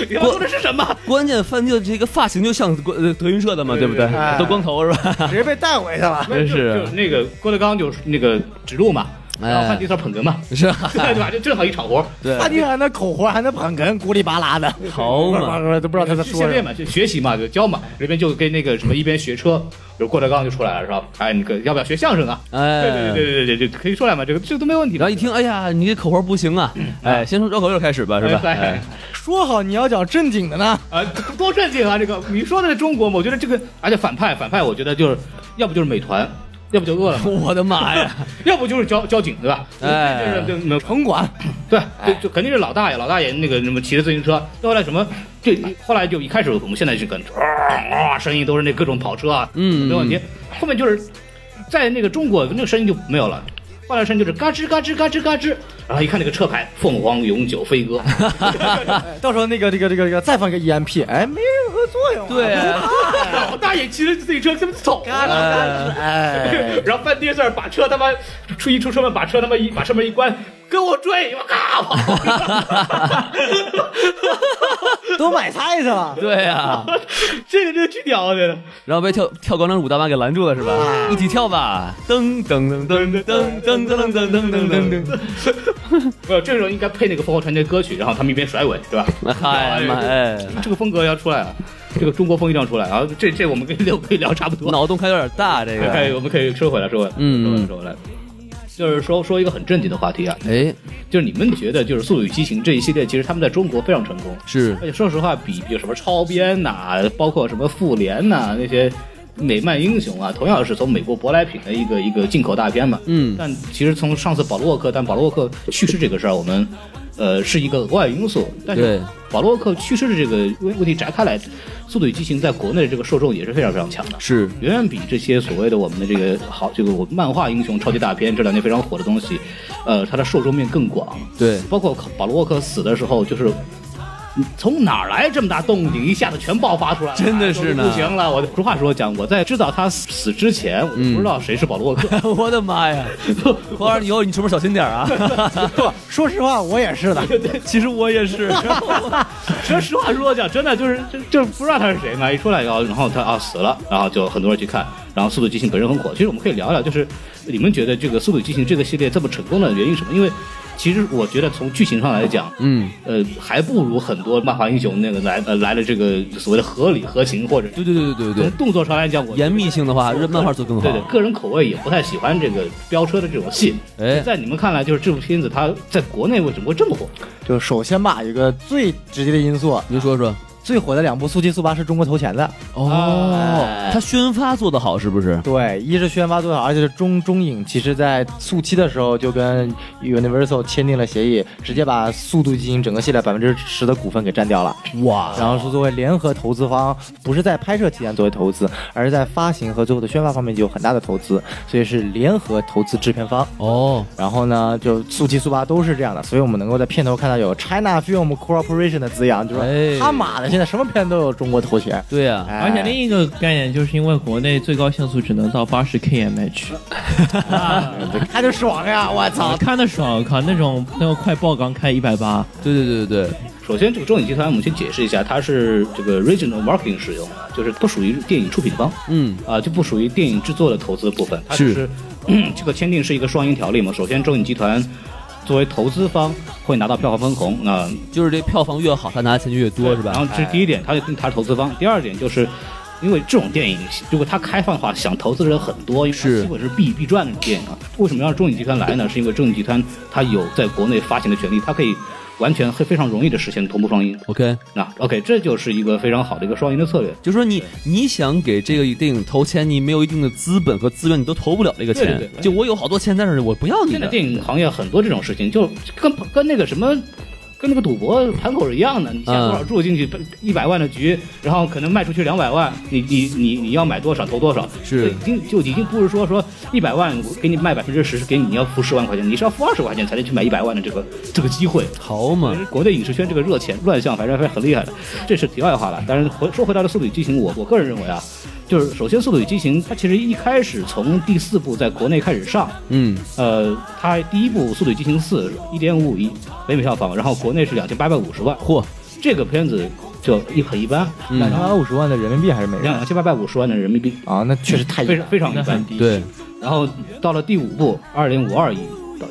Speaker 2: 你他妈说的是什么？
Speaker 3: 关键范迪的这个发型就像国呃德云社的嘛，对不对
Speaker 4: 哎？
Speaker 3: 都光头是吧？
Speaker 4: 直接被带回去了。
Speaker 3: 真是
Speaker 2: 就那个郭德纲就是那个指路嘛，然后
Speaker 3: 哎
Speaker 2: 范迪索捧哏嘛，
Speaker 3: 是吧？
Speaker 2: 对吧？就正好一场活。
Speaker 3: 对，
Speaker 4: 他你还那口活，还能捧哏，咕里巴拉的，
Speaker 3: 好嘛，
Speaker 4: 都不知道他在
Speaker 2: 去
Speaker 4: 说
Speaker 2: 训
Speaker 4: 什
Speaker 2: 练
Speaker 4: 么。
Speaker 2: 嘛，就学习嘛，就教嘛。这边就跟那个什么一边学车，比如郭德纲就出来了，是吧？哎，那个要不要学相声啊？对对
Speaker 3: 哎，
Speaker 2: 对对对对，可以出来嘛，这个这都没问题的。
Speaker 3: 然后一听，哎呀，你这口活不行啊！
Speaker 4: 嗯
Speaker 3: 哎，先从绕口令开始吧，是吧？
Speaker 2: 哎
Speaker 3: 哎
Speaker 2: 哎，
Speaker 4: 说好你要讲正经的呢，
Speaker 2: 啊，多正经啊！这个你说的是中国嘛？我觉得这个，而且反派反派，我觉得就是要不就是美团，要不就饿了么，
Speaker 3: 我的妈呀！
Speaker 2: 要不就是交交警，对吧？
Speaker 3: 哎
Speaker 2: 就是就是
Speaker 4: 城管
Speaker 2: 对，就就肯定是老大爷，老大爷那个什么骑着自行车，后来什么，这后来就一开始我们现在就跟啊啊声音都是那各种跑车啊，
Speaker 3: 嗯
Speaker 2: 没问题。后面就是在那个中国那个声音就没有了。后来声音就是嘎吱嘎吱嘎吱嘎吱，然后一看那个车牌，凤凰永久飞鸽，
Speaker 4: 到时候那个这个这个这个再放一个 EMP，哎，没任何作用、啊。
Speaker 3: 对，
Speaker 2: 老大爷骑着自行车这么走
Speaker 4: 嘎
Speaker 2: 啊，
Speaker 4: 吱嘎吱，哎，
Speaker 2: 然后半跌事儿把车他妈出一出车门，把车他妈一把车门一关，跟我追，我嘎跑，
Speaker 4: 都买菜去了。
Speaker 3: 对啊呀，
Speaker 2: 这个这个巨屌啊，这个。
Speaker 3: 然后被跳跳广场舞大妈给拦住了是吧？一起跳吧！噔噔噔噔噔噔噔噔噔噔噔噔
Speaker 2: 没有，这时候应该配那个凤凰传奇的歌曲，然后他们一边甩尾，对吧？
Speaker 3: 噔！嗨妈哎，
Speaker 2: 这个风格要出来啊，这个中国风一定要出来啊！这这我们跟聊可以聊差不多，
Speaker 3: 脑洞开有点大这
Speaker 2: 可以
Speaker 3: 个。
Speaker 2: 我们可以收回来，收回来，
Speaker 3: 嗯
Speaker 2: 收回来，收回来。就是说说一个很正经的话题啊，
Speaker 3: 哎，
Speaker 2: 就是你们觉得就是《速度与激情》这一系列，其实他们在中国非常成功，
Speaker 3: 是
Speaker 2: 而且说实话，比有什么超编呐、包括什么复联呐、那些美漫英雄啊，同样是从美国舶来品的一个一个进口大片嘛。
Speaker 3: 嗯
Speaker 2: 但其实从上次保罗沃克，但保罗沃克去世这个事儿，我们呃是一个额外因素。但
Speaker 3: 对
Speaker 2: 是保罗沃克去世的这个问问题摘开来，《速度与激情》在国内的这个受众也是非常非常强的。
Speaker 3: 是，
Speaker 2: 远远比这些所谓的我们的这个好，这个我漫画英雄超级大片这两年非常火的东西，呃，它的受众面更广。
Speaker 3: 对
Speaker 2: 包括保罗沃克死的时候，就是嗯从哪儿来这么大动静，一下子全爆发出来了，哎
Speaker 3: 真的是呢
Speaker 2: 不行了。我俗话说讲，我在知道他死之前，我就不知
Speaker 3: 嗯
Speaker 2: 道谁是保罗沃克。
Speaker 3: 我的妈呀！花儿，以后你出门小心点儿啊！
Speaker 4: 说实话，我也是的。
Speaker 3: 其实我哦也是，
Speaker 2: 说实话说讲，真的就是就就不知道他是谁嘛，一出来然后然后他啊死了，然后就很多人去看，然后《速度与激情》本身很火。其实我们可以聊聊，就是你们觉得这个《速度与激情》这个系列这么成功的原因是什么？因为其实我觉得从剧情上来讲，
Speaker 3: 嗯，
Speaker 2: 呃，还不如很多漫画英雄那个来呃来的这个所谓的合理合情，或者
Speaker 3: 对对对对对
Speaker 2: 从
Speaker 3: 对，
Speaker 2: 动作上来讲，我
Speaker 3: 严密性的话，日漫画做更好
Speaker 2: 对。对，个人口味也不太喜欢这个飙车的这种戏。
Speaker 3: 哎，
Speaker 2: 在你们看来，就是这部片子它在国内为什么会这么火？
Speaker 4: 就首先吧，有一个最直接的因素，
Speaker 3: 您说说，
Speaker 4: 最火的两部《速七》《速八》是中国投钱的，
Speaker 3: 哦，他宣发做得好是不是？
Speaker 4: 对，一是宣发多少，而且是中中影其实在速七的时候就跟 Universal 签订了协议，直接把速度基金整个系列百分之十的股份给占掉了。
Speaker 3: 哇
Speaker 4: 然后是作为联合投资方，不是在拍摄期间作为投资，而是在发行和最后的宣发方面就有很大的投资，所以是联合投资制片方。
Speaker 3: 哦，
Speaker 4: 然后呢，就速七、速八都是这样的，所以我们能够在片头看到有 China Film Corporation 的字样，就是
Speaker 3: 哎
Speaker 4: 说他妈的，现在什么片都有中国投钱。
Speaker 3: 对呀、
Speaker 4: 哎
Speaker 1: 而且另一个概念就是因为国内最高限速只能到八十 kmh，
Speaker 4: 他就爽呀！我操
Speaker 1: 啊，，看得爽，我靠，那种那个快爆缸开一百八，
Speaker 3: 对对对对对，
Speaker 2: 首先，这个中影集团，我们先解释一下，它是这个 regional marketing 使用的，就是不属于电影出品方。
Speaker 3: 嗯，
Speaker 2: 啊，就不属于电影制作的投资部分，它只
Speaker 3: 是
Speaker 2: 是 这个签订是一个双赢条例嘛。首先，中影集团作为投资方会拿到票房分红，啊、
Speaker 3: 就是这票房越好，他拿的钱就越多是吧？
Speaker 2: 然后这是第一点，他就他是投资方。第二点就是。因为这种电影，如果它开放的话，想投资的人很多，因为它
Speaker 3: 是
Speaker 2: 基本是必必赚的电影啊。为什么要让中影集团来呢？是因为中影集团它有在国内发行的权利，它可以完全会非常容易的实现同步双赢。
Speaker 3: OK，
Speaker 2: 那啊 OK，这就是一个非常好的一个双赢的策略。
Speaker 3: 就说你你想给这个电影投钱，你没有一定的资本和资源，你都投不了这个钱。
Speaker 2: 对对对
Speaker 3: 就我有好多钱，但是我不要你
Speaker 2: 现在
Speaker 3: 的。
Speaker 2: 电影行业很多这种事情，就跟跟那个什么。跟那个赌博盘口是一样的，你下多少注进去一百万的局，然后可能卖出去两百万，你你你你要买多少投多少，
Speaker 3: 是
Speaker 2: 所以已经就已经不是说说一百万我给你卖百分之十是给你你要付十万块钱，你是要付二十块钱才能去买一百万的这个这个机会。
Speaker 3: 好嘛
Speaker 2: 其，实嗯国内影视圈这个热钱乱象，反正还是很厉害的。这是题外话了。但是回说回到了《速度与激情》，我我个人认为啊，就是首先《速度与激情》它其实一开始从第四部在国内开始上，
Speaker 3: 嗯，
Speaker 2: 呃，它第一部《速度与激情四》一点五亿北美票房，然后国内是两千八百五十万，
Speaker 3: 嚯，
Speaker 2: 这个片子就一很一般，
Speaker 3: 嗯
Speaker 4: 两千八百五十万的人民币还是美元
Speaker 2: 两千八百五十万的人民币，
Speaker 4: 啊？那确实太
Speaker 2: 非常非常一般。
Speaker 4: 低
Speaker 3: 对，嗯
Speaker 2: 然后到了第五部二点五二亿，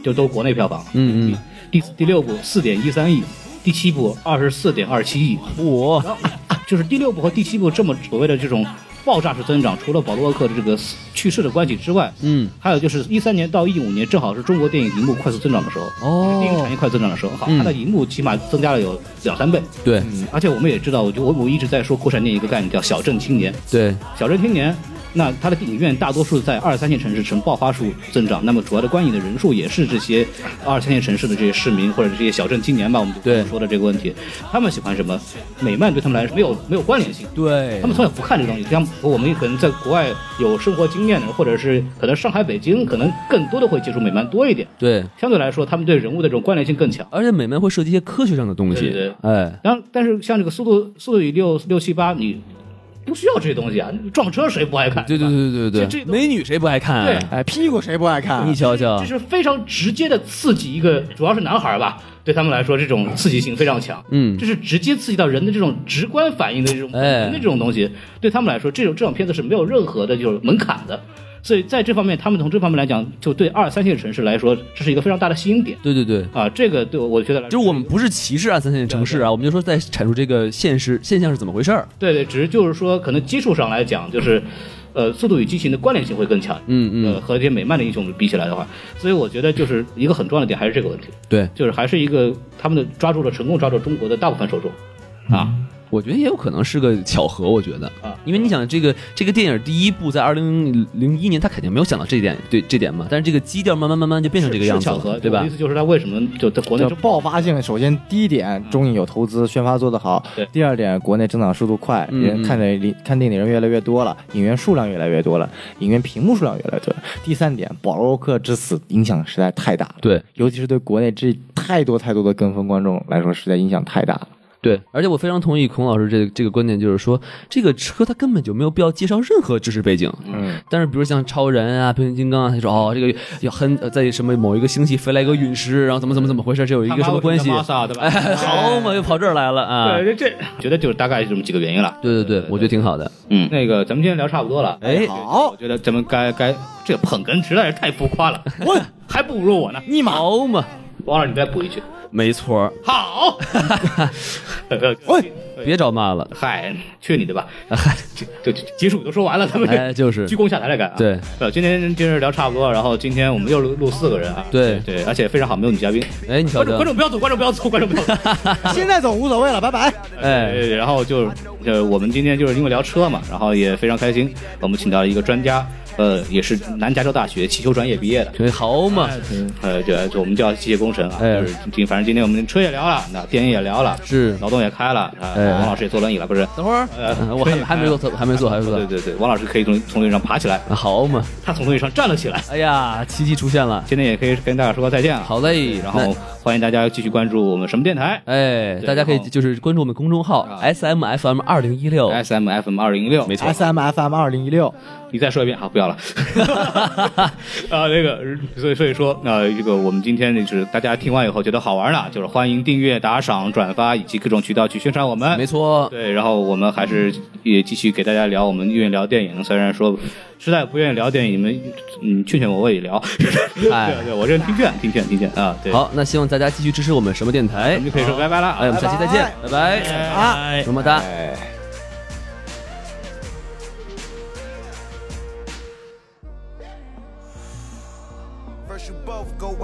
Speaker 2: 就都国内票房，
Speaker 3: 嗯
Speaker 2: 第第六部四点一三亿，第七部二十四点二七亿，
Speaker 3: 嗯，嚯，
Speaker 2: 就是第六部和第七部这么所谓的这种爆炸式增长，除了保罗沃克的这个去世的关系之外，
Speaker 3: 嗯，
Speaker 2: 还有就是一三年到一五年，正好是中国电影荧幕快速增长的时候，
Speaker 3: 哦
Speaker 2: 电影产业快速增长的时候，好，
Speaker 3: 嗯
Speaker 2: 它的荧幕起码增加了有两三倍。
Speaker 3: 对
Speaker 2: 嗯，而且我们也知道，我就我我一直在说国产电影一个概念叫小镇青年，
Speaker 3: 对，
Speaker 2: 小镇青年。那它的电影院大多数在二三线城市呈爆发数增长，那么主要的观影的人数也是这些二三线城市的这些市民或者这些小镇青年吧，我们
Speaker 3: 对
Speaker 2: 说的这个问题，他们喜欢什么？美漫对他们来说没有没有关联性，
Speaker 3: 对
Speaker 2: 他们从小不看这东西，像我们可能在国外有生活经验的，或者是可能上海、北京，可能更多的会接触美漫多一点。
Speaker 3: 对，
Speaker 2: 相对来说，他们对人物的这种关联性更强。
Speaker 3: 而且美漫会涉及一些科学上的东西。
Speaker 2: 对对
Speaker 3: 哎，
Speaker 2: 然后，但是像这个速度速度与六六七八，你不需要这些东西啊，撞车谁不爱看？
Speaker 3: 对对
Speaker 2: 吧
Speaker 3: 对对对
Speaker 2: 这这
Speaker 3: 对，
Speaker 2: 都
Speaker 3: 美女谁不爱看啊？
Speaker 4: 哎，屁股谁不爱看
Speaker 3: 你瞧瞧
Speaker 2: 这，是非常直接的刺激一个，主要是男孩儿吧，对他们来说这种刺激性非常强。
Speaker 3: 嗯
Speaker 2: 这是直接刺激到人的这种直观反应的这种
Speaker 3: 哎
Speaker 2: 人的这种东西，对他们来说，这种这种片子是没有任何的就是门槛的。所以在这方面，他们从这方面来讲，就对二三线城市来说，这是一个非常大的吸引点
Speaker 3: 对对对。
Speaker 2: 啊。这个对我我觉得来说
Speaker 3: 就是我们不是歧视二三线城市啊，我们就说在阐述这个现实现象是怎么回事儿。
Speaker 2: 对对，只是就是说，可能基础上来讲，就是，呃，《速度与激情》的关联性会更强。
Speaker 3: 嗯嗯
Speaker 2: 呃，和一些美漫的英雄比起来的话，所以我觉得就是一个很重要的点还是这个问题。
Speaker 3: 对，
Speaker 2: 就是还是一个他们的抓住了成功抓住中国的大部分受众
Speaker 3: 嗯
Speaker 2: 啊，
Speaker 3: 我觉得也有可能是个巧合，我觉得
Speaker 2: 啊
Speaker 3: 因为你想这个这个电影第一部在二零零一年，他肯定没有想到这一点，对这点嘛，但是这个基调慢慢慢慢就变成这个样
Speaker 2: 是
Speaker 3: 子
Speaker 2: 巧
Speaker 3: 了，
Speaker 2: 合，
Speaker 3: 对
Speaker 2: 我
Speaker 3: 吧
Speaker 2: 的意？思就是他为什么就在国内
Speaker 4: 就嗯
Speaker 2: 这么
Speaker 4: 爆发性，首先第一点，中影有投资，宣发做得好
Speaker 2: 对；
Speaker 4: 第二点，国内增长速度快，
Speaker 3: 嗯
Speaker 4: 人看的离看电影的人越来越多了，影院数量越来越多了，影院屏幕数量越来越多了。第三点，保罗沃克之死影响实在太大了，
Speaker 3: 对
Speaker 4: 尤其是对国内这太多太多的跟风观众来说，实在影响太大了。
Speaker 3: 对，而且我非常同意孔老师这这个观点，就是说这个车它根本就没有必要介绍任何知识背景。
Speaker 4: 嗯，
Speaker 3: 但是，比如像超人啊、变形金刚啊，他说哦，这个要很呃在什么某一个星系飞来一个陨石，然后怎么怎么怎么回事，这有一个什么 关系
Speaker 2: 他？妈为什么叫 Masa，对吧？
Speaker 3: 哎， 好嘛，又跑这儿来了啊！
Speaker 2: 对，这这觉得就是大概是这么几个原因了。
Speaker 3: 对对对，我觉得挺好的。
Speaker 2: 嗯，那个咱们今天聊差不多了，
Speaker 3: 哎，
Speaker 2: 好，我觉得咱 们该该这个捧哏实在是太浮夸了，我还不如我呢。
Speaker 3: 你毛嘛，
Speaker 2: 王老师，你再补一句。
Speaker 3: 没错儿，
Speaker 2: 好，
Speaker 3: 喂， 别找骂了，
Speaker 2: 嗨，去你的吧！ 嗨，就就结束都说完了，咱们
Speaker 3: 哎，就是
Speaker 2: 鞠躬下台来干、啊。
Speaker 3: 对，
Speaker 2: 呃，今天今日聊差不多，然后今天我们又录录四个人啊。
Speaker 3: 对
Speaker 2: 对，而且非常好，没有女嘉宾。
Speaker 3: 哎，你瞧
Speaker 2: 观众 观，众不要
Speaker 3: 瞧
Speaker 2: 走，观众不要走，观众不要 走。
Speaker 4: 现在走无所谓了，拜拜。
Speaker 3: 哎
Speaker 2: 对，然后就是呃，我们今天就是因为聊车嘛，然后也非常开心，我们请到了一个专家，呃，也是南加州大学汽修专业毕业的。
Speaker 3: 这好嘛，
Speaker 2: 呃，对，就我们叫机械工程啊，
Speaker 3: 哎
Speaker 2: 就是今反正今天我们车也聊了，那电影也聊了，
Speaker 3: 是
Speaker 2: 脑洞也开了啊，
Speaker 3: 哎
Speaker 2: 王老师也坐轮椅了，不是？
Speaker 3: 等会儿
Speaker 2: 呃
Speaker 3: 嗯我
Speaker 2: 可以
Speaker 3: 还还没做，还没做，还没做
Speaker 2: 对，对对，王老师可以从从轮椅上爬起来，
Speaker 3: 啊好嘛，
Speaker 2: 他从轮椅上站了起来。
Speaker 3: 哎呀，奇迹出现了，
Speaker 2: 今天也可以跟大家说个再见啊。
Speaker 3: 好嘞，
Speaker 2: 然后欢迎大家继续关注我们什么电台
Speaker 3: 那哎，
Speaker 2: 对
Speaker 3: 大家可以
Speaker 2: 然后
Speaker 3: 就是关注我们公众号
Speaker 2: 啊哎
Speaker 3: S M F M 二零一六，
Speaker 2: ，S M F M 二零一六，没
Speaker 4: S M F M 二零一六，
Speaker 2: 你再说一遍，好，不要了。 啊，那个，所以所以说，呃，这个我们今天就是大家听完以后觉得好玩了，就是欢迎订阅、打赏、转发以及各种渠道去宣传我们。
Speaker 3: 没错，
Speaker 2: 对，然后我们还是也继续给大家聊我们愿意聊电影，虽然说实在不愿意聊电影，你们嗯劝劝我我也聊。
Speaker 3: 哎
Speaker 2: 对对，我这人听劝，听劝，听劝啊。对，，
Speaker 3: 好，那希望大家继续支持我们什么电
Speaker 2: 我
Speaker 3: 台
Speaker 2: 们，就可以说拜拜了啊
Speaker 3: 哎，我。们下期再见，拜拜，
Speaker 4: 啊，
Speaker 3: 么么哒。
Speaker 4: 哎。
Speaker 5: First you both go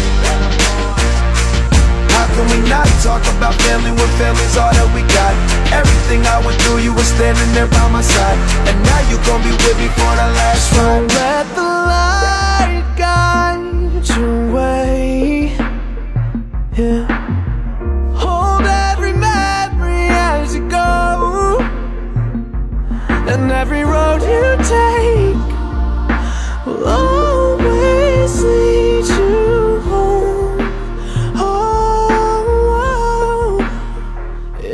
Speaker 5: How can we not talk about family when family's all that we got? Everything I went through, you were standing there by my side. And now you gon' be with me for the last ride. So let the light guide your way. Yeah. Hold every memory as you go. And every road you take will always lead you home. Oh,